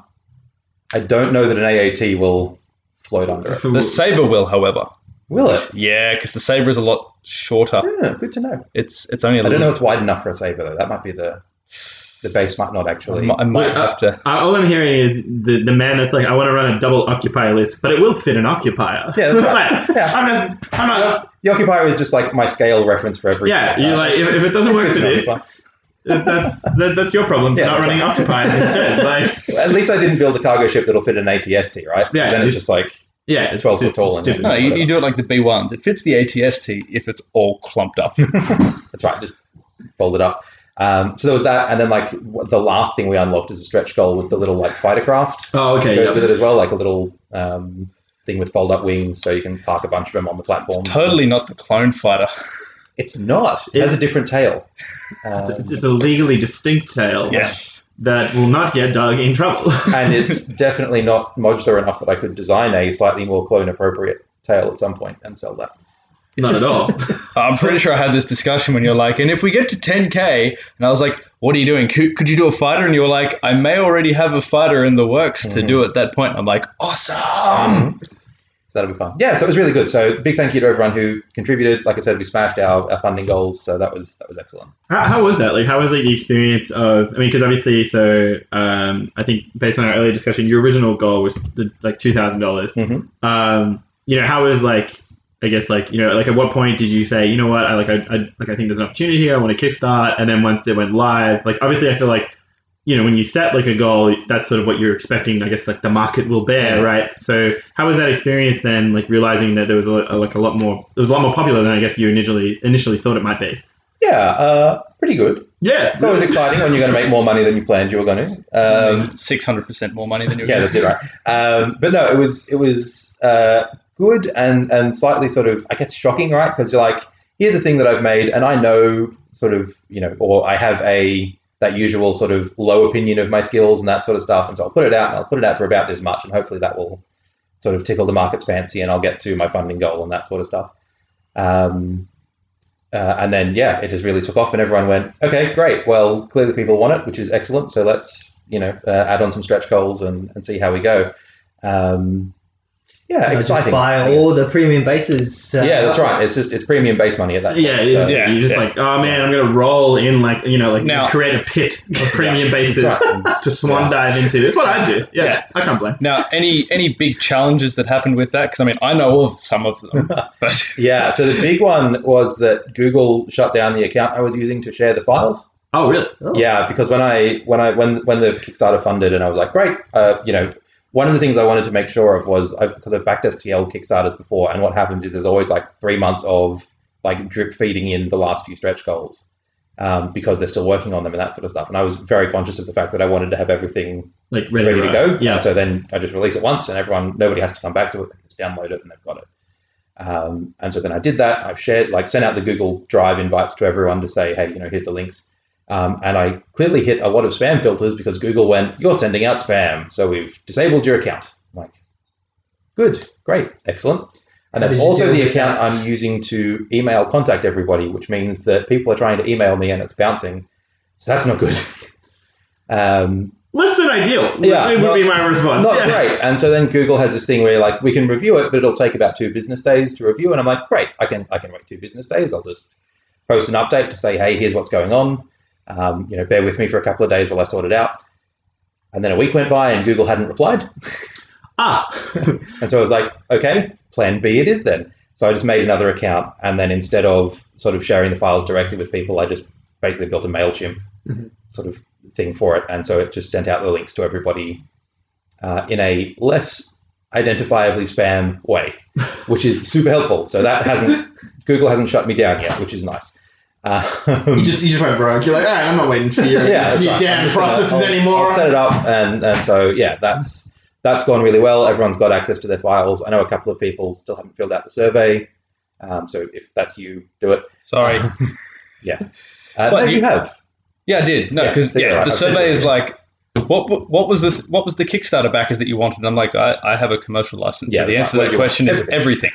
[SPEAKER 7] I don't know that an AAT will float under it.
[SPEAKER 5] The saber will, however,
[SPEAKER 7] Will it?
[SPEAKER 5] yeah, because the saber is a lot shorter.
[SPEAKER 7] Yeah, good to know.
[SPEAKER 5] It's it's only a
[SPEAKER 7] I don't
[SPEAKER 5] little.
[SPEAKER 7] know if it's wide enough for a saber though. That might be the the base might not
[SPEAKER 5] I
[SPEAKER 7] actually.
[SPEAKER 5] might, I might
[SPEAKER 6] Wait, uh,
[SPEAKER 5] have to.
[SPEAKER 6] Uh, all I'm hearing is the, the man that's like, I want to run a double occupier list, but it will fit an occupier.
[SPEAKER 7] Yeah, that's right.
[SPEAKER 6] Like,
[SPEAKER 7] Yeah.
[SPEAKER 6] I'm just, I'm not.
[SPEAKER 7] The occupier is just like my scale reference for every. uh,
[SPEAKER 6] Yeah, you're like, if, if it doesn't work
[SPEAKER 7] It's
[SPEAKER 6] for
[SPEAKER 7] an
[SPEAKER 6] this, that- that's that, that's your problem. for
[SPEAKER 7] Yeah,
[SPEAKER 6] not
[SPEAKER 7] that's
[SPEAKER 6] running
[SPEAKER 7] right.
[SPEAKER 6] occupiers instead. Like,
[SPEAKER 7] At least I didn't build a cargo ship that'll fit an ATST, right? 'Cause
[SPEAKER 6] Yeah,
[SPEAKER 7] Then it's
[SPEAKER 6] you-
[SPEAKER 7] just like
[SPEAKER 6] yeah, it's
[SPEAKER 7] 12 foot
[SPEAKER 6] just
[SPEAKER 7] tall and-
[SPEAKER 6] stupid.
[SPEAKER 5] No, you, you
[SPEAKER 7] whatever.
[SPEAKER 5] do it like the B ones. It fits the ATST if it's all clumped up.
[SPEAKER 7] that's right, just fold it up. Um, so there was that, and then like w- the last thing we unlocked as a stretch goal was the little like fighter craft
[SPEAKER 6] Oh,
[SPEAKER 7] that
[SPEAKER 6] okay.
[SPEAKER 7] goes
[SPEAKER 6] yeah.
[SPEAKER 7] with it as well, like a little um, thing with fold up wings, so you can park a bunch of them on the platform.
[SPEAKER 5] totally not the clone fighter.
[SPEAKER 7] it's not. It has a different tail. Um,
[SPEAKER 6] It's, it's a legally distinct tail
[SPEAKER 5] Yes.
[SPEAKER 6] that will not get Doug in trouble.
[SPEAKER 7] and it's definitely not modular enough that I could design a slightly more clone appropriate tail at some point and sell that.
[SPEAKER 6] not at all.
[SPEAKER 5] I'm pretty sure I had this discussion when you're like, and if we get to 10K, and I was like, what are you doing? Could, could you do a fighter? And you were like, I may already have a fighter in the works to do at that point. I'm like, awesome.
[SPEAKER 7] Um,
[SPEAKER 5] Mm-hmm.
[SPEAKER 7] So that'll be fun. Yeah, so it was really good. So big thank you to everyone who contributed. Like I said, we smashed our, our funding goals, so that was that was excellent.
[SPEAKER 6] How, how was that? Like, how was like the experience of? I mean, because obviously, so um, I think based on our earlier discussion, your original goal was the, like two dollars.
[SPEAKER 7] Mhm.
[SPEAKER 6] Um, you know, how was like? I guess like you know, like at what point did you say, you know what, I like, I, I like, I think there's an opportunity here. I want to kickstart, and then once it went live, like obviously, I feel like you know when you set like a goal, that's sort of what you're expecting. I guess like the market will bear,
[SPEAKER 7] Yeah.
[SPEAKER 6] right? So how was that experience then? Like realizing that there was a, a, like a lot more, it was a lot more popular than I guess you initially initially thought it might be.
[SPEAKER 7] Yeah, uh, pretty good.
[SPEAKER 6] Yeah,
[SPEAKER 7] It's always exciting when you're going to make more money than you planned you were going to. Um,
[SPEAKER 5] 600% more money than you
[SPEAKER 7] yeah, that's it, right? Um, but no, it was it was uh, good and and slightly sort of I guess shocking, right? Because you're like, here's a thing that I've made, and I know sort of you know, or I have a that usual sort of low opinion of my skills and that sort of stuff, and so I'll put it out and I'll put it out for about this much, and hopefully that will sort of tickle the market's fancy, and I'll get to my funding goal and that sort of stuff. Um, uh, and then yeah, it just really took off, and everyone went, okay, great. Well, clearly people want it, which is excellent. So let's you know uh, add on some stretch goals and, and see how we go. Um, yeah,
[SPEAKER 4] Just
[SPEAKER 7] exciting. I
[SPEAKER 4] Buy
[SPEAKER 7] guess.
[SPEAKER 4] all the premium bases. uh,
[SPEAKER 7] yeah, that's right. It's just it's premium base money at that.
[SPEAKER 6] Yeah,
[SPEAKER 7] point,
[SPEAKER 6] it
[SPEAKER 7] so-
[SPEAKER 6] is.
[SPEAKER 5] Yeah,
[SPEAKER 6] you're just
[SPEAKER 5] yeah.
[SPEAKER 6] like, oh man, I'm gonna roll in like you know, like
[SPEAKER 5] Now-
[SPEAKER 6] create a pit of premium bases
[SPEAKER 7] Right.
[SPEAKER 6] to swan
[SPEAKER 7] Yeah.
[SPEAKER 6] dive into. That's what I do. Yeah,
[SPEAKER 5] Yeah.
[SPEAKER 6] I can't blame.
[SPEAKER 5] Now, any any big challenges that happened with that? Because I mean, I know of some of them, but
[SPEAKER 7] Yeah, so the big one was that Google shut down the account I was using to share the files.
[SPEAKER 6] Oh really?
[SPEAKER 4] Oh.
[SPEAKER 7] Yeah, because when I when I when when the Kickstarter funded and I was like, great, uh, you know, one of the things I wanted to make sure of was because I've backed STL Kickstarters before, and what happens is there's always like three months of like drip feeding in the last few stretch goals um, because they're still working on them and that sort of stuff. And I was very conscious of the fact that I wanted to have everything
[SPEAKER 6] Like ready,
[SPEAKER 7] ready, to go.
[SPEAKER 6] Yeah.
[SPEAKER 7] And so then I just release it once, and everyone, nobody has to come back to it. They just download it, and they've got it. Um, and so then I did that. I've shared, like, sent out the Google Drive invites to everyone to say, hey, you know, here's the links. Um, and I clearly hit a lot of spam filters because Google went, you're sending out spam, so we've disabled your account. I'm like, good, great, excellent. And
[SPEAKER 4] How
[SPEAKER 7] that's
[SPEAKER 4] did you
[SPEAKER 7] also
[SPEAKER 4] deal
[SPEAKER 7] the
[SPEAKER 4] with
[SPEAKER 7] account
[SPEAKER 4] that?
[SPEAKER 7] I'm using to email contact everybody, which means that people are trying to email me and it's bouncing. So that's not good. um,
[SPEAKER 6] Less than ideal.
[SPEAKER 7] Yeah,
[SPEAKER 6] it would
[SPEAKER 7] not-
[SPEAKER 6] be my response.
[SPEAKER 7] not
[SPEAKER 6] yeah.
[SPEAKER 7] great. And so then Google has this thing where you're like we can review it, but it'll take about two business days to review. And I'm like, great, I can I can wait two business days. I'll just post an update to say, hey, here's what's going on. Um, you know, bear with me for a couple of days while I sort it out. And then a week went by and Google hadn't replied.
[SPEAKER 6] Ah,
[SPEAKER 7] And so I was like, okay, plan B it is then. So I just made another account. And then instead of sort of sharing the files directly with people, I just basically built a MailChimp
[SPEAKER 8] Mm-hmm.
[SPEAKER 7] sort of thing for it. And so it just sent out the links to everybody uh, in a less identifiably spam way, which is super helpful. So that hasn't, Google hasn't shut me down yet, which is nice. Um,
[SPEAKER 8] You just you just went broke. You're like, all right, I'm not waiting for your,
[SPEAKER 7] yeah, that's
[SPEAKER 8] your
[SPEAKER 7] right. I'm
[SPEAKER 8] damn
[SPEAKER 7] just gonna-
[SPEAKER 8] processes
[SPEAKER 7] I'll-
[SPEAKER 8] anymore.
[SPEAKER 7] I'll set it up, and and so yeah, that's that's gone really well. Everyone's got access to their files. I know a couple of people still haven't filled out the survey, um, so if that's you, do it.
[SPEAKER 5] sorry.
[SPEAKER 7] Yeah. Uh,
[SPEAKER 5] Well,
[SPEAKER 7] no,
[SPEAKER 5] you-
[SPEAKER 7] you have.
[SPEAKER 5] Yeah, I did. No,
[SPEAKER 7] Yeah,
[SPEAKER 5] because
[SPEAKER 7] so
[SPEAKER 5] yeah,
[SPEAKER 7] you're right.
[SPEAKER 5] the
[SPEAKER 7] I've seen
[SPEAKER 5] survey
[SPEAKER 7] it,
[SPEAKER 5] is
[SPEAKER 7] yeah.
[SPEAKER 5] like, what what- what was the th- what was the Kickstarter backers that you wanted? And I'm like, I, I have a commercial license.
[SPEAKER 7] Yeah,
[SPEAKER 5] so the
[SPEAKER 7] it's
[SPEAKER 5] answer
[SPEAKER 7] like,
[SPEAKER 5] to
[SPEAKER 7] what
[SPEAKER 5] that
[SPEAKER 7] do you want?
[SPEAKER 5] question is everything.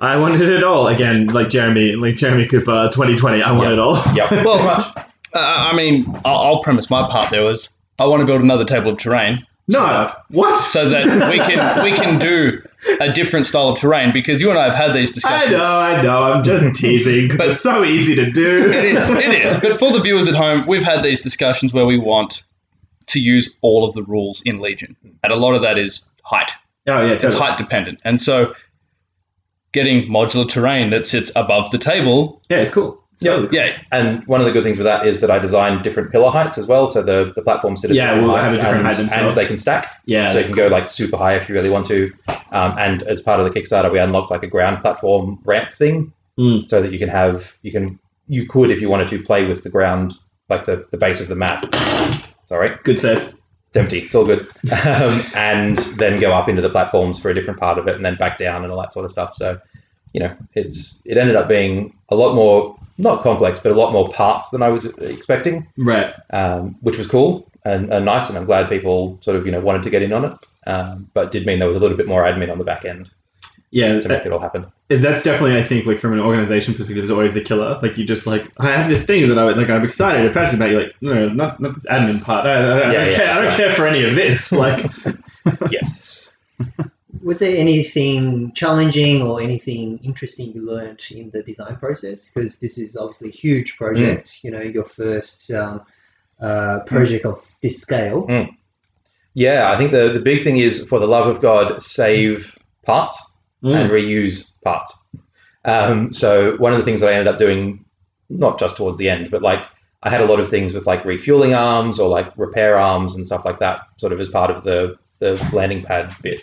[SPEAKER 6] I wanted it all again, like Jeremy, like Jeremy Cooper, 2020. I want
[SPEAKER 7] Yeah.
[SPEAKER 6] it all.
[SPEAKER 7] Yeah.
[SPEAKER 5] Well, Uh, I mean, I'll, I'll premise my part. There was I want to build another table of terrain
[SPEAKER 6] No, what?
[SPEAKER 5] so that we can we can do a different style of terrain because you and I have had these
[SPEAKER 6] I
[SPEAKER 5] discussions.
[SPEAKER 6] know, I know. I'm just teasing because
[SPEAKER 5] But-
[SPEAKER 6] it's so easy to do. Oh,
[SPEAKER 5] It is, it is. But for the viewers at home, we've had these discussions where we want to use all of the rules in Legion, and a lot of that is height.
[SPEAKER 6] Oh yeah,
[SPEAKER 5] it's
[SPEAKER 6] totally.
[SPEAKER 5] height dependent. And so getting modular terrain that sits above the table,
[SPEAKER 6] Yeah, it's cool. It's
[SPEAKER 7] Yeah.
[SPEAKER 6] totally cool.
[SPEAKER 5] yeah,
[SPEAKER 7] And one of the good things with that is that I designed different pillar heights as well, so the, the platforms sit at
[SPEAKER 6] Yeah,
[SPEAKER 7] different
[SPEAKER 6] we'll have
[SPEAKER 7] heights
[SPEAKER 6] a different
[SPEAKER 7] and,
[SPEAKER 6] height themselves.
[SPEAKER 7] and they can stack.
[SPEAKER 6] yeah.
[SPEAKER 7] so you can go like super high if you really want to. Um, and as part of the Kickstarter, we unlocked like a ground platform ramp thing,
[SPEAKER 6] Mm.
[SPEAKER 7] so that you can have you can you could if you wanted to play with the ground like the, the base of the map. Sorry,
[SPEAKER 6] Good save.
[SPEAKER 7] it's empty. It's all good. um, and then go up into the platforms for a different part of it, and then back down and all that sort of stuff. So you know, it's it ended up being a lot more not complex, but a lot more parts than I was expecting
[SPEAKER 6] Right.
[SPEAKER 7] um, which was cool and, and nice, and I'm glad people sort of you know wanted to get in on it. Um, but did mean there was a little bit more admin on the back end
[SPEAKER 6] Yeah,
[SPEAKER 7] to make it all happen.
[SPEAKER 6] that- that's definitely I think like from an organization perspective is always the killer. Like you just like I have this thing that I would like I'm excited and passionate about. You're like no, no, not not this admin part. I, I, I
[SPEAKER 7] Yeah,
[SPEAKER 6] don't care.
[SPEAKER 7] yeah,
[SPEAKER 6] I
[SPEAKER 7] that's
[SPEAKER 6] don't
[SPEAKER 7] right.
[SPEAKER 6] care for any of this. Like
[SPEAKER 7] yes.
[SPEAKER 4] Was there anything challenging or anything interesting you learned in the design process? Because this is obviously a huge project.
[SPEAKER 7] Mm.
[SPEAKER 4] You know, your first um, uh, project of this
[SPEAKER 7] Mm.
[SPEAKER 4] scale.
[SPEAKER 7] Yeah, I think the the big thing is for the love of God, save parts
[SPEAKER 6] Hmm.
[SPEAKER 7] and reuse parts. Um, so one of the things that I ended up doing, not just towards the end, but like I had a lot of things with like refueling arms or like repair arms and stuff like that, sort of as part of the the landing pad bit.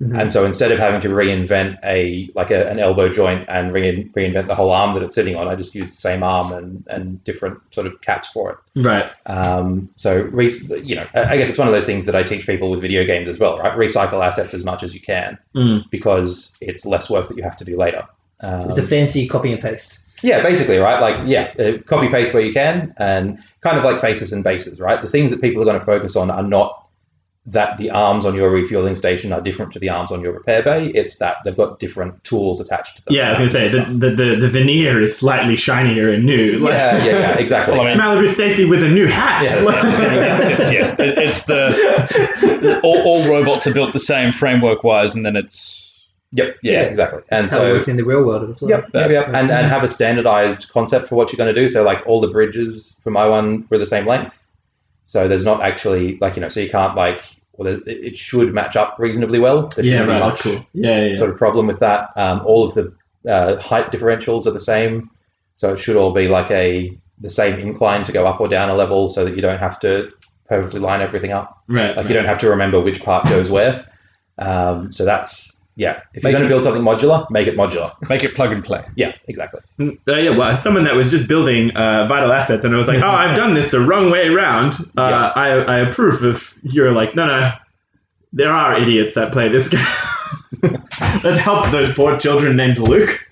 [SPEAKER 4] Mhm.
[SPEAKER 7] And so instead of having to reinvent a like a, an elbow joint and rein, reinvent the whole arm that it's sitting on, I just used the same arm and, and different sort of caps for it.
[SPEAKER 6] Mm. right.
[SPEAKER 7] Um, so, re- you know, I I guess it's one of those things that I teach people with video games as well, right? Recycle assets as much as you can
[SPEAKER 6] Mm.
[SPEAKER 7] because it's less work that you have to do later. Um,
[SPEAKER 4] it's a fancy copy and paste.
[SPEAKER 7] yeah, basically, right? Like, yeah, uh, copy paste where you can, and kind of like faces and bases, right? The things that people are going to focus on are not that the arms on your refueling station are different to the arms on your repair bay. It's that they've got different tools attached to them.
[SPEAKER 6] Yeah, I was gonna say the, the, the, the veneer is slightly shinier and new. Like,
[SPEAKER 7] yeah, yeah, yeah, exactly.
[SPEAKER 5] Well, I mean-
[SPEAKER 6] Malibu Stacy with a new hat.
[SPEAKER 7] Yeah, that's
[SPEAKER 5] it's, yeah, it- it's the all, all robots are built the same framework wise, and then it's
[SPEAKER 7] yep, yeah,
[SPEAKER 5] Yeah.
[SPEAKER 7] exactly. And
[SPEAKER 4] That's how it
[SPEAKER 7] so
[SPEAKER 4] works in the real world as well.
[SPEAKER 7] Yep, yep, yep. And, and have a standardized concept for what you're going to do. So, like, all the bridges for my one were the same length. So, there's not actually, like, you know, so you can't, like, well, it, it should match up reasonably well. There
[SPEAKER 6] yeah,
[SPEAKER 7] shouldn't be
[SPEAKER 6] right. That's
[SPEAKER 7] much
[SPEAKER 6] cool. Yeah, yeah.
[SPEAKER 7] Sort of problem with that. Um, all of the uh, height differentials are the same. So, it should all be like a the same incline to go up or down a level so that you don't have to perfectly line everything up.
[SPEAKER 6] Right.
[SPEAKER 7] Like you don't have to remember which part goes where. Um, so that's yeah. If you're
[SPEAKER 5] Make
[SPEAKER 7] going
[SPEAKER 5] it-
[SPEAKER 7] to build something modular, make it modular.
[SPEAKER 5] make it plug and play.
[SPEAKER 7] Yeah, exactly.
[SPEAKER 6] Mm, Uh, yeah, well, as someone that was just building uh, vital assets, and I was like, "Oh, I've done this the wrong way around." Uh,
[SPEAKER 7] Yeah.
[SPEAKER 6] I, I approve of you're like, no, no, there are idiots that play this game. Let's help those poor children named Luke.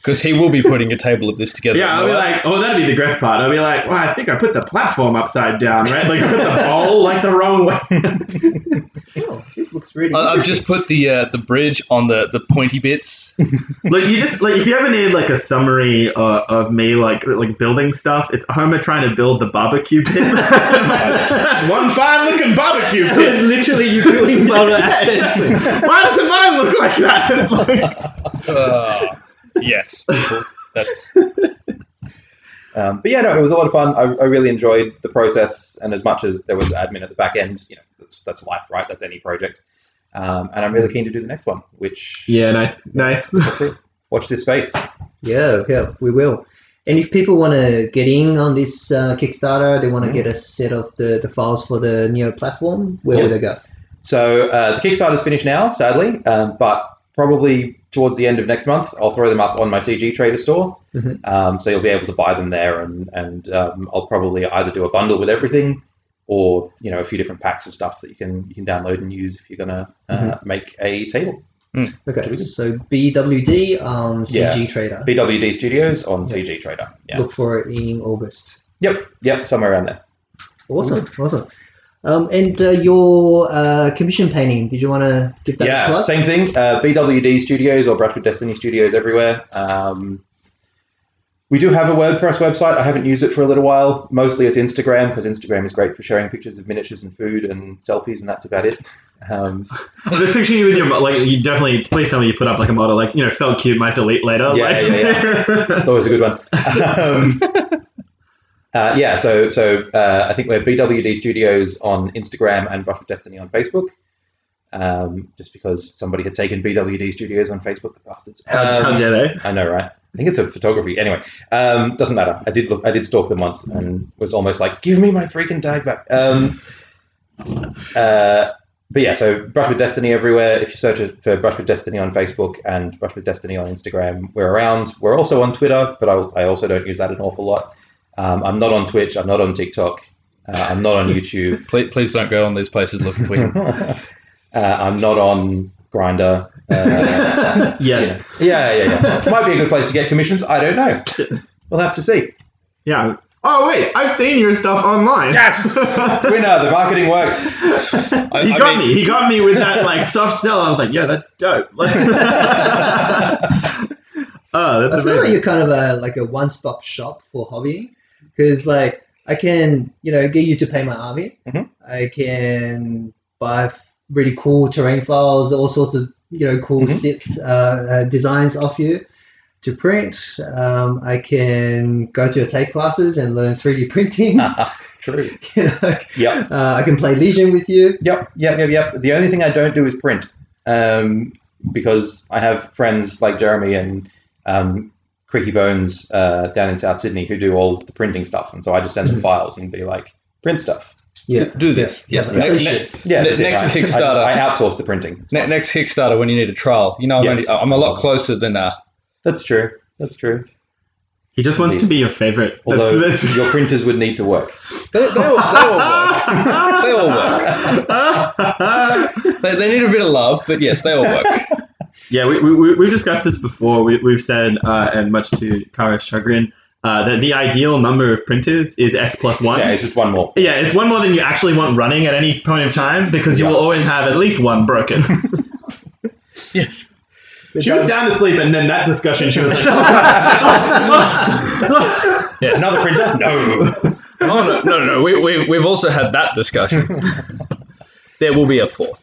[SPEAKER 5] Because he will be putting a table of this together.
[SPEAKER 6] Yeah, I'll be like, oh, that'd be the grass part. I'll be like, well, I think I put the platform upside down, right? Like, I put the bowl like the wrong way.
[SPEAKER 4] Oh, this looks really.
[SPEAKER 5] I- I've
[SPEAKER 4] interesting.
[SPEAKER 5] just put the uh, the bridge on the, the pointy bits.
[SPEAKER 6] like you just like if you ever need like a summary uh, of me like like building stuff, it's Homer trying to build the barbecue pit. That's one fine looking barbecue pit.
[SPEAKER 4] literally you building model assets.
[SPEAKER 6] Why doesn't mine look like that? Like-
[SPEAKER 5] Uh, yes, people. That's
[SPEAKER 7] Um, but yeah, no, it was a lot of fun. I, I really enjoyed the process, and as much as there was admin at the back end, you know, that's, that's life, right? That's any project. Um, and I'm really keen to do the next one, which
[SPEAKER 6] yeah, nice, nice.
[SPEAKER 7] we'll see. Watch this space.
[SPEAKER 4] Yeah, yeah, we will. And if people want to get in on this uh, Kickstarter, they want to
[SPEAKER 7] Mhm.
[SPEAKER 4] get a set of the, the files for the Neo platform, where
[SPEAKER 7] Yeah.
[SPEAKER 4] would they go?
[SPEAKER 7] So uh, the Kickstarter's finished now, sadly, um, but probably towards the end of next month, I'll throw them up on my CG Trader store.
[SPEAKER 4] Mhm.
[SPEAKER 7] Um, so you'll be able to buy them there, and and um, I'll probably either do a bundle with everything, or you know, a few different packs of stuff that you can you can download and use if you're gonna uh, make a table.
[SPEAKER 4] Okay, so BWD, um, CG
[SPEAKER 7] Yeah.
[SPEAKER 4] Trader.
[SPEAKER 7] BWD Studios on CG Trader. Yeah.
[SPEAKER 4] Look for it in August.
[SPEAKER 7] Yep. Yep. Somewhere around there.
[SPEAKER 4] Awesome, awesome. Um, and uh, your uh, commission painting, did you want to give that
[SPEAKER 7] yeah.
[SPEAKER 4] a plug?
[SPEAKER 7] Same thing. Uh, BWD Studios or Brush with Destiny Studios everywhere. Um, we do have a WordPress website. I haven't used it for a little while. Mostly it's Instagram because Instagram is great for sharing pictures of miniatures and food and selfies, and that's about it. Um,
[SPEAKER 6] I was picturing you with your mo- like you definitely please tell me you put up like a model like you know felt cute might delete later.
[SPEAKER 7] Yeah,
[SPEAKER 6] like-
[SPEAKER 7] yeah, That's always a good one. Um, uh, yeah, so so uh, I think we're BWD Studios on Instagram and Brush with Destiny on Facebook. Um, just because somebody had taken BWD Studios on Facebook, the bastards.
[SPEAKER 6] How, how
[SPEAKER 7] Um,
[SPEAKER 6] dare they?
[SPEAKER 7] I know, right? I think it's a photography. Anyway, um, doesn't matter. I did look. I did stalk them once and was almost like, "Give me my freaking tag back." Um, uh, but yeah, so Brush with Destiny everywhere. If you search it for Brush with Destiny on Facebook and Brush with Destiny on Instagram, we're around. We're also on Twitter, but I, I also don't use that an awful lot. Um, I'm not on Twitch. I'm not on TikTok. Uh, I'm not on YouTube.
[SPEAKER 5] Please, please don't go on these places looking for you.
[SPEAKER 7] uh, I'm not on Grinder. Uh,
[SPEAKER 6] Yes.
[SPEAKER 7] yeah, yeah, yeah. Might be a good place to get commissions. I don't know. We'll have to see.
[SPEAKER 6] Yeah. Oh wait, I've seen your stuff online.
[SPEAKER 7] Winner, the marketing works.
[SPEAKER 5] I,
[SPEAKER 6] He
[SPEAKER 5] I
[SPEAKER 6] got
[SPEAKER 5] mean-
[SPEAKER 6] me. He got me with that like soft sell. I was like, yeah, that's dope. Like, oh,
[SPEAKER 4] I
[SPEAKER 6] that's
[SPEAKER 4] feel like
[SPEAKER 6] amazing.
[SPEAKER 4] you're kind of a like a one-stop shop for hobbying, because like I can you know get you to pay my army.
[SPEAKER 5] Mm-hmm.
[SPEAKER 7] Mhm.
[SPEAKER 4] I can buy f- really cool terrain files, all sorts of you know cool
[SPEAKER 5] Mm-hmm.
[SPEAKER 7] Mhm.
[SPEAKER 4] sets, uh, uh, designs off you to print. Um, I can go to your take classes and learn three D printing.
[SPEAKER 5] Ah.
[SPEAKER 7] True.
[SPEAKER 4] you know,
[SPEAKER 7] Yep.
[SPEAKER 4] uh, I can play Legion with you.
[SPEAKER 7] Yep. Yep. Yep. Yep. The only thing I don't do is print, um, because I have friends like Jeremy and um, Creaky Bones uh, down in South Sydney who do all the printing stuff, and so I just send them files and be like, print stuff.
[SPEAKER 4] Yeah.
[SPEAKER 5] do this. Yes.
[SPEAKER 4] Yeah.
[SPEAKER 5] Next,
[SPEAKER 4] Associates.
[SPEAKER 7] Yeah. That's
[SPEAKER 5] Next
[SPEAKER 7] it, right?
[SPEAKER 5] Kickstarter.
[SPEAKER 7] I, just, I outsource the printing.
[SPEAKER 5] ne- next Kickstarter when you need a trial. You know, I'm,
[SPEAKER 7] Yes.
[SPEAKER 5] only, I'm a lot closer than uh,
[SPEAKER 7] That's true. That's true.
[SPEAKER 6] He just wants to be your favorite. That's-
[SPEAKER 7] Although
[SPEAKER 6] that's,
[SPEAKER 7] your printers would need to work.
[SPEAKER 5] They, they, all, they all work. They all work. They, they need a bit of love, but yes, they all work.
[SPEAKER 6] Yeah, we, we- we, we've discussed this before. We, we've said, uh, and much to Kara's chagrin, uh, that the ideal number of printers is X plus one.
[SPEAKER 7] Yeah,
[SPEAKER 6] Yeah,
[SPEAKER 7] it's just one more.
[SPEAKER 6] it's one more than you actually want running at any point of time because you
[SPEAKER 7] Yeah.
[SPEAKER 6] will always have at least one broken.
[SPEAKER 5] Yes.
[SPEAKER 6] she was sound asleep, and then that discussion, she was like, "Oh, yes.
[SPEAKER 7] Another printer? No.
[SPEAKER 5] Oh, no, no, no. We, we, we've also had that discussion. there will be a fourth.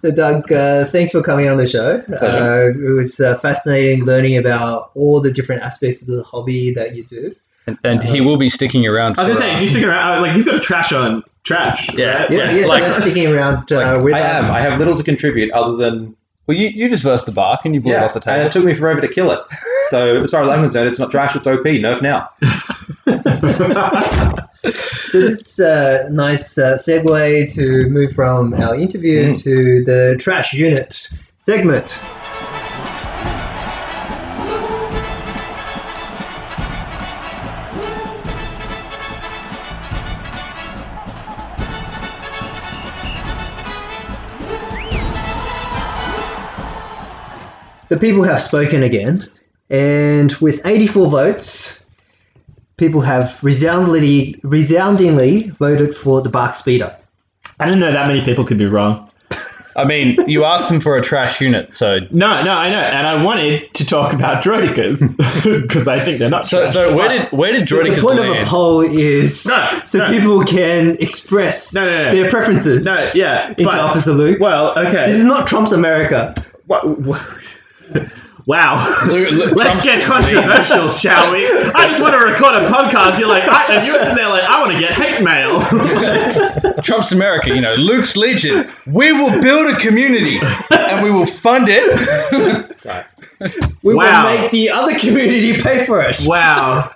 [SPEAKER 4] So, Doug, uh, thanks for coming on the show. Uh, it was uh, fascinating learning about all the different aspects of the hobby that you do.
[SPEAKER 5] And, and he will be sticking around.
[SPEAKER 6] I was
[SPEAKER 5] for,
[SPEAKER 6] gonna say, if you stick around, uh, like he's got a trash on trash.
[SPEAKER 5] Yeah.
[SPEAKER 6] right?
[SPEAKER 4] Yeah, yeah,
[SPEAKER 6] Like,
[SPEAKER 4] thanks for sticking around uh, with
[SPEAKER 7] I
[SPEAKER 4] us.
[SPEAKER 7] am. I have little to contribute other than
[SPEAKER 5] Well, you, you just burst the bark and you blew it
[SPEAKER 7] yeah,
[SPEAKER 5] off the
[SPEAKER 7] and it
[SPEAKER 5] table.
[SPEAKER 7] took me forever to kill it. So as far as I'm concerned, it's not trash. It's OP. Nerf now.
[SPEAKER 4] So this is a nice uh, segue to move from our interview
[SPEAKER 7] Mm.
[SPEAKER 4] to the trash unit segment. The people have spoken again, and with 84 votes, people have resoundingly resoundingly voted for the Bark Speeder.
[SPEAKER 6] I didn't know that many people could be wrong.
[SPEAKER 5] I mean, you asked them for a trash unit, so
[SPEAKER 6] No, no, I know, and I wanted to talk about droidicas because I think they're not.
[SPEAKER 5] so
[SPEAKER 6] trash,
[SPEAKER 5] so where
[SPEAKER 6] but-
[SPEAKER 5] did where did
[SPEAKER 4] the
[SPEAKER 5] Droidicus
[SPEAKER 4] point of a
[SPEAKER 5] land?
[SPEAKER 4] poll is
[SPEAKER 6] No,
[SPEAKER 4] so
[SPEAKER 6] no.
[SPEAKER 4] people can express
[SPEAKER 6] No, no, no.
[SPEAKER 4] their preferences
[SPEAKER 6] No, yeah,
[SPEAKER 4] into
[SPEAKER 6] but-
[SPEAKER 4] Officer Luke.
[SPEAKER 6] Well, okay.
[SPEAKER 4] this is not Trump's America.
[SPEAKER 6] Wha- wha- Wow.
[SPEAKER 5] Lu- Lu-
[SPEAKER 6] Let's
[SPEAKER 5] Trump-
[SPEAKER 6] get controversial, shall we? I just want to record a podcast. You're like, I, and you're sitting there like, I want to get hate mail.
[SPEAKER 5] Trump's America, you know, Luke's Legion. We will build a community and we will fund it.
[SPEAKER 4] We
[SPEAKER 6] Wow.
[SPEAKER 4] will make the other community pay for it.
[SPEAKER 6] wow.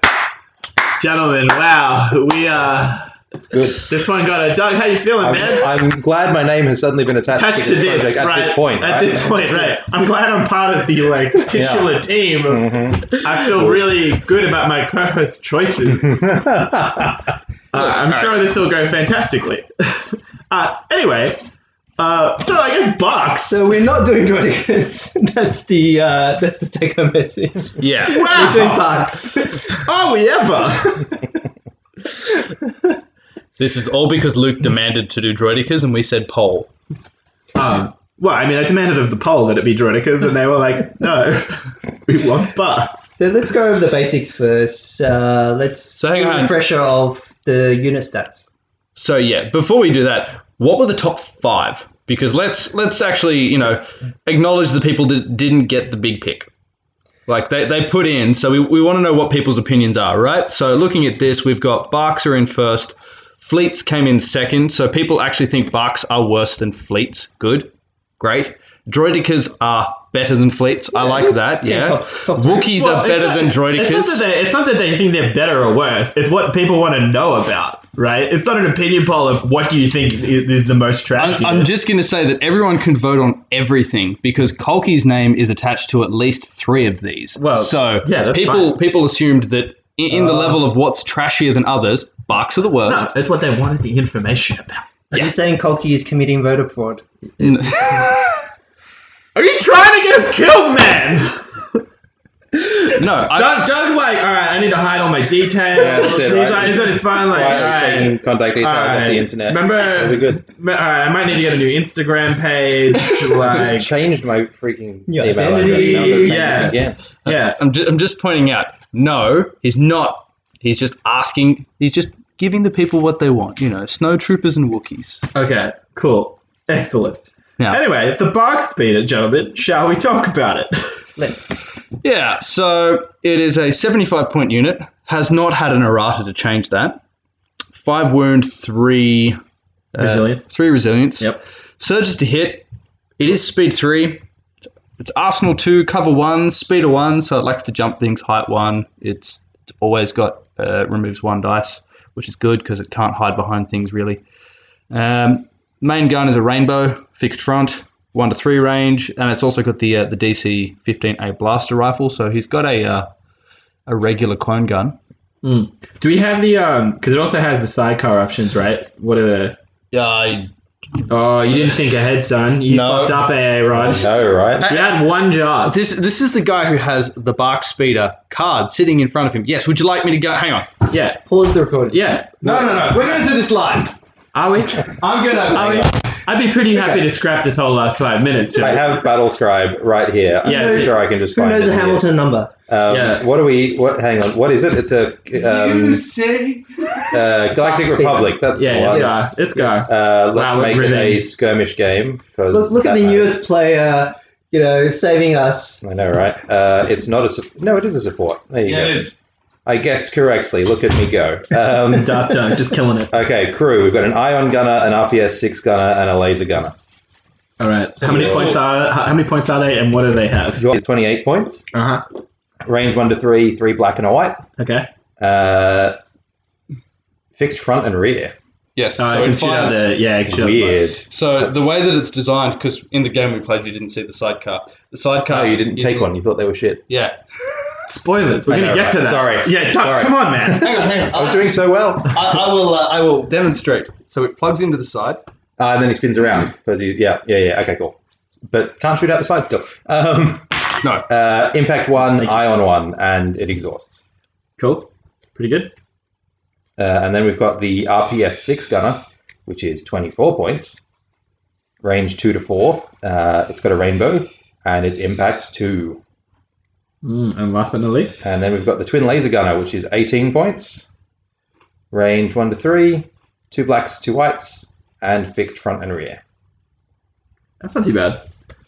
[SPEAKER 6] Gentlemen, wow. We, uh,
[SPEAKER 7] It's good.
[SPEAKER 6] this one got a Doug, how you feeling,
[SPEAKER 7] I'm,
[SPEAKER 6] man?
[SPEAKER 7] I'm glad my name has suddenly been attached
[SPEAKER 6] Touch
[SPEAKER 7] to
[SPEAKER 6] to
[SPEAKER 7] this
[SPEAKER 6] this,
[SPEAKER 7] project at
[SPEAKER 6] right?
[SPEAKER 7] this point.
[SPEAKER 6] At
[SPEAKER 7] right?
[SPEAKER 6] this point, right. I'm glad I'm part of the, like, titular team.
[SPEAKER 7] Mhm.
[SPEAKER 6] I feel really good about my co-host choices. Uh, I'm sure this will go fantastically. uh, anyway, Uh, so I guess Bucks.
[SPEAKER 4] So we're not doing Droidicus. that's the uh, that's the take home message.
[SPEAKER 5] Yeah.
[SPEAKER 4] We're doing
[SPEAKER 6] wow,
[SPEAKER 4] Bucks.
[SPEAKER 6] are we ever?
[SPEAKER 5] This is all because Luke demanded to do droidicas and we said poll.
[SPEAKER 6] um, well, I mean, I demanded of the poll that it be Droidicas, and they were like, no, we want Bucks.
[SPEAKER 4] So let's go over the basics first. Uh, let's
[SPEAKER 5] So hang
[SPEAKER 4] do a
[SPEAKER 5] on.
[SPEAKER 4] refresher of the unit stats.
[SPEAKER 5] So yeah, before we do that, what were the top five? Because let's let's actually, you know, acknowledge the people that didn't get the big pick. Like they, they put in, so we, we want to know what people's opinions are, right? So looking at this, we've got Barks are in first, Fleets came in second, so people actually think Barks are worse than Fleets. Good. Great. Droidicas are better than Fleets. I like that. Yeah.
[SPEAKER 4] top- top three.
[SPEAKER 5] Wookiees
[SPEAKER 6] Well,
[SPEAKER 5] are
[SPEAKER 6] it's
[SPEAKER 5] better
[SPEAKER 6] not-
[SPEAKER 5] than Droidicas.
[SPEAKER 6] It's not, that they, it's not that they think they're better or worse. It's what people want to know about, right? It's not an opinion poll of what do you think i- is the most trash.
[SPEAKER 5] I'm, I'm
[SPEAKER 6] unit.
[SPEAKER 5] just going to say that everyone can vote on everything because Kolki's name is attached to at least three of these.
[SPEAKER 6] Well,
[SPEAKER 5] so
[SPEAKER 6] yeah, that's
[SPEAKER 5] people
[SPEAKER 6] fine.
[SPEAKER 5] people assumed that in, in the level of what's trashier than others, Barks are the
[SPEAKER 6] no,
[SPEAKER 5] worst.
[SPEAKER 6] it's Uh, what they wanted the information about.
[SPEAKER 4] Are
[SPEAKER 5] Yeah.
[SPEAKER 4] you saying Kolki is committing voter fraud?
[SPEAKER 6] Are you trying to get us killed, man?
[SPEAKER 5] No, I,
[SPEAKER 6] Doug, Doug's like, all right, I need to hide all my details.
[SPEAKER 7] Yeah, that's it,
[SPEAKER 6] he's,
[SPEAKER 7] right?
[SPEAKER 6] on, he's on his phone, like, all
[SPEAKER 7] Why are you
[SPEAKER 6] right.
[SPEAKER 7] taking contact details
[SPEAKER 6] all
[SPEAKER 7] off
[SPEAKER 6] right.
[SPEAKER 7] the internet?
[SPEAKER 6] Remember,
[SPEAKER 7] That'll be good.
[SPEAKER 6] me- all right, I might need to get a new Instagram page.
[SPEAKER 7] I
[SPEAKER 6] Like,
[SPEAKER 7] just changed my freaking
[SPEAKER 4] Yeah,
[SPEAKER 7] email address. Now I'm gonna change it
[SPEAKER 6] yeah.
[SPEAKER 7] again.
[SPEAKER 6] yeah,
[SPEAKER 5] I'm, ju- I'm just pointing out. No, he's not. He's just asking. He's just giving the people what they want. You know, snowtroopers and Wookiees.
[SPEAKER 6] okay, cool, excellent.
[SPEAKER 5] Yeah.
[SPEAKER 6] Anyway, the box beater, gentlemen. Shall we talk about it?
[SPEAKER 4] Let's.
[SPEAKER 5] Yeah. So it is a 75 point unit. Has not had an errata to change that. Five wound, three
[SPEAKER 6] Resilience.
[SPEAKER 5] Three resilience.
[SPEAKER 6] Yep.
[SPEAKER 5] Surges to hit. It is speed three. It's Arsenal two, cover one, speed of one, so it likes to jump things height one. It's, it's always got uh, removes one dice, which is good because it can't hide behind things really. Um, main gun is a rainbow, fixed front, one to three range, and it's also got the uh, the DC fifteen A blaster rifle. So he's got a uh, a regular clone gun.
[SPEAKER 6] Do we have the um? Because it also has the sidecar options, right? What are the?
[SPEAKER 5] Uh,
[SPEAKER 6] Oh, you didn't think ahead, son. You
[SPEAKER 5] No.
[SPEAKER 6] fucked up, AA Rod.
[SPEAKER 7] No, Oh, right?
[SPEAKER 6] You had one job.
[SPEAKER 5] This this is the guy who has the Bark Speeder card sitting in front of him. Yes, would you like me to go? Hang on.
[SPEAKER 6] Yeah,
[SPEAKER 4] Pause the recording.
[SPEAKER 6] yeah.
[SPEAKER 5] No, no, no. We're going to do this live.
[SPEAKER 6] Are we?
[SPEAKER 5] I'm going
[SPEAKER 6] Are we?
[SPEAKER 5] to.
[SPEAKER 6] I'd be pretty happy to scrap this whole last five minutes.
[SPEAKER 7] I
[SPEAKER 6] Joe.
[SPEAKER 7] have Battle Scribe right here. I'm
[SPEAKER 6] Yeah.
[SPEAKER 7] pretty sure I can just
[SPEAKER 4] Who
[SPEAKER 7] find
[SPEAKER 4] knows
[SPEAKER 7] it.
[SPEAKER 4] a
[SPEAKER 7] here.
[SPEAKER 4] Hamilton number?
[SPEAKER 7] Um,
[SPEAKER 6] Yeah.
[SPEAKER 7] What are we? What? Hang on. What is it? It's a um,
[SPEAKER 8] say.
[SPEAKER 7] uh, Galactic
[SPEAKER 4] Fox
[SPEAKER 7] Republic. That's
[SPEAKER 6] Yeah,
[SPEAKER 7] the one.
[SPEAKER 6] yeah, it's go.
[SPEAKER 7] Uh, let's
[SPEAKER 6] Wow,
[SPEAKER 7] make it
[SPEAKER 6] really-
[SPEAKER 7] a skirmish game. 'cause
[SPEAKER 4] Look, look at
[SPEAKER 7] that
[SPEAKER 4] the
[SPEAKER 7] matters.
[SPEAKER 4] newest player, you know, saving us.
[SPEAKER 7] I know, right? Uh, it's not a. su- No, it is a support. There you go. I guessed correctly. Look at me go. Um,
[SPEAKER 6] Daft Punk, just killing it.
[SPEAKER 7] okay, crew. We've got an ion gunner, an RPS six gunner, and a laser gunner.
[SPEAKER 6] All right. So how many
[SPEAKER 7] Yeah.
[SPEAKER 6] points are? How how many points are they, and what do they have?
[SPEAKER 7] Yours is twenty eight points.
[SPEAKER 6] Uh huh.
[SPEAKER 7] Range one to three, three black and a white.
[SPEAKER 6] Okay.
[SPEAKER 7] Uh, fixed front and rear.
[SPEAKER 5] Yes.
[SPEAKER 6] Uh, I
[SPEAKER 5] so
[SPEAKER 6] can
[SPEAKER 5] it
[SPEAKER 6] shoot out the
[SPEAKER 5] fires.
[SPEAKER 6] yeah. I can shoot out the-
[SPEAKER 7] Weird.
[SPEAKER 5] So the way that it's designed, because in the game we played, you didn't see the sidecar. The sidecar.
[SPEAKER 7] No, you didn't
[SPEAKER 5] is-
[SPEAKER 7] take one. You thought they were shit.
[SPEAKER 5] Yeah.
[SPEAKER 6] Spoilers. We're
[SPEAKER 7] I
[SPEAKER 6] gonna
[SPEAKER 7] know,
[SPEAKER 6] get
[SPEAKER 7] right?
[SPEAKER 6] to that.
[SPEAKER 7] Sorry.
[SPEAKER 6] Yeah, Doug,
[SPEAKER 7] Sorry.
[SPEAKER 6] come on, man.
[SPEAKER 5] Hang on, hang on.
[SPEAKER 7] I was doing so well.
[SPEAKER 5] I, I will. Uh, I will demonstrate. So it plugs into the side.
[SPEAKER 7] Uh, and then he spins around because he, yeah, yeah, yeah. Okay, cool. But can't shoot out the side still. Um,
[SPEAKER 5] No.
[SPEAKER 7] uh, impact one, ion one, and it exhausts.
[SPEAKER 6] Cool. Pretty good.
[SPEAKER 7] Uh, and then we've got the RPS six gunner, which is twenty four points, range two to four. Uh, it's got a rainbow, and it's impact two.
[SPEAKER 6] Mm, and last but not least,
[SPEAKER 7] And then we've got the twin laser gunner, which is eighteen points, range one to three, two blacks, two whites, and fixed front and rear.
[SPEAKER 6] that's not too bad.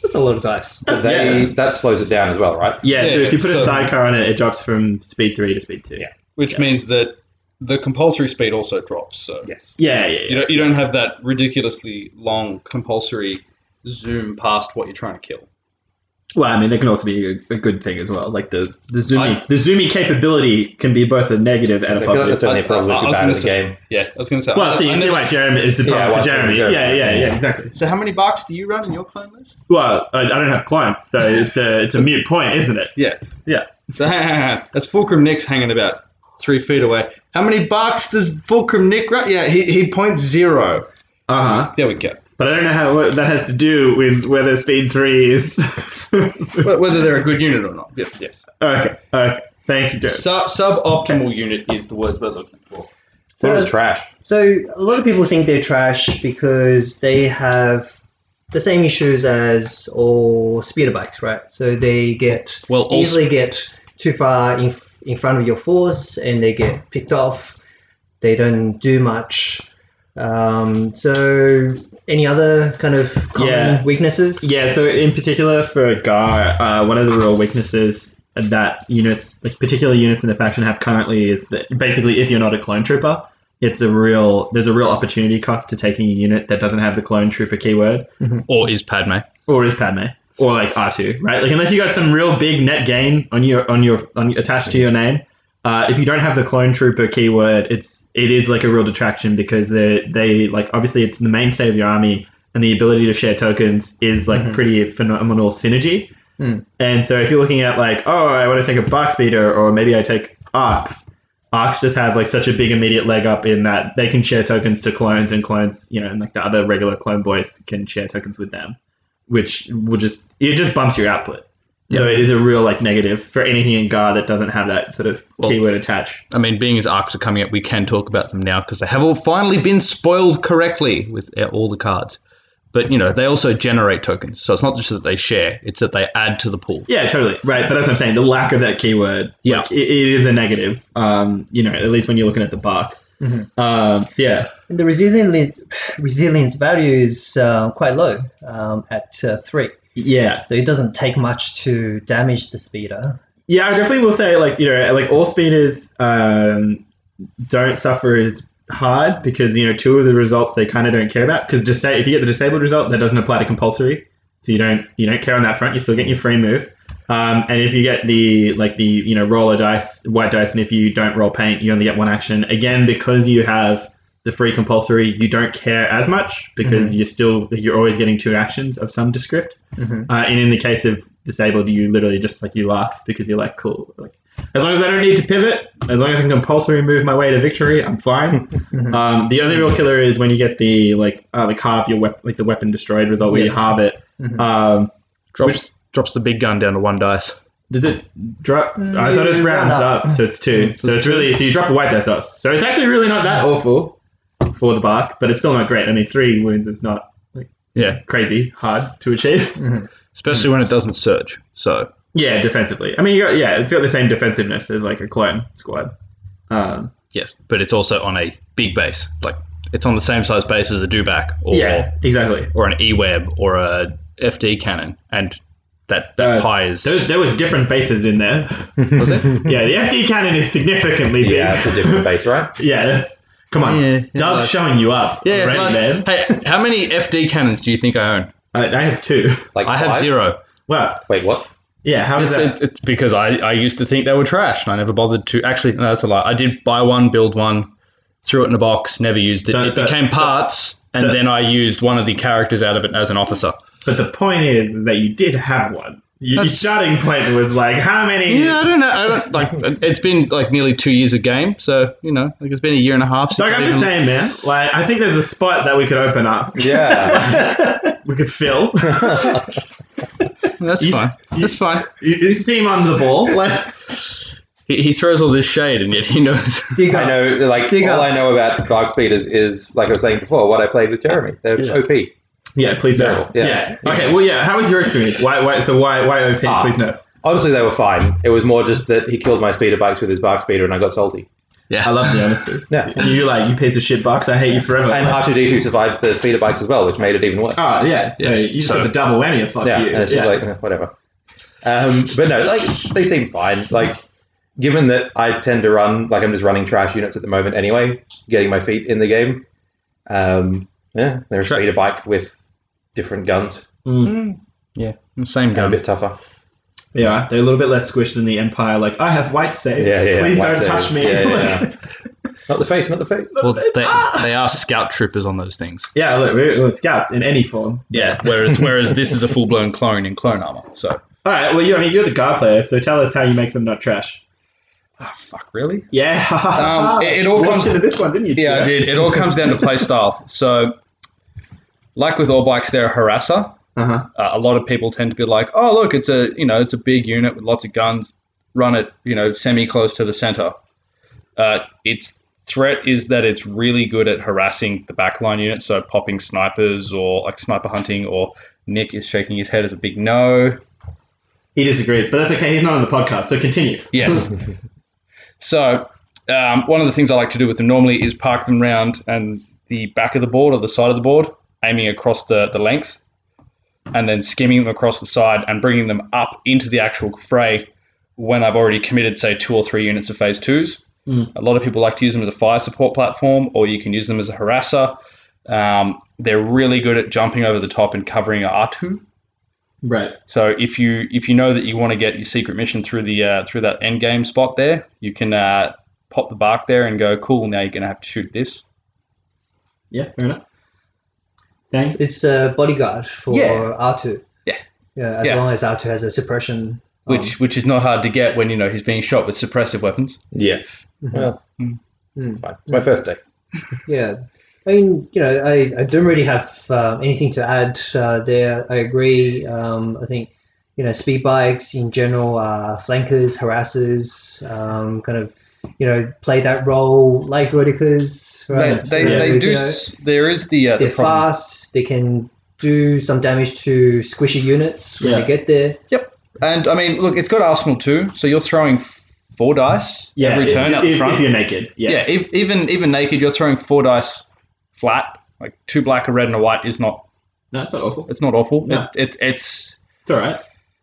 [SPEAKER 4] That's a lot of dice.
[SPEAKER 7] They, That slows it down as well, right?
[SPEAKER 6] Yeah, so
[SPEAKER 5] Yeah,
[SPEAKER 6] if you put
[SPEAKER 5] so-
[SPEAKER 6] a sidecar on it, it drops from speed three to speed two.
[SPEAKER 7] Yeah.
[SPEAKER 5] Which means that the compulsory speed also drops. So
[SPEAKER 7] Yes.
[SPEAKER 6] Yeah, yeah, yeah.
[SPEAKER 5] don't, you don't have that ridiculously long compulsory zoom past what you're trying to kill.
[SPEAKER 6] Well, I mean, that can also be a, a good thing as well. Like the the zoomy,
[SPEAKER 5] I-
[SPEAKER 6] the zoomy capability can be both a negative and
[SPEAKER 7] So I
[SPEAKER 6] a
[SPEAKER 7] feel like
[SPEAKER 6] positive.
[SPEAKER 7] that's only a problem
[SPEAKER 5] I- I-
[SPEAKER 7] if
[SPEAKER 5] I
[SPEAKER 7] you're
[SPEAKER 5] was
[SPEAKER 7] bad
[SPEAKER 5] gonna
[SPEAKER 7] at the
[SPEAKER 5] say-
[SPEAKER 7] game.
[SPEAKER 5] Yeah, I was going to say.
[SPEAKER 6] well, so
[SPEAKER 5] I-
[SPEAKER 6] you
[SPEAKER 5] I
[SPEAKER 6] see
[SPEAKER 5] never-
[SPEAKER 6] why Jeremy, it's a
[SPEAKER 7] Yeah,
[SPEAKER 6] problem
[SPEAKER 7] why
[SPEAKER 6] for
[SPEAKER 7] it's a
[SPEAKER 6] Jeremy.
[SPEAKER 7] problem for
[SPEAKER 6] Yeah,
[SPEAKER 7] Jeremy.
[SPEAKER 6] yeah,
[SPEAKER 7] Yeah.
[SPEAKER 6] yeah, exactly.
[SPEAKER 5] So how many barks do you run in your clone list?
[SPEAKER 6] Well, I, I don't have clients, so it's a it's a mute point, isn't it?
[SPEAKER 5] Yeah.
[SPEAKER 6] Yeah.
[SPEAKER 5] So hang, hang, hang. that's Fulcrum Nick's hanging about three feet away. How many barks does Fulcrum Nick run? Yeah, he, he points zero.
[SPEAKER 6] Uh huh.
[SPEAKER 5] Uh-huh. There we go.
[SPEAKER 6] But I don't know how what that has to do with whether speed three is.
[SPEAKER 5] Wh- Whether they're a good unit or not. Yes. yes.
[SPEAKER 6] okay, okay. Thank you, Joe.
[SPEAKER 5] Sub suboptimal unit is the words we're looking for.
[SPEAKER 7] So it's trash.
[SPEAKER 4] So a lot of people think they're trash because they have the same issues as all speeder bikes, right? So they get
[SPEAKER 5] Well, all
[SPEAKER 4] easily get too far in, in front of your force, and they get picked off. They don't do much. Um, so any other kind of common
[SPEAKER 6] Yeah.
[SPEAKER 4] weaknesses?
[SPEAKER 6] Yeah, so in particular for Gar, uh, one of the real weaknesses that units, like particular units in the faction have currently is that basically if you're not a clone trooper, it's a real there's a real opportunity cost to taking a unit that doesn't have the clone trooper keyword
[SPEAKER 5] Or is Padme.
[SPEAKER 6] or is Padme or like R2, right? Like unless you got some real big net gain on your on your on attached to your name, uh, if you don't have the clone trooper keyword, it's it is like a real detraction because they they like obviously it's the mainstay of your army and the ability to share tokens is like pretty phenomenal synergy.
[SPEAKER 4] Mm.
[SPEAKER 6] And so if you're looking at like oh I want to take a box beater or maybe I take arcs. Arcs just have like such a big immediate leg up in that they can share tokens to clones and clones, you know, and like the other regular clone boys can share tokens with them which will just it just bumps your output. So it is a real like negative for anything in GAR that doesn't have that sort of
[SPEAKER 5] Well-
[SPEAKER 6] keyword attached.
[SPEAKER 5] I mean, being as arcs are coming up, we can talk about them now because they have all finally been spoiled correctly with uh, all the cards. But you know, they also generate tokens, so it's not just that they share; it's that they add to the pool.
[SPEAKER 6] Yeah, totally. Right, but that's what I'm saying. The lack of that keyword,
[SPEAKER 5] Yeah.
[SPEAKER 6] like, it, it is a negative. Um, you know, at least when you're looking at the bar. Um, so yeah,
[SPEAKER 4] And the resilience resilience value is uh, quite low um, at uh, three.
[SPEAKER 6] yeah,
[SPEAKER 4] So it doesn't take much to damage the speeder.
[SPEAKER 6] yeah. I definitely will say like you know like all speeders um, don't suffer as hard because you know two of the results they kind of don't care about because just say if you get the disabled result that doesn't apply to compulsory so you don't you don't care on that front you still get your free move um, and if you get the like the you know roll a dice white dice and if you don't roll paint you only get one action again because you have the free compulsory you don't care as much because you're still you're always getting two actions of some descript
[SPEAKER 4] Mhm.
[SPEAKER 6] uh, and in the case of disabled you literally just like you laugh because you're like cool like as long as I don't need to pivot, as long as I can compulsory move my way to victory, I'm fine.
[SPEAKER 5] Mm-hmm.
[SPEAKER 4] Uh,
[SPEAKER 6] um, the only real killer is when you get the like uh, like half your weapon, like the weapon destroyed result where you halve it. Um,
[SPEAKER 5] Drops
[SPEAKER 6] Which-
[SPEAKER 5] drops the big gun down to one dice.
[SPEAKER 6] does it drop? I thought it's
[SPEAKER 4] Mm,
[SPEAKER 6] rounds
[SPEAKER 4] round
[SPEAKER 6] up,
[SPEAKER 4] up.
[SPEAKER 6] so it's two. So, it's really so you drop a white dice up. So it's actually really not that awful for the bark, but it's still not great. I mean, three wounds is not like
[SPEAKER 5] Yeah,
[SPEAKER 6] crazy hard to achieve.
[SPEAKER 5] especially when it doesn't surge. So
[SPEAKER 6] Yeah, defensively. I mean, you got, yeah, it's got the same defensiveness as like a clone squad. Um,
[SPEAKER 5] yes, but it's also on a big base. Like it's on the same size base as a Dubak or
[SPEAKER 6] yeah, exactly.
[SPEAKER 5] or an E-Web or a FD cannon, and that that
[SPEAKER 6] Uh,
[SPEAKER 5] pie is
[SPEAKER 6] Those, there was different bases in there.
[SPEAKER 5] was it?
[SPEAKER 6] Yeah, the FD cannon is significantly big.
[SPEAKER 7] Yeah, it's a different base, right?
[SPEAKER 6] Yeah, that's come on.
[SPEAKER 5] Yeah, yeah,
[SPEAKER 6] Doug's
[SPEAKER 5] like-
[SPEAKER 6] showing you up.
[SPEAKER 5] Yeah,
[SPEAKER 6] already,
[SPEAKER 5] like-
[SPEAKER 6] man.
[SPEAKER 5] hey, how many FD cannons do you think I own?
[SPEAKER 6] I, I have two.
[SPEAKER 7] Like
[SPEAKER 5] I have
[SPEAKER 7] five?
[SPEAKER 5] zero.
[SPEAKER 6] Wow.
[SPEAKER 7] Wait, what?
[SPEAKER 6] Yeah, how is
[SPEAKER 5] It's,
[SPEAKER 6] that?
[SPEAKER 5] it, it's because I, I used to think they were trash and I never bothered to actually no that's a lie. I did buy one, build one, threw it in a box, never used it.
[SPEAKER 6] So-
[SPEAKER 5] it
[SPEAKER 6] so-
[SPEAKER 5] became parts and
[SPEAKER 6] so-
[SPEAKER 5] then I used one of the characters out of it as an officer.
[SPEAKER 6] But the point is, is that you did have one. You, your
[SPEAKER 5] That's-
[SPEAKER 6] starting point was like how many?
[SPEAKER 5] Yeah, I don't know. I don't like it's been like nearly two years a game, so you know, like it's been a year and a half since
[SPEAKER 6] Doug,
[SPEAKER 5] I've
[SPEAKER 6] I'm just
[SPEAKER 5] even-
[SPEAKER 6] saying, man. Like, I think there's a spot that we could open up.
[SPEAKER 7] Yeah.
[SPEAKER 6] we could fill.
[SPEAKER 5] that's
[SPEAKER 6] You-
[SPEAKER 5] fine.
[SPEAKER 6] you-
[SPEAKER 5] that's fine.
[SPEAKER 6] you, you seem on the ball. Like,
[SPEAKER 5] He, he throws all this shade and yet he knows
[SPEAKER 4] Dig
[SPEAKER 7] I
[SPEAKER 4] up.
[SPEAKER 7] know, like,
[SPEAKER 4] Dig
[SPEAKER 7] all
[SPEAKER 4] up.
[SPEAKER 7] I know about Dark Speeders is, like I was saying before, what I played with Jeremy. They're
[SPEAKER 5] Yeah.
[SPEAKER 7] OP.
[SPEAKER 6] yeah, please nerf.
[SPEAKER 7] Nerf,
[SPEAKER 6] Yeah.
[SPEAKER 7] yeah.
[SPEAKER 6] Okay. Well, yeah. How was your experience? Why? Why? So why? Why OP?
[SPEAKER 7] Ah.
[SPEAKER 6] Please nerf.
[SPEAKER 7] Honestly, they were fine. It was more just that he killed my speeder bikes with his bark speeder and I got salty.
[SPEAKER 5] Yeah.
[SPEAKER 6] I love the honesty.
[SPEAKER 7] Yeah.
[SPEAKER 6] You like you piece of shit box. I hate you forever.
[SPEAKER 7] And R2D2 survived the speeder bikes as well, which made it even worse.
[SPEAKER 6] Oh yeah, so
[SPEAKER 5] Yes.
[SPEAKER 6] you just
[SPEAKER 5] So-
[SPEAKER 6] got the double whammy of fuck
[SPEAKER 7] yeah,
[SPEAKER 6] you.
[SPEAKER 7] and it's
[SPEAKER 6] yeah.
[SPEAKER 7] just like eh, whatever. Um, but no, like they seem fine. Like given that I tend to run, like I'm just running trash units at the moment anyway, getting my feet in the game. Um, yeah, they're a
[SPEAKER 5] Sure.
[SPEAKER 7] speeder bike with different guns,
[SPEAKER 5] Yeah. Same
[SPEAKER 7] and a
[SPEAKER 5] gun.
[SPEAKER 7] bit tougher.
[SPEAKER 6] yeah, they're a little bit less squished than the Empire. Like I have white saves.
[SPEAKER 7] Yeah, yeah,
[SPEAKER 6] Please
[SPEAKER 7] white
[SPEAKER 6] don't touch
[SPEAKER 7] saves.
[SPEAKER 6] me.
[SPEAKER 7] Yeah, yeah,
[SPEAKER 6] Like-
[SPEAKER 7] Not the face, not the face.
[SPEAKER 5] Well, they, they are scout troopers on those things.
[SPEAKER 6] yeah, look, we're, we're scouts in any form.
[SPEAKER 5] Yeah. Whereas whereas this is a full blown clone in clone armor. So
[SPEAKER 6] All right. Well, you I mean you're the guard player, so tell us how you make them not trash.
[SPEAKER 5] Ah, fuck really.
[SPEAKER 6] Yeah.
[SPEAKER 5] Um, it- it all
[SPEAKER 6] Launched
[SPEAKER 5] comes-
[SPEAKER 6] into this one, didn't you?
[SPEAKER 5] Yeah, I
[SPEAKER 6] Joe?
[SPEAKER 5] did. It all comes down to play style. So like with all bikes, they're a harasser.
[SPEAKER 6] Uh-huh.
[SPEAKER 5] Uh, a lot of people tend to be like, "Oh, look, it's a you know, it's a big unit with lots of guns. Run it, you know, semi close to the center." Uh, its threat is that it's really good at harassing the backline unit, so popping snipers or like sniper hunting. Or Nick is shaking his head as a big no.
[SPEAKER 6] He disagrees, but that's okay. He's not on the podcast, so continue.
[SPEAKER 5] Yes. so, um, one of the things I like to do with them normally is park them round and the back of the board or the side of the board, aiming across the, the length, and then skimming them across the side and bringing them up into the actual fray when I've already committed, say, two or three units of phase twos. A lot of people like to use them as a fire support platform, or you can use them as a harasser. Um, they're really good at jumping over the top and covering a R2.
[SPEAKER 6] Right.
[SPEAKER 5] So if you if you know that you want to get your secret mission through the uh, through that end game spot there, you can uh, pop the bark there and go cool. Now you're going to have to shoot this.
[SPEAKER 6] Yeah, fair enough. Thank
[SPEAKER 4] It's a bodyguard for
[SPEAKER 5] Yeah.
[SPEAKER 4] R2.
[SPEAKER 5] Yeah.
[SPEAKER 4] Yeah, as
[SPEAKER 5] Yeah.
[SPEAKER 4] long as R2 has a suppression. um,
[SPEAKER 5] Which which is not hard to get when you know he's being shot with suppressive weapons.
[SPEAKER 7] Yes. Well,
[SPEAKER 4] mm.
[SPEAKER 7] it's fine. It's my first day.
[SPEAKER 4] Yeah. I mean, you know, I, I don't really have uh, anything to add uh, there. I agree. Um, I think, you know, speed bikes in general are flankers, harassers, um, kind of, you know, play that role like Droidicas. Right?
[SPEAKER 5] They,
[SPEAKER 4] So,
[SPEAKER 5] they, they
[SPEAKER 4] you
[SPEAKER 5] do.
[SPEAKER 4] know,
[SPEAKER 5] s there is the uh, the
[SPEAKER 4] they're
[SPEAKER 5] problem.
[SPEAKER 4] fast. They can do some damage to squishy units when
[SPEAKER 6] Yeah.
[SPEAKER 4] they get there.
[SPEAKER 5] And I mean, look, it's got Arsenal too, so you're throwing f- four dice
[SPEAKER 6] Yeah,
[SPEAKER 5] every
[SPEAKER 6] if-
[SPEAKER 5] turn up
[SPEAKER 6] if,
[SPEAKER 5] front.
[SPEAKER 6] if you're naked. Yeah.
[SPEAKER 5] yeah, ev even even naked, you're throwing four dice flat. Like two black, a red, and a white is not.
[SPEAKER 6] That's not awful.
[SPEAKER 5] It's not awful.
[SPEAKER 6] No.
[SPEAKER 5] It, it, it's
[SPEAKER 6] It's all right.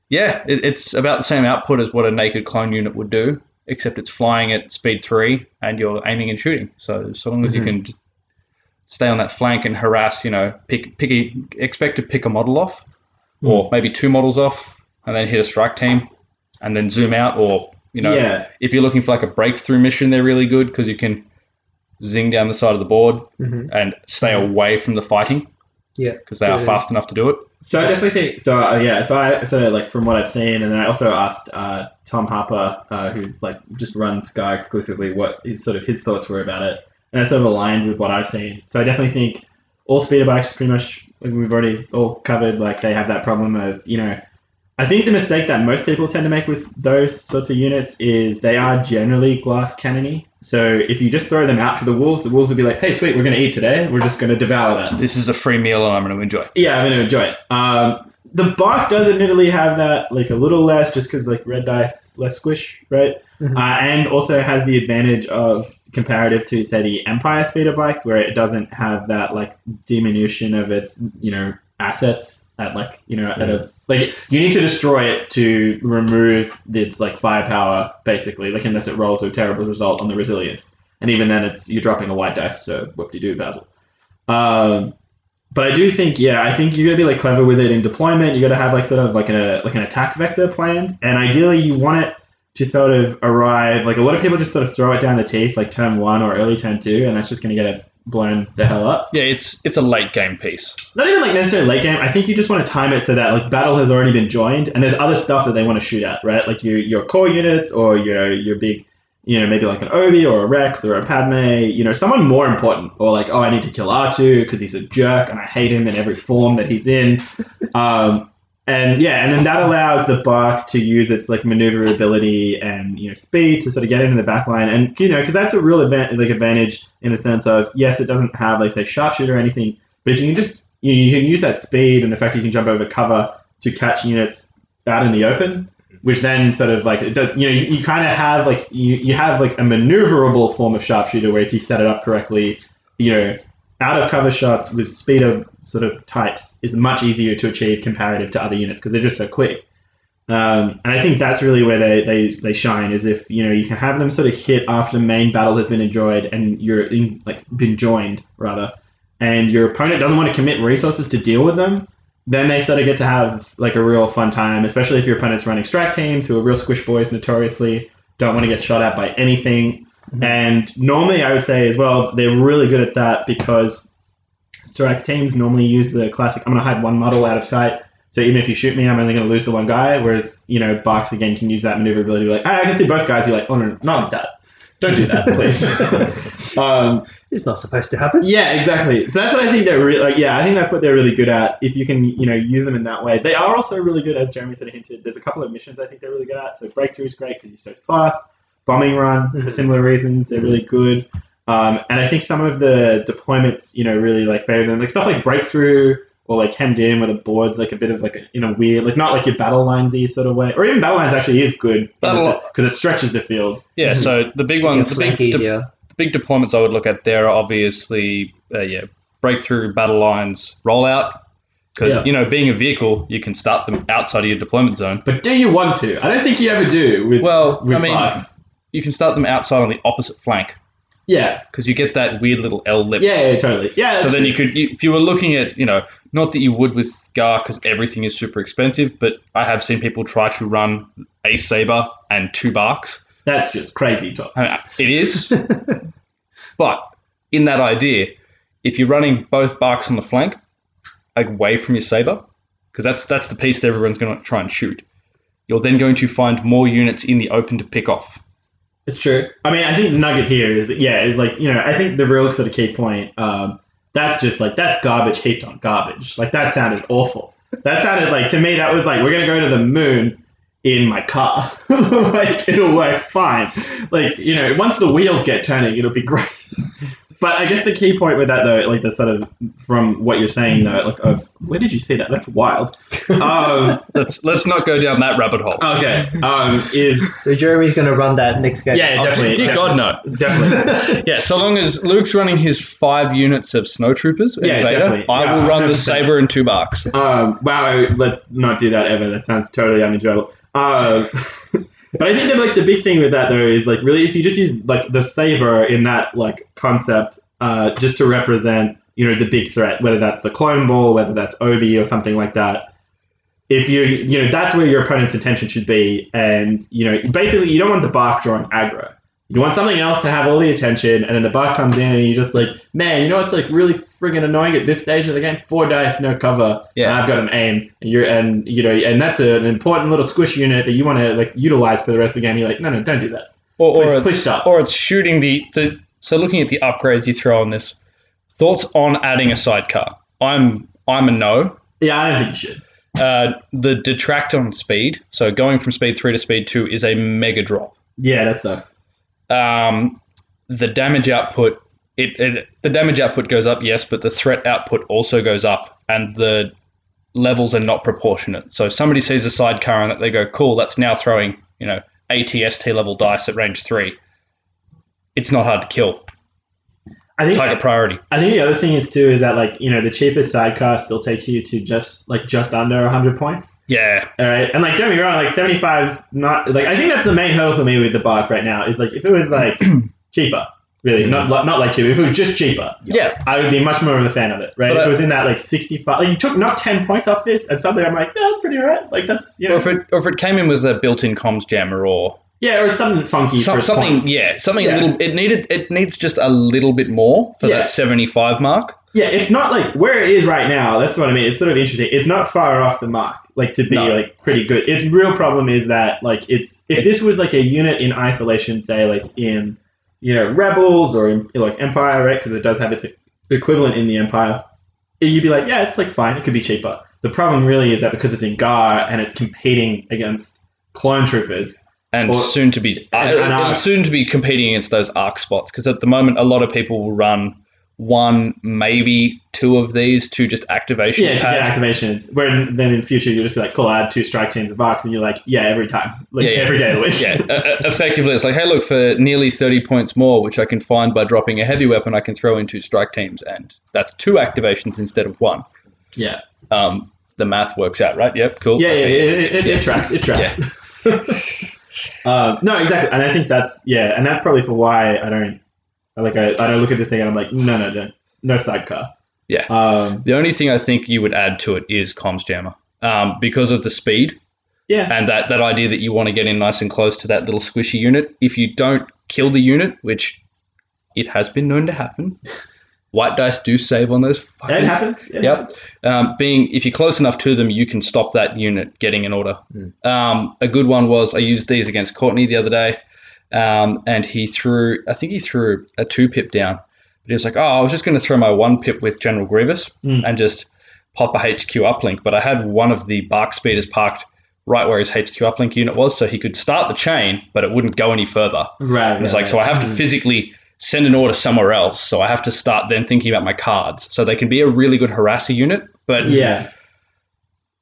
[SPEAKER 5] yeah, it, it's about the same output as what a naked clone unit would do, except it's flying at speed three and you're aiming and shooting. So so long as
[SPEAKER 4] Mm-hmm.
[SPEAKER 5] you can just stay on that flank and harass, you know, pick pick a, expect to pick a model off,
[SPEAKER 4] Mm.
[SPEAKER 5] or maybe two models off, and then hit a strike team, and then zoom out, or you know,
[SPEAKER 6] Yeah.
[SPEAKER 5] if you're looking for like a breakthrough mission, they're really good because you can zing down the side of the board and stay away from the fighting
[SPEAKER 4] Mm-hmm. Yeah.
[SPEAKER 5] because they are
[SPEAKER 4] Yeah.
[SPEAKER 5] fast enough to do it.
[SPEAKER 6] So I definitely think so. Uh, yeah. So I so like from what I've seen, and then I also asked uh, Tom Harper, uh, who like just runs Sky exclusively, what his sort of his thoughts were about it, and that sort of aligned with what I've seen. So I definitely think all speeder bikes pretty much like we've already all covered. Like they have that problem of you know, I think the mistake that most people tend to make with those sorts of units is they are generally glass cannony. So if you just throw them out to the wolves, the wolves will be like, hey, sweet, we're going to eat today. We're just going to devour that.
[SPEAKER 5] This is a free meal and I'm going to enjoy.
[SPEAKER 6] Yeah, I'm going to enjoy it. Um, the bark does admittedly have that, like a little less, just because like red dice less squish, right?
[SPEAKER 4] Mhm.
[SPEAKER 6] Uh, and also has the advantage of comparative to say the Empire speeder bikes, where it doesn't have that like diminution of its you know assets at like you know at a like you need to destroy it to remove its like firepower basically, like unless it rolls a terrible result on the resilience, and even then it's you're dropping a white dice, so whoop de doo, Basil. Um, but I do think, yeah, I think you gotta be like clever with it in deployment. You gotta have like sort of like a like an attack vector planned, and ideally you want it to sort of arrive. Like a lot of people just sort of throw it down the teeth, like turn one or early turn two, and that's just gonna get it blown the hell up.
[SPEAKER 5] Yeah, it's it's a late game piece.
[SPEAKER 6] Not even like necessarily late game. I think you just want to time it so that like battle has already been joined, and there's other stuff that they want to shoot at, right? Like your your core units or your your big, you know, maybe like an Obi or a Rex or a Padme, you know, someone more important, or like oh I need to kill R2 because he's a jerk and I hate him in every form that he's in, um, and yeah, and then that allows the bark to use its like maneuverability and you know speed to sort of get into the back line, and you know because that's a real advan like advantage in the sense of yes it doesn't have like say sharpshooter or anything. But if you can just you, you can use that speed and the fact you can jump over cover to catch units out in the open, which then sort of like it does- you know you, you kind of have like you, you have like a maneuverable form of sharpshooter where if you set it up correctly, you know out of cover shots with speed of sort of types is much easier to achieve comparative to other units because they're just so quick. Um, and I think that's really where they, they, they shine is if you know you can have them sort of hit after the main battle has been enjoyed and you're in, like been joined rather and your opponent doesn't want to commit resources to deal with them, then they sort of get to have like a real fun time, especially if your opponent's running strike teams who are real squish boys notoriously, don't want to get shot at by anything. And normally I would say as well, they're really good at that because strike teams normally use the classic I'm gonna hide one model out of sight. So even if you shoot me, I'm only gonna lose the one guy. Whereas, you know, Barks again can use that maneuverability, like, "Ah, I can see both guys, you're like, oh no, no, not like that. Don't do that, please. um,
[SPEAKER 4] It's not supposed to happen.
[SPEAKER 6] yeah, exactly. So that's what I think they're really like. Yeah, I think that's what they're really good at. If you can, you know, use them in that way, they are also really good. As Jeremy sort of hinted, there's a couple of missions I think they're really good at. So breakthrough is great because you search fast. Bombing run for
[SPEAKER 4] Mhm.
[SPEAKER 6] similar reasons, they're really good. Um, and I think some of the deployments, you know, really like favor them. Like stuff like breakthrough or like hemmed in, where the board's like a bit of like a, in a weird, like not like your battle linesy sort of way, or even battle lines actually is good
[SPEAKER 5] Battle-
[SPEAKER 6] because it stretches the field.
[SPEAKER 5] Yeah, so the big one,
[SPEAKER 4] You
[SPEAKER 5] the
[SPEAKER 4] can
[SPEAKER 5] big,
[SPEAKER 4] flank
[SPEAKER 5] de-
[SPEAKER 4] easier.
[SPEAKER 5] the big deployments I would look at there are obviously uh, yeah breakthrough battle lines rollout because
[SPEAKER 6] Yeah.
[SPEAKER 5] you know being a vehicle you can start them outside of your deployment zone.
[SPEAKER 6] But do you want to? I don't think you ever do with
[SPEAKER 5] Well,
[SPEAKER 6] with
[SPEAKER 5] I mean,
[SPEAKER 6] bikes.
[SPEAKER 5] you can start them outside on the opposite flank
[SPEAKER 6] yeah,
[SPEAKER 5] because you get that weird little L lip.
[SPEAKER 6] yeah, yeah, totally. Yeah.
[SPEAKER 5] So then you could, you- if you were looking at, you know, not that you would with Gar because everything is super expensive, but I have seen people try to run a saber and two barks.
[SPEAKER 6] that's just crazy talk.
[SPEAKER 5] I mean, it is, but in that idea, if you're running both barks on the flank, like away from your saber, because that's that's the piece that everyone's going to try and shoot. You're then going to find more units in the open to pick off.
[SPEAKER 6] It's true. I mean, I think the nugget here is yeah, is like you know, I think the real sort of key point. Um, that's just like that's garbage heaped on garbage. Like that sounded awful. That sounded like to me that was like we're gonna go to the moon in my car. like it'll work fine. Like you know, once the wheels get turning, it'll be great. But I guess the key point with that, though, like the sort of from what you're saying, though, like of where did you see that? That's wild. Um,
[SPEAKER 5] Let's let's not go down that rabbit hole.
[SPEAKER 6] okay, um, is
[SPEAKER 4] So Jeremy's going to run that next game.
[SPEAKER 6] yeah,
[SPEAKER 5] Oh,
[SPEAKER 6] definitely.
[SPEAKER 5] dear- dear God, no.
[SPEAKER 6] definitely.
[SPEAKER 5] Yeah, so long as Luke's running his five units of snowtroopers,
[SPEAKER 6] Yeah,
[SPEAKER 5] Invader,
[SPEAKER 6] definitely.
[SPEAKER 5] I
[SPEAKER 6] Yeah,
[SPEAKER 5] will run the
[SPEAKER 6] 100%.
[SPEAKER 5] saber and two barks.
[SPEAKER 6] Um, wow, let's not do that ever. That sounds totally unenjoyable. Um, but I think that like the big thing with that though is like really if you just use like the saber in that like concept uh, just to represent you know the big threat, whether that's the clone ball, whether that's Obi or something like that. If you you know that's where your opponent's attention should be, and you know basically you don't want the bark drawing aggro. You want something else to have all the attention, and then the bark comes in, and you're just like, man, you know what's like really friggin' annoying at this stage of the game? Four dice, no cover.
[SPEAKER 5] Yeah.
[SPEAKER 6] and I've got an aim. And you're and you know, and that's a, an important little squish unit that you want to like utilize for the rest of the game. You're like, no, no, don't do that.
[SPEAKER 5] Or, or,
[SPEAKER 6] Please-
[SPEAKER 5] it's,
[SPEAKER 6] please stop.
[SPEAKER 5] or it's shooting the, the. So looking at the upgrades you throw on this, thoughts on adding a sidecar? I'm I'm a no.
[SPEAKER 6] Yeah, I don't think you should.
[SPEAKER 5] Uh, the detract on speed, so going from speed three to speed two is a mega drop.
[SPEAKER 6] Yeah, that sucks.
[SPEAKER 5] Um, the damage output, it, it the damage output goes up, yes, but the threat output also goes up, and the levels are not proportionate. So if somebody sees a sidecar and that they go, cool, that's now throwing, you know, ATST level dice at range three. It's not hard to kill.
[SPEAKER 6] I think
[SPEAKER 5] Target priority.
[SPEAKER 6] I think the other thing is too is that like you know the cheapest sidecar still takes you to just like just under hundred points.
[SPEAKER 5] Yeah.
[SPEAKER 6] All right, and like don't be wrong, like seventy five's not like I think that's the main hurdle for me with the bark right now is like if it was like cheaper, really not like- not like cheaper, if it was just cheaper,
[SPEAKER 5] Yeah.
[SPEAKER 6] I would be much more of a fan of it, right?
[SPEAKER 5] But
[SPEAKER 6] if
[SPEAKER 5] I-
[SPEAKER 6] it was in that like 65, like you took not 10 points off this, and suddenly I'm like, yeah, that's pretty alright. Like that's you
[SPEAKER 5] Or
[SPEAKER 6] know,
[SPEAKER 5] if it or if it came in with a built-in comms jammer or
[SPEAKER 6] yeah, or something funky
[SPEAKER 5] some-
[SPEAKER 6] for its
[SPEAKER 5] something,
[SPEAKER 6] points.
[SPEAKER 5] yeah, something
[SPEAKER 6] Yeah.
[SPEAKER 5] a little. It needed it needs just a little bit more for
[SPEAKER 6] Yeah.
[SPEAKER 5] that seventy-five mark.
[SPEAKER 6] yeah. It's not like where it is right now. That's what I mean. It's sort of interesting. It's not far off the mark, like to be
[SPEAKER 5] No.
[SPEAKER 6] like pretty good. Its real problem is that like it's if this was like a unit in isolation, say like in you know rebels or in like empire, right? Because it does have its equivalent in the empire. you'd be like, yeah, it's like fine, it could be cheaper. The problem really is that because it's in Gar and it's competing against clone troopers.
[SPEAKER 5] and
[SPEAKER 6] Or-
[SPEAKER 5] soon to be
[SPEAKER 6] and-
[SPEAKER 5] it'll-
[SPEAKER 6] and
[SPEAKER 5] it'll
[SPEAKER 6] arcs.
[SPEAKER 5] soon to be competing against those arc spots because at the moment a lot of people will run one maybe two of these to just activation
[SPEAKER 6] Yeah, to get
[SPEAKER 5] pad.
[SPEAKER 6] activations. Where in- then in future you'll just be like, cool, I add two strike teams of box, and you're like, yeah, every time, like
[SPEAKER 5] Yeah, yeah.
[SPEAKER 6] every day of the week.
[SPEAKER 5] yeah, e- e- effectively, it's like, hey, look, for nearly 30 points more, which I can find by dropping a heavy weapon, I can throw into strike teams, and that's two activations instead of one.
[SPEAKER 6] Yeah.
[SPEAKER 5] Um, the math works out, right? Yep, cool.
[SPEAKER 6] yeah, yeah,
[SPEAKER 5] Okay.
[SPEAKER 6] it, it, it, it tracks. It tracks. um, no, exactly, and I think that's yeah, and that's probably for why I don't like I, I don't look at this thing and I'm like, no, no, no, no sidecar.
[SPEAKER 5] Yeah.
[SPEAKER 6] Um,
[SPEAKER 5] The only thing I think you would add to it is comms jammer um, because of the speed.
[SPEAKER 6] yeah.
[SPEAKER 5] and that, that idea that you want to get in nice and close to that little squishy unit. If you don't kill the unit, which it has been known to happen, white dice do save on those. Fucking,
[SPEAKER 6] It happens. It
[SPEAKER 5] Yep. Um, being if you're close enough to them, you can stop that unit getting an order. Um, a good one was I used these against Courtney the other day. um, and he threw. I think he threw a two pip down, but he was like, "Oh, I was just going to throw my one pip with General Grievous
[SPEAKER 6] Mm.
[SPEAKER 5] and just pop a HQ uplink." But I had one of the bark speeders parked right where his HQ uplink unit was, so he could start the chain, but it wouldn't go any further.
[SPEAKER 6] Right.
[SPEAKER 5] It was like, so I have
[SPEAKER 6] Mm.
[SPEAKER 5] to physically send an order somewhere else. So I have to start then thinking about my cards. So they can be a really good harasser unit, but
[SPEAKER 6] Yeah.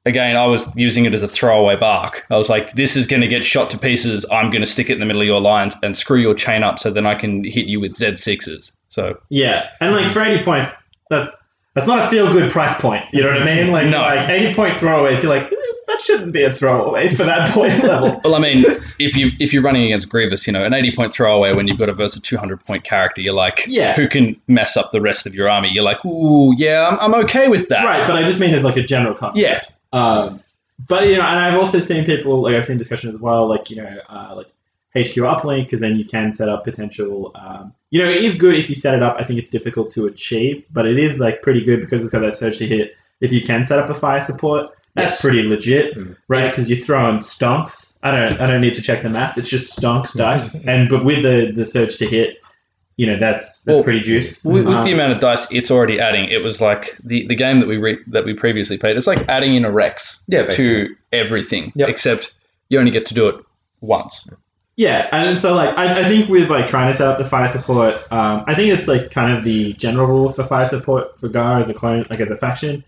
[SPEAKER 5] again, I was using it as a throwaway bark. I was like, this is going to get shot to pieces. I'm going to stick it in the middle of your lines and screw your chain up so then I can hit you with Z6s. So
[SPEAKER 6] Yeah, and like for eighty points, that's that's not a feel good price point. You know what I mean? Like
[SPEAKER 5] No.
[SPEAKER 6] like eighty point throwaways. You're like eh, that shouldn't be a throwaway for that point level.
[SPEAKER 5] Well, I mean, if you if you're running against Grievous, you know, an 80 point throwaway when you've got a versus 200 point character, you're like,
[SPEAKER 6] Yeah.
[SPEAKER 5] who can mess up the rest of your army? You're like, ooh, yeah, I'm, I'm okay with that.
[SPEAKER 6] right, but I just mean as like a general concept.
[SPEAKER 5] Yeah.
[SPEAKER 6] Um, but you know, and I've also seen people like I've seen discussion as well, like you know, uh, like HQ uplink because then you can set up potential. Um, you know, it is good if you set it up. I think it's difficult to achieve, but it is like pretty good because it's got that surge to hit. If you can set up a fire support, that's
[SPEAKER 5] Yes. Mm-hmm.
[SPEAKER 6] pretty legit,
[SPEAKER 7] Mm.
[SPEAKER 6] right? Because you're throwing stonks. I don't, I don't need to check the math. It's just stonks dice, and but with the the surge to hit, you know, that's that's
[SPEAKER 5] Well,
[SPEAKER 6] pretty juice.
[SPEAKER 5] With, with the
[SPEAKER 6] Um,
[SPEAKER 5] amount of dice it's already adding, it was like the, the game that we re- that we previously played. It's like adding in a Rex
[SPEAKER 7] Yeah, basically.
[SPEAKER 5] to everything,
[SPEAKER 7] Yep.
[SPEAKER 5] except you only get to do it once.
[SPEAKER 6] Yeah, and then so like I, I think with like trying to set up the fire support, um, I think it's like kind of the general rule for fire support for Gara as a clone, like as a faction.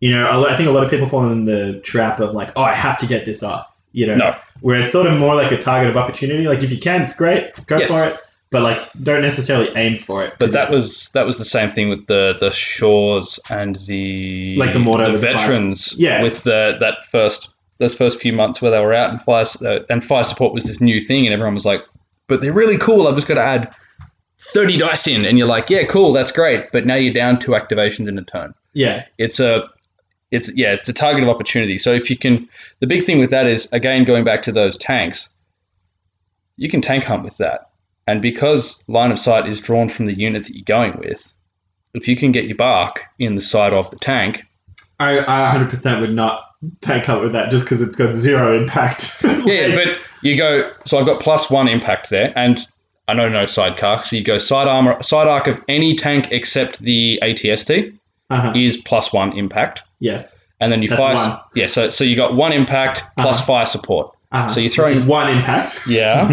[SPEAKER 6] You know, a lot, I think a lot of people fall in the trap of like, oh, I have to get this off. You know,
[SPEAKER 5] No.
[SPEAKER 6] where it's sort of more like a target of opportunity. Like if you can, it's great, go
[SPEAKER 5] Yes.
[SPEAKER 6] for it. But like, don't necessarily aim for it.
[SPEAKER 5] But that was that was the same thing with the the Shores and the
[SPEAKER 6] Like the Mortar with the fire-
[SPEAKER 5] veterans.
[SPEAKER 6] Yeah.
[SPEAKER 5] with the that first those first few months where they were out and fire s- uh, and fire support was this new thing, and everyone was like, "But they're really cool. I've just got to add thirty dice in," and you're like, "Yeah, cool, that's great." But now you're down two activations in a turn.
[SPEAKER 6] yeah,
[SPEAKER 5] it's a it's yeah it's a target of opportunity so if you can the big thing with that is again going back to those tanks you can tank hunt with that and because line of sight is drawn from the unit that you're going with if you can get your bark in the side of the tank
[SPEAKER 6] I I 100 percent would not take up with that just because it's got zero impact.
[SPEAKER 5] yeah,
[SPEAKER 6] Like,
[SPEAKER 5] but you go so i've got plus one impact there and i know no sidecar so you go side armor side arc of any tank except the atst
[SPEAKER 6] uh-huh.
[SPEAKER 5] is plus one impact
[SPEAKER 6] yes,
[SPEAKER 5] and then you
[SPEAKER 6] That's
[SPEAKER 5] fire
[SPEAKER 6] one.
[SPEAKER 5] yeah so so you got one impact plus
[SPEAKER 6] Uh-huh.
[SPEAKER 5] fire support
[SPEAKER 6] uh-huh.
[SPEAKER 5] So you're
[SPEAKER 6] Which is
[SPEAKER 5] throwing- Uh,
[SPEAKER 6] one impact.
[SPEAKER 5] yeah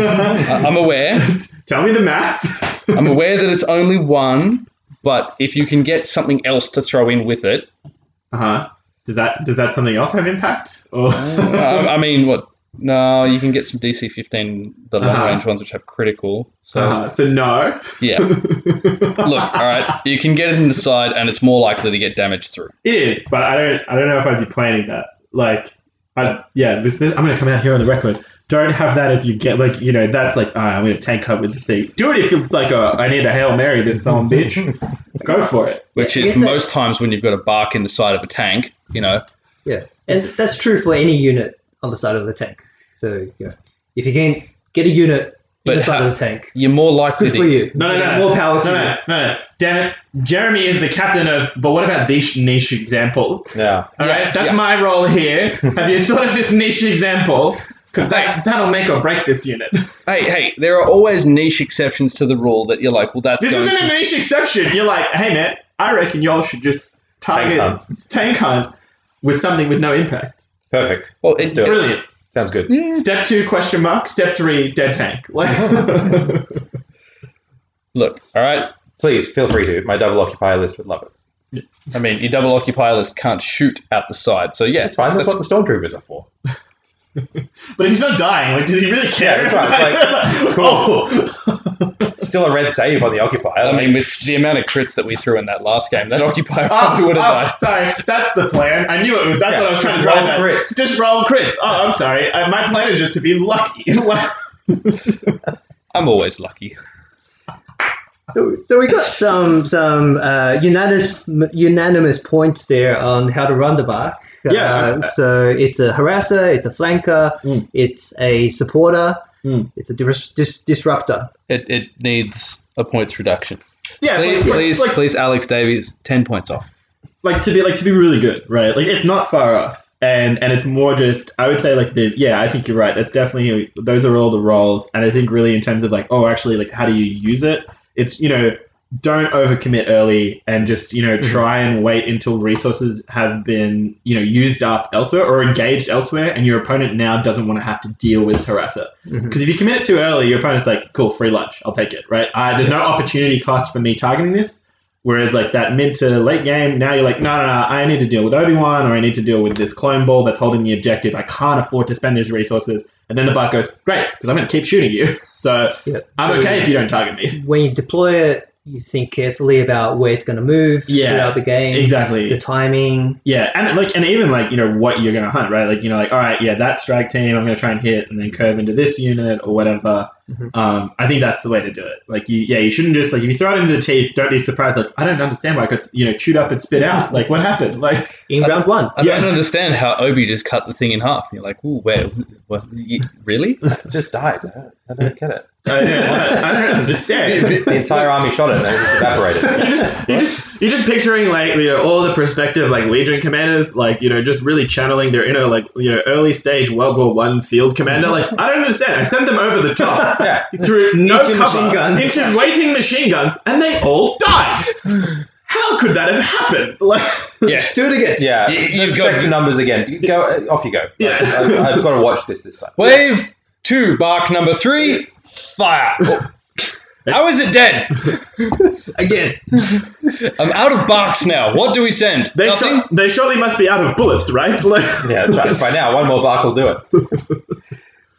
[SPEAKER 5] I- I'm aware.
[SPEAKER 6] Tell me the math.
[SPEAKER 5] I'm aware that it's only one, but if you can get something else to throw in with it,
[SPEAKER 6] Uh huh. Does that does that something else have impact? Or
[SPEAKER 5] uh, I mean, what? No, you can get some DC 15, the long
[SPEAKER 6] Uh-huh.
[SPEAKER 5] range ones, which have critical. So,
[SPEAKER 6] Uh-huh, so no.
[SPEAKER 5] yeah. Look, all right, you can get it in the side, and it's more likely to get damage through.
[SPEAKER 6] It is, but I don't I don't know if I'd be planning that. Like, I yeah, this, this I'm gonna come out here on the record. Don't have that as you get like you know that's like "Ah, I'm gonna tank up with the thing. Do it if it's like a I need a hail mary this some bitch. Go for it.
[SPEAKER 5] Which
[SPEAKER 4] Yeah, I
[SPEAKER 5] is
[SPEAKER 4] guess that-
[SPEAKER 5] most times when you've got a bark in the side of a tank, you know.
[SPEAKER 4] And that's true for any unit on the side of the tank. So you know, if you can get a unit
[SPEAKER 5] But
[SPEAKER 4] on the side
[SPEAKER 5] how-
[SPEAKER 4] of the tank,
[SPEAKER 5] You're more likely
[SPEAKER 4] good
[SPEAKER 5] to.
[SPEAKER 4] for you.
[SPEAKER 6] No, no,
[SPEAKER 4] You
[SPEAKER 6] no,
[SPEAKER 4] got
[SPEAKER 6] no.
[SPEAKER 4] More power to
[SPEAKER 6] No,
[SPEAKER 4] you.
[SPEAKER 6] no, no, no. Damn it. Jeremy is the captain of. But what about this niche example?
[SPEAKER 7] Yeah.
[SPEAKER 6] All right, that's
[SPEAKER 5] yeah.
[SPEAKER 6] my role here. Have you thought of this niche example? Because that, that'll make or break this unit.
[SPEAKER 5] Hey, hey, there are always niche exceptions to the rule that you're like, well, that's
[SPEAKER 6] This
[SPEAKER 5] going
[SPEAKER 6] isn't
[SPEAKER 5] to.
[SPEAKER 6] a niche exception. You're like, hey, man, I reckon y'all should just target
[SPEAKER 7] Tank
[SPEAKER 6] tank hunt,
[SPEAKER 7] hunt.
[SPEAKER 6] with something with no impact.
[SPEAKER 7] Perfect.
[SPEAKER 5] well, it,
[SPEAKER 7] Do it.
[SPEAKER 6] Brilliant.
[SPEAKER 7] Sounds good.
[SPEAKER 6] Step two, question mark. Step three, dead tank. Like,
[SPEAKER 5] look, all right,
[SPEAKER 7] Please feel free to. My double occupier list would love it.
[SPEAKER 5] I mean, your double occupier list can't shoot at the side, so yeah,
[SPEAKER 7] It's fine. That's, what the stormtroopers are for.
[SPEAKER 6] but he's not dying. Like, does he really care?
[SPEAKER 7] Yeah, that's right. It's like,
[SPEAKER 6] oh,
[SPEAKER 7] It's still a red save on the occupier.
[SPEAKER 5] I mean, with the amount of crits that we threw in that last game, that occupier
[SPEAKER 6] oh,
[SPEAKER 5] probably would have
[SPEAKER 6] oh, sorry. That's the plan. I knew it was. That's
[SPEAKER 7] Yeah,
[SPEAKER 6] what I was trying to
[SPEAKER 7] just
[SPEAKER 6] drive
[SPEAKER 7] roll
[SPEAKER 6] at.
[SPEAKER 7] crits.
[SPEAKER 6] Just roll crits. Oh, I'm sorry. I, my plan is just to be lucky. Like-
[SPEAKER 5] died. I'm always lucky.
[SPEAKER 4] So, so we got some some uh, unanimous unanimous points there on how to run the bark.
[SPEAKER 6] Yeah.
[SPEAKER 4] Uh, so it's a harasser, it's a flanker,
[SPEAKER 6] Mm.
[SPEAKER 4] it's a supporter,
[SPEAKER 6] Mm.
[SPEAKER 4] it's a dis- dis- disruptor.
[SPEAKER 5] It, it needs a points reduction.
[SPEAKER 6] yeah,
[SPEAKER 5] Please,
[SPEAKER 6] like- like-
[SPEAKER 5] please,
[SPEAKER 6] like,
[SPEAKER 5] please, Alex Davies, ten points off.
[SPEAKER 6] like to be like to be really good, right? Like it's not far off. and and it's more just I would say like the yeah I think you're right. That's definitely those are all the roles, and I think really in terms of like oh actually like how do you use it? It's you know don't overcommit early and just you know try and wait until resources have been you know used up elsewhere or engaged elsewhere, and your opponent now doesn't want to have to deal with harasser.
[SPEAKER 4] Mhm.
[SPEAKER 6] Because if you commit it too early, your opponent's like, cool, free lunch, I'll take it, right? Uh, there's no opportunity cost for me targeting this. Whereas like that mid to late game, now you're like, no, no, no, I need to deal with Obi Wan or I need to deal with this clone ball that's holding the objective. I can't afford to spend these resources. And then the buck goes, great, because I'm going to keep shooting you. So
[SPEAKER 4] Yeah.
[SPEAKER 6] I'm
[SPEAKER 4] So-
[SPEAKER 6] okay if you don't target me.
[SPEAKER 4] When you deploy it, you think carefully about where it's going to move
[SPEAKER 6] Yeah,
[SPEAKER 4] throughout the game, the
[SPEAKER 6] Exactly.
[SPEAKER 4] timing.
[SPEAKER 6] Yeah, and like, and even like, you know, what you're gonna hunt, right? Like, you know, like, all right, yeah, that strike team, I'm gonna try and hit, and then curve into this unit or whatever.
[SPEAKER 4] Mhm.
[SPEAKER 6] Um, I think that's the way to do it. Like, you, yeah, you shouldn't just like if you throw it into the teeth, don't be surprised. Like, I don't understand why I got you know chewed up and spit out. Like, what happened? Like,
[SPEAKER 4] In round one,
[SPEAKER 5] I
[SPEAKER 6] Yeah.
[SPEAKER 5] don't understand how Obi just cut the thing in half. You're like, ooh, where? What, y really?
[SPEAKER 7] just died. I don't, I don't get it.
[SPEAKER 6] I don't, I don't understand.
[SPEAKER 7] The entire army shot it and it just evaporated.
[SPEAKER 6] You're just, you're just, you're just picturing like you know all the perspective like legion commanders like you know just really channeling their inner like you know early stage World War One field commander like I don't understand I sent them over the top
[SPEAKER 7] Yeah.
[SPEAKER 6] through no
[SPEAKER 4] Into
[SPEAKER 6] cover
[SPEAKER 4] machine guns.
[SPEAKER 6] into waiting machine guns and they all died. How could that have happened? Like
[SPEAKER 5] Yeah.
[SPEAKER 4] do it again.
[SPEAKER 7] Yeah,
[SPEAKER 5] You- you've
[SPEAKER 7] let's
[SPEAKER 5] got-
[SPEAKER 7] check the numbers again. Go uh, off, you go. Like,
[SPEAKER 6] Yeah.
[SPEAKER 7] I, I've got to watch this this time.
[SPEAKER 5] Wave two, bark number three, fire. How is it dead?
[SPEAKER 4] Again,
[SPEAKER 5] I'm out of barks now. What do we send?
[SPEAKER 6] they
[SPEAKER 5] Nothing?
[SPEAKER 6] su- they surely must be out of bullets, right? Like
[SPEAKER 7] Yeah, that's right. By now, one more bark will do it.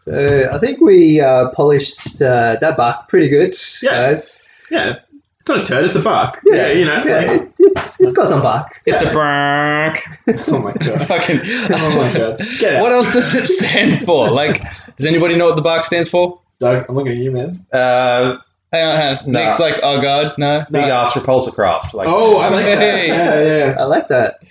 [SPEAKER 4] so I think we uh, polished uh, that bar pretty good,
[SPEAKER 6] Yeah.
[SPEAKER 4] guys.
[SPEAKER 6] yeah, it's not a turd, it's a bark. Yeah, you know.
[SPEAKER 4] Yeah,
[SPEAKER 6] like-
[SPEAKER 4] it, it's, it's got some bark.
[SPEAKER 5] It's a bark.
[SPEAKER 8] Oh my god.
[SPEAKER 5] Fucking.
[SPEAKER 8] Oh my god.
[SPEAKER 6] Get out.
[SPEAKER 5] What else does it stand for? Like, does anybody know what the bark stands for?
[SPEAKER 8] Doug, I'm looking at you, man.
[SPEAKER 7] Uh,
[SPEAKER 5] Hang on, hang on.
[SPEAKER 7] No.
[SPEAKER 5] Nick's like, oh god, no.
[SPEAKER 7] big ass repulsor craft. Like,
[SPEAKER 8] Oh, I like that.
[SPEAKER 5] Hey.
[SPEAKER 6] uh,
[SPEAKER 8] Yeah, yeah.
[SPEAKER 4] I like that.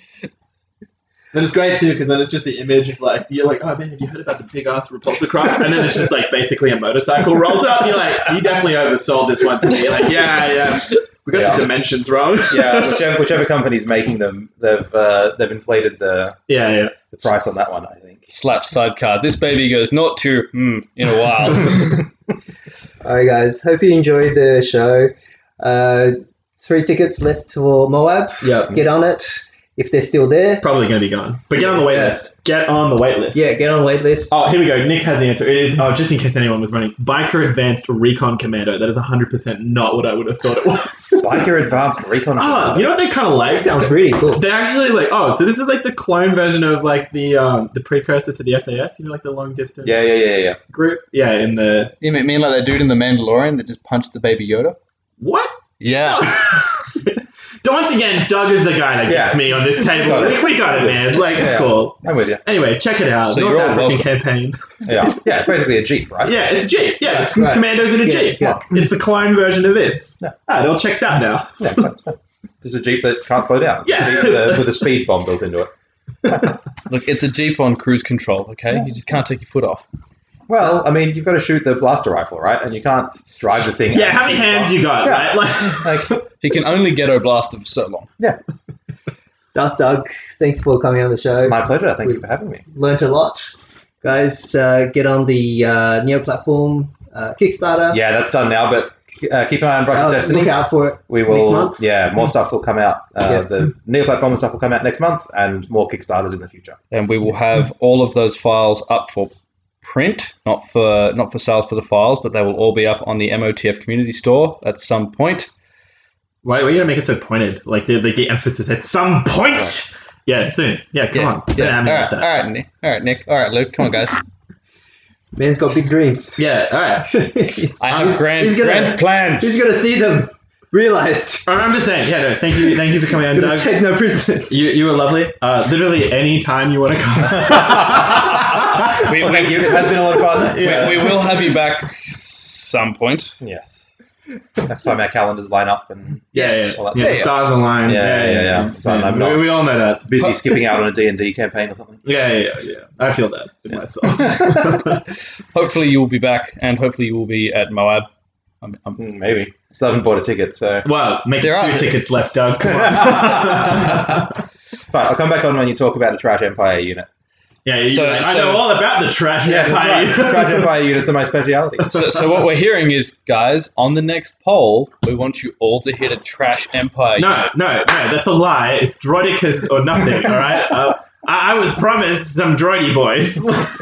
[SPEAKER 6] That is great too, because then it's just the image of like you're like, oh man, have you heard about the big ass repulsor craft? And then it's just like basically a motorcycle rolls up. You're like, you definitely oversold this one to me. You're like, yeah, yeah, we got
[SPEAKER 7] Yeah.
[SPEAKER 6] the dimensions wrong.
[SPEAKER 7] yeah, whichever, whichever company's making them, they've uh, they've inflated the,
[SPEAKER 6] yeah, yeah.
[SPEAKER 7] the price on that one. I think.
[SPEAKER 5] Slap sidecar. This baby goes not to hmm in a while.
[SPEAKER 4] All right, guys. Hope you enjoyed the show. Uh, three tickets left for Moab.
[SPEAKER 6] Yeah.
[SPEAKER 4] Get on it if they're still there.
[SPEAKER 6] Probably gonna be gone, but get on the wait
[SPEAKER 4] Yeah.
[SPEAKER 6] list. Get on the wait list.
[SPEAKER 4] Yeah, get on wait list.
[SPEAKER 6] Oh, here we go. Nick has the answer. It is oh, just in case anyone was running Biker Advanced Recon Commando. That is 100% not what I would have thought it was.
[SPEAKER 7] Biker Advanced Recon.
[SPEAKER 6] oh, you know what they kind of like?
[SPEAKER 4] Sounds really cool.
[SPEAKER 6] They're actually like, oh, so this is like the clone version of like the um, the precursor to the SAS, you know, like the long distance
[SPEAKER 7] yeah, yeah, yeah, yeah.
[SPEAKER 6] group. Yeah, in the
[SPEAKER 5] you mean like that dude in The Mandalorian that just punched the baby Yoda?
[SPEAKER 6] what?
[SPEAKER 5] Yeah.
[SPEAKER 6] Once again, Doug is the guy that gets
[SPEAKER 7] Yeah.
[SPEAKER 6] me on this table.
[SPEAKER 7] Got it.
[SPEAKER 6] We, we got it, man. Like,
[SPEAKER 7] Yeah.
[SPEAKER 6] cool.
[SPEAKER 7] I'm with you.
[SPEAKER 6] Anyway, check it out.
[SPEAKER 5] So
[SPEAKER 6] North
[SPEAKER 5] you're all
[SPEAKER 6] African
[SPEAKER 5] welcome.
[SPEAKER 6] campaign.
[SPEAKER 7] Yeah, yeah. It's basically a jeep, right?
[SPEAKER 6] Yeah, it's a Jeep. Yeah, it's
[SPEAKER 4] Right.
[SPEAKER 6] commandos in a
[SPEAKER 4] Yeah,
[SPEAKER 6] Jeep.
[SPEAKER 4] yeah.
[SPEAKER 6] It's the clone version of this. Ah, it all checks out now.
[SPEAKER 7] yeah it's fine. Just a jeep that can't slow down. It's a
[SPEAKER 6] Yeah.
[SPEAKER 7] Jeep with a, with a speed bomb built into it.
[SPEAKER 5] Look, it's a Jeep on cruise control, okay? You just can't take your foot off.
[SPEAKER 7] Well, I mean, you've got to shoot the blaster rifle, right? And you can't drive the thing.
[SPEAKER 6] Yeah, how many hands you got,
[SPEAKER 7] Yeah.
[SPEAKER 6] right? Like,
[SPEAKER 7] Like,
[SPEAKER 5] He can only ghetto blaster for so long.
[SPEAKER 4] That's Doug. Thanks for coming on the show.
[SPEAKER 7] my pleasure. Thank you for having me.
[SPEAKER 4] Learned a lot, guys. Uh, get on the uh, Neo platform uh, Kickstarter.
[SPEAKER 7] Yeah, that's done now, but uh, keep an eye on Brush
[SPEAKER 4] Uh,
[SPEAKER 7] of Destiny.
[SPEAKER 4] look out for it.
[SPEAKER 7] We will.
[SPEAKER 4] next month.
[SPEAKER 7] Yeah, more stuff will come out. Uh,
[SPEAKER 4] Yeah.
[SPEAKER 7] The Neo platform stuff will come out next month, and more Kickstarters in the future.
[SPEAKER 5] And we will have all of those files up for print, not for not for sales for the files, but they will all be up on the MOTF community store at some point.
[SPEAKER 6] why, why you gotta make it so pointed? Like the, the, the emphasis at some point. Yeah, soon. Yeah, come on. Don't
[SPEAKER 5] yeah.
[SPEAKER 6] have
[SPEAKER 5] All,
[SPEAKER 6] me
[SPEAKER 5] right,
[SPEAKER 6] like that.
[SPEAKER 5] all right, Nick. All right, Nick. All right, Luke. Come on, guys.
[SPEAKER 4] Man's got big dreams.
[SPEAKER 6] Yeah, all right.
[SPEAKER 5] I
[SPEAKER 4] He's-
[SPEAKER 5] have grand
[SPEAKER 4] he's gonna-
[SPEAKER 5] grand plans.
[SPEAKER 4] He's gonna see them realized.
[SPEAKER 6] All right, I'm just saying. Yeah, no, thank you, thank you for coming on,
[SPEAKER 4] He's gonna
[SPEAKER 6] Doug.
[SPEAKER 4] take no prisoners.
[SPEAKER 6] You, you were lovely. Uh, literally any time you want to come.
[SPEAKER 5] we,
[SPEAKER 7] Well, thank
[SPEAKER 5] we,
[SPEAKER 7] you. It has been a lot of fun. It's-
[SPEAKER 5] we, we will have you back some point.
[SPEAKER 7] Yes. Next time our calendars line up and
[SPEAKER 6] yeah, yeah,
[SPEAKER 7] Yes, all that
[SPEAKER 6] yeah,
[SPEAKER 7] stuff.
[SPEAKER 6] the stars align.
[SPEAKER 7] Yeah, yeah, yeah. Fine, I'm
[SPEAKER 6] We,
[SPEAKER 7] not-
[SPEAKER 6] we all know that.
[SPEAKER 7] busy skipping out on a D and D campaign or something.
[SPEAKER 6] Yeah, yeah, yeah. I feel that in myself.
[SPEAKER 5] Hopefully, you will be back, and hopefully, you will be at Moab. I'm, I'm,
[SPEAKER 7] Hmm, Maybe. Still haven't bought a ticket, so.
[SPEAKER 6] wow, make
[SPEAKER 5] There
[SPEAKER 6] it
[SPEAKER 5] are-
[SPEAKER 6] two tickets left, Doug. Come on.
[SPEAKER 7] Fine, I'll come back on when you talk about the Trash Empire unit.
[SPEAKER 6] Yeah, you're
[SPEAKER 5] So-
[SPEAKER 6] like, I
[SPEAKER 5] so-
[SPEAKER 6] know all about the trash
[SPEAKER 7] Yeah,
[SPEAKER 6] empire.
[SPEAKER 7] that's right. Try to identify units are my speciality.
[SPEAKER 5] So, so what we're hearing is, guys, on the next poll, we want you all to hit a trash empire.
[SPEAKER 6] No,
[SPEAKER 5] unit.
[SPEAKER 6] no, no, that's a lie. It's droidicus or nothing, all right? Uh, I, I was promised some droidy boys.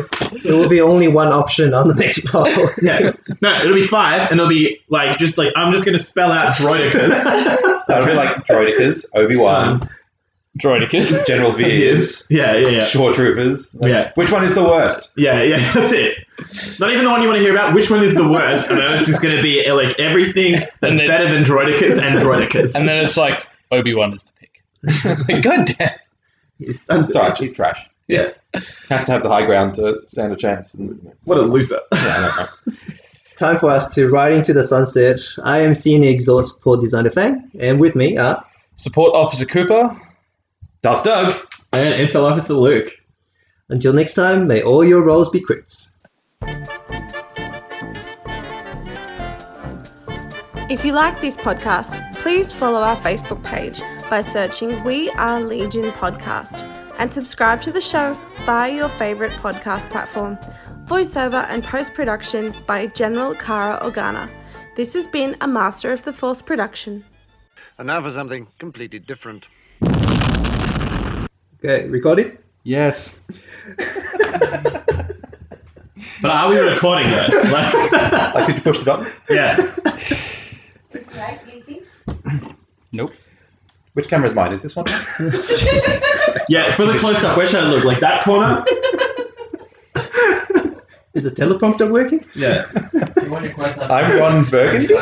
[SPEAKER 4] There will be only one option on the next poll.
[SPEAKER 6] yeah. No, it'll be five, and it'll be like, just like, I'm just going to spell out droidicus.
[SPEAKER 7] That would be like Droidicas, Obi Wan,
[SPEAKER 5] Droidicus.
[SPEAKER 7] General Veers,
[SPEAKER 6] yeah, yeah, yeah.
[SPEAKER 7] Shore Troopers. Like,
[SPEAKER 6] Yeah.
[SPEAKER 7] Which one is the worst?
[SPEAKER 6] Yeah, yeah, that's it. Not even the one you want to hear about. Which one is the worst? And then it's just going to be like everything that's
[SPEAKER 5] And then-
[SPEAKER 6] better than droidicus and droidicus.
[SPEAKER 5] And then it's like, Obi Wan is the pick. like, God damn.
[SPEAKER 6] His
[SPEAKER 7] He's
[SPEAKER 6] son's
[SPEAKER 7] trash. He's trash.
[SPEAKER 6] Yeah.
[SPEAKER 7] Has to have the high ground to stand a chance. And,
[SPEAKER 6] What a loser.
[SPEAKER 7] yeah, I don't know.
[SPEAKER 4] it's time for us to ride into the sunset. I am senior exhaust port designer Fang, and with me are
[SPEAKER 5] Support Officer Cooper.
[SPEAKER 7] Darth Doug.
[SPEAKER 6] And Intel Officer Luke.
[SPEAKER 4] until next time, may all your rolls be crits.
[SPEAKER 1] If you like this podcast, please follow our Facebook page by searching We Are Legion Podcast and subscribe to the show via your favourite podcast platform. Voiceover and post production by General Kara Organa. This has been a Master of the Force production.
[SPEAKER 9] And now for something completely different.
[SPEAKER 4] Okay, recording?
[SPEAKER 7] Yes.
[SPEAKER 6] But are we recording it? Like,
[SPEAKER 7] Like, did you push the button?
[SPEAKER 6] yeah.
[SPEAKER 2] Right, anything?
[SPEAKER 5] Nope.
[SPEAKER 7] Which camera is mine? Is this one?
[SPEAKER 6] Yeah, for the close up, where should I look? Like that corner?
[SPEAKER 4] Is the teleprompter working?
[SPEAKER 6] Yeah.
[SPEAKER 8] You want your close up?
[SPEAKER 7] I'm Ron Burgundy.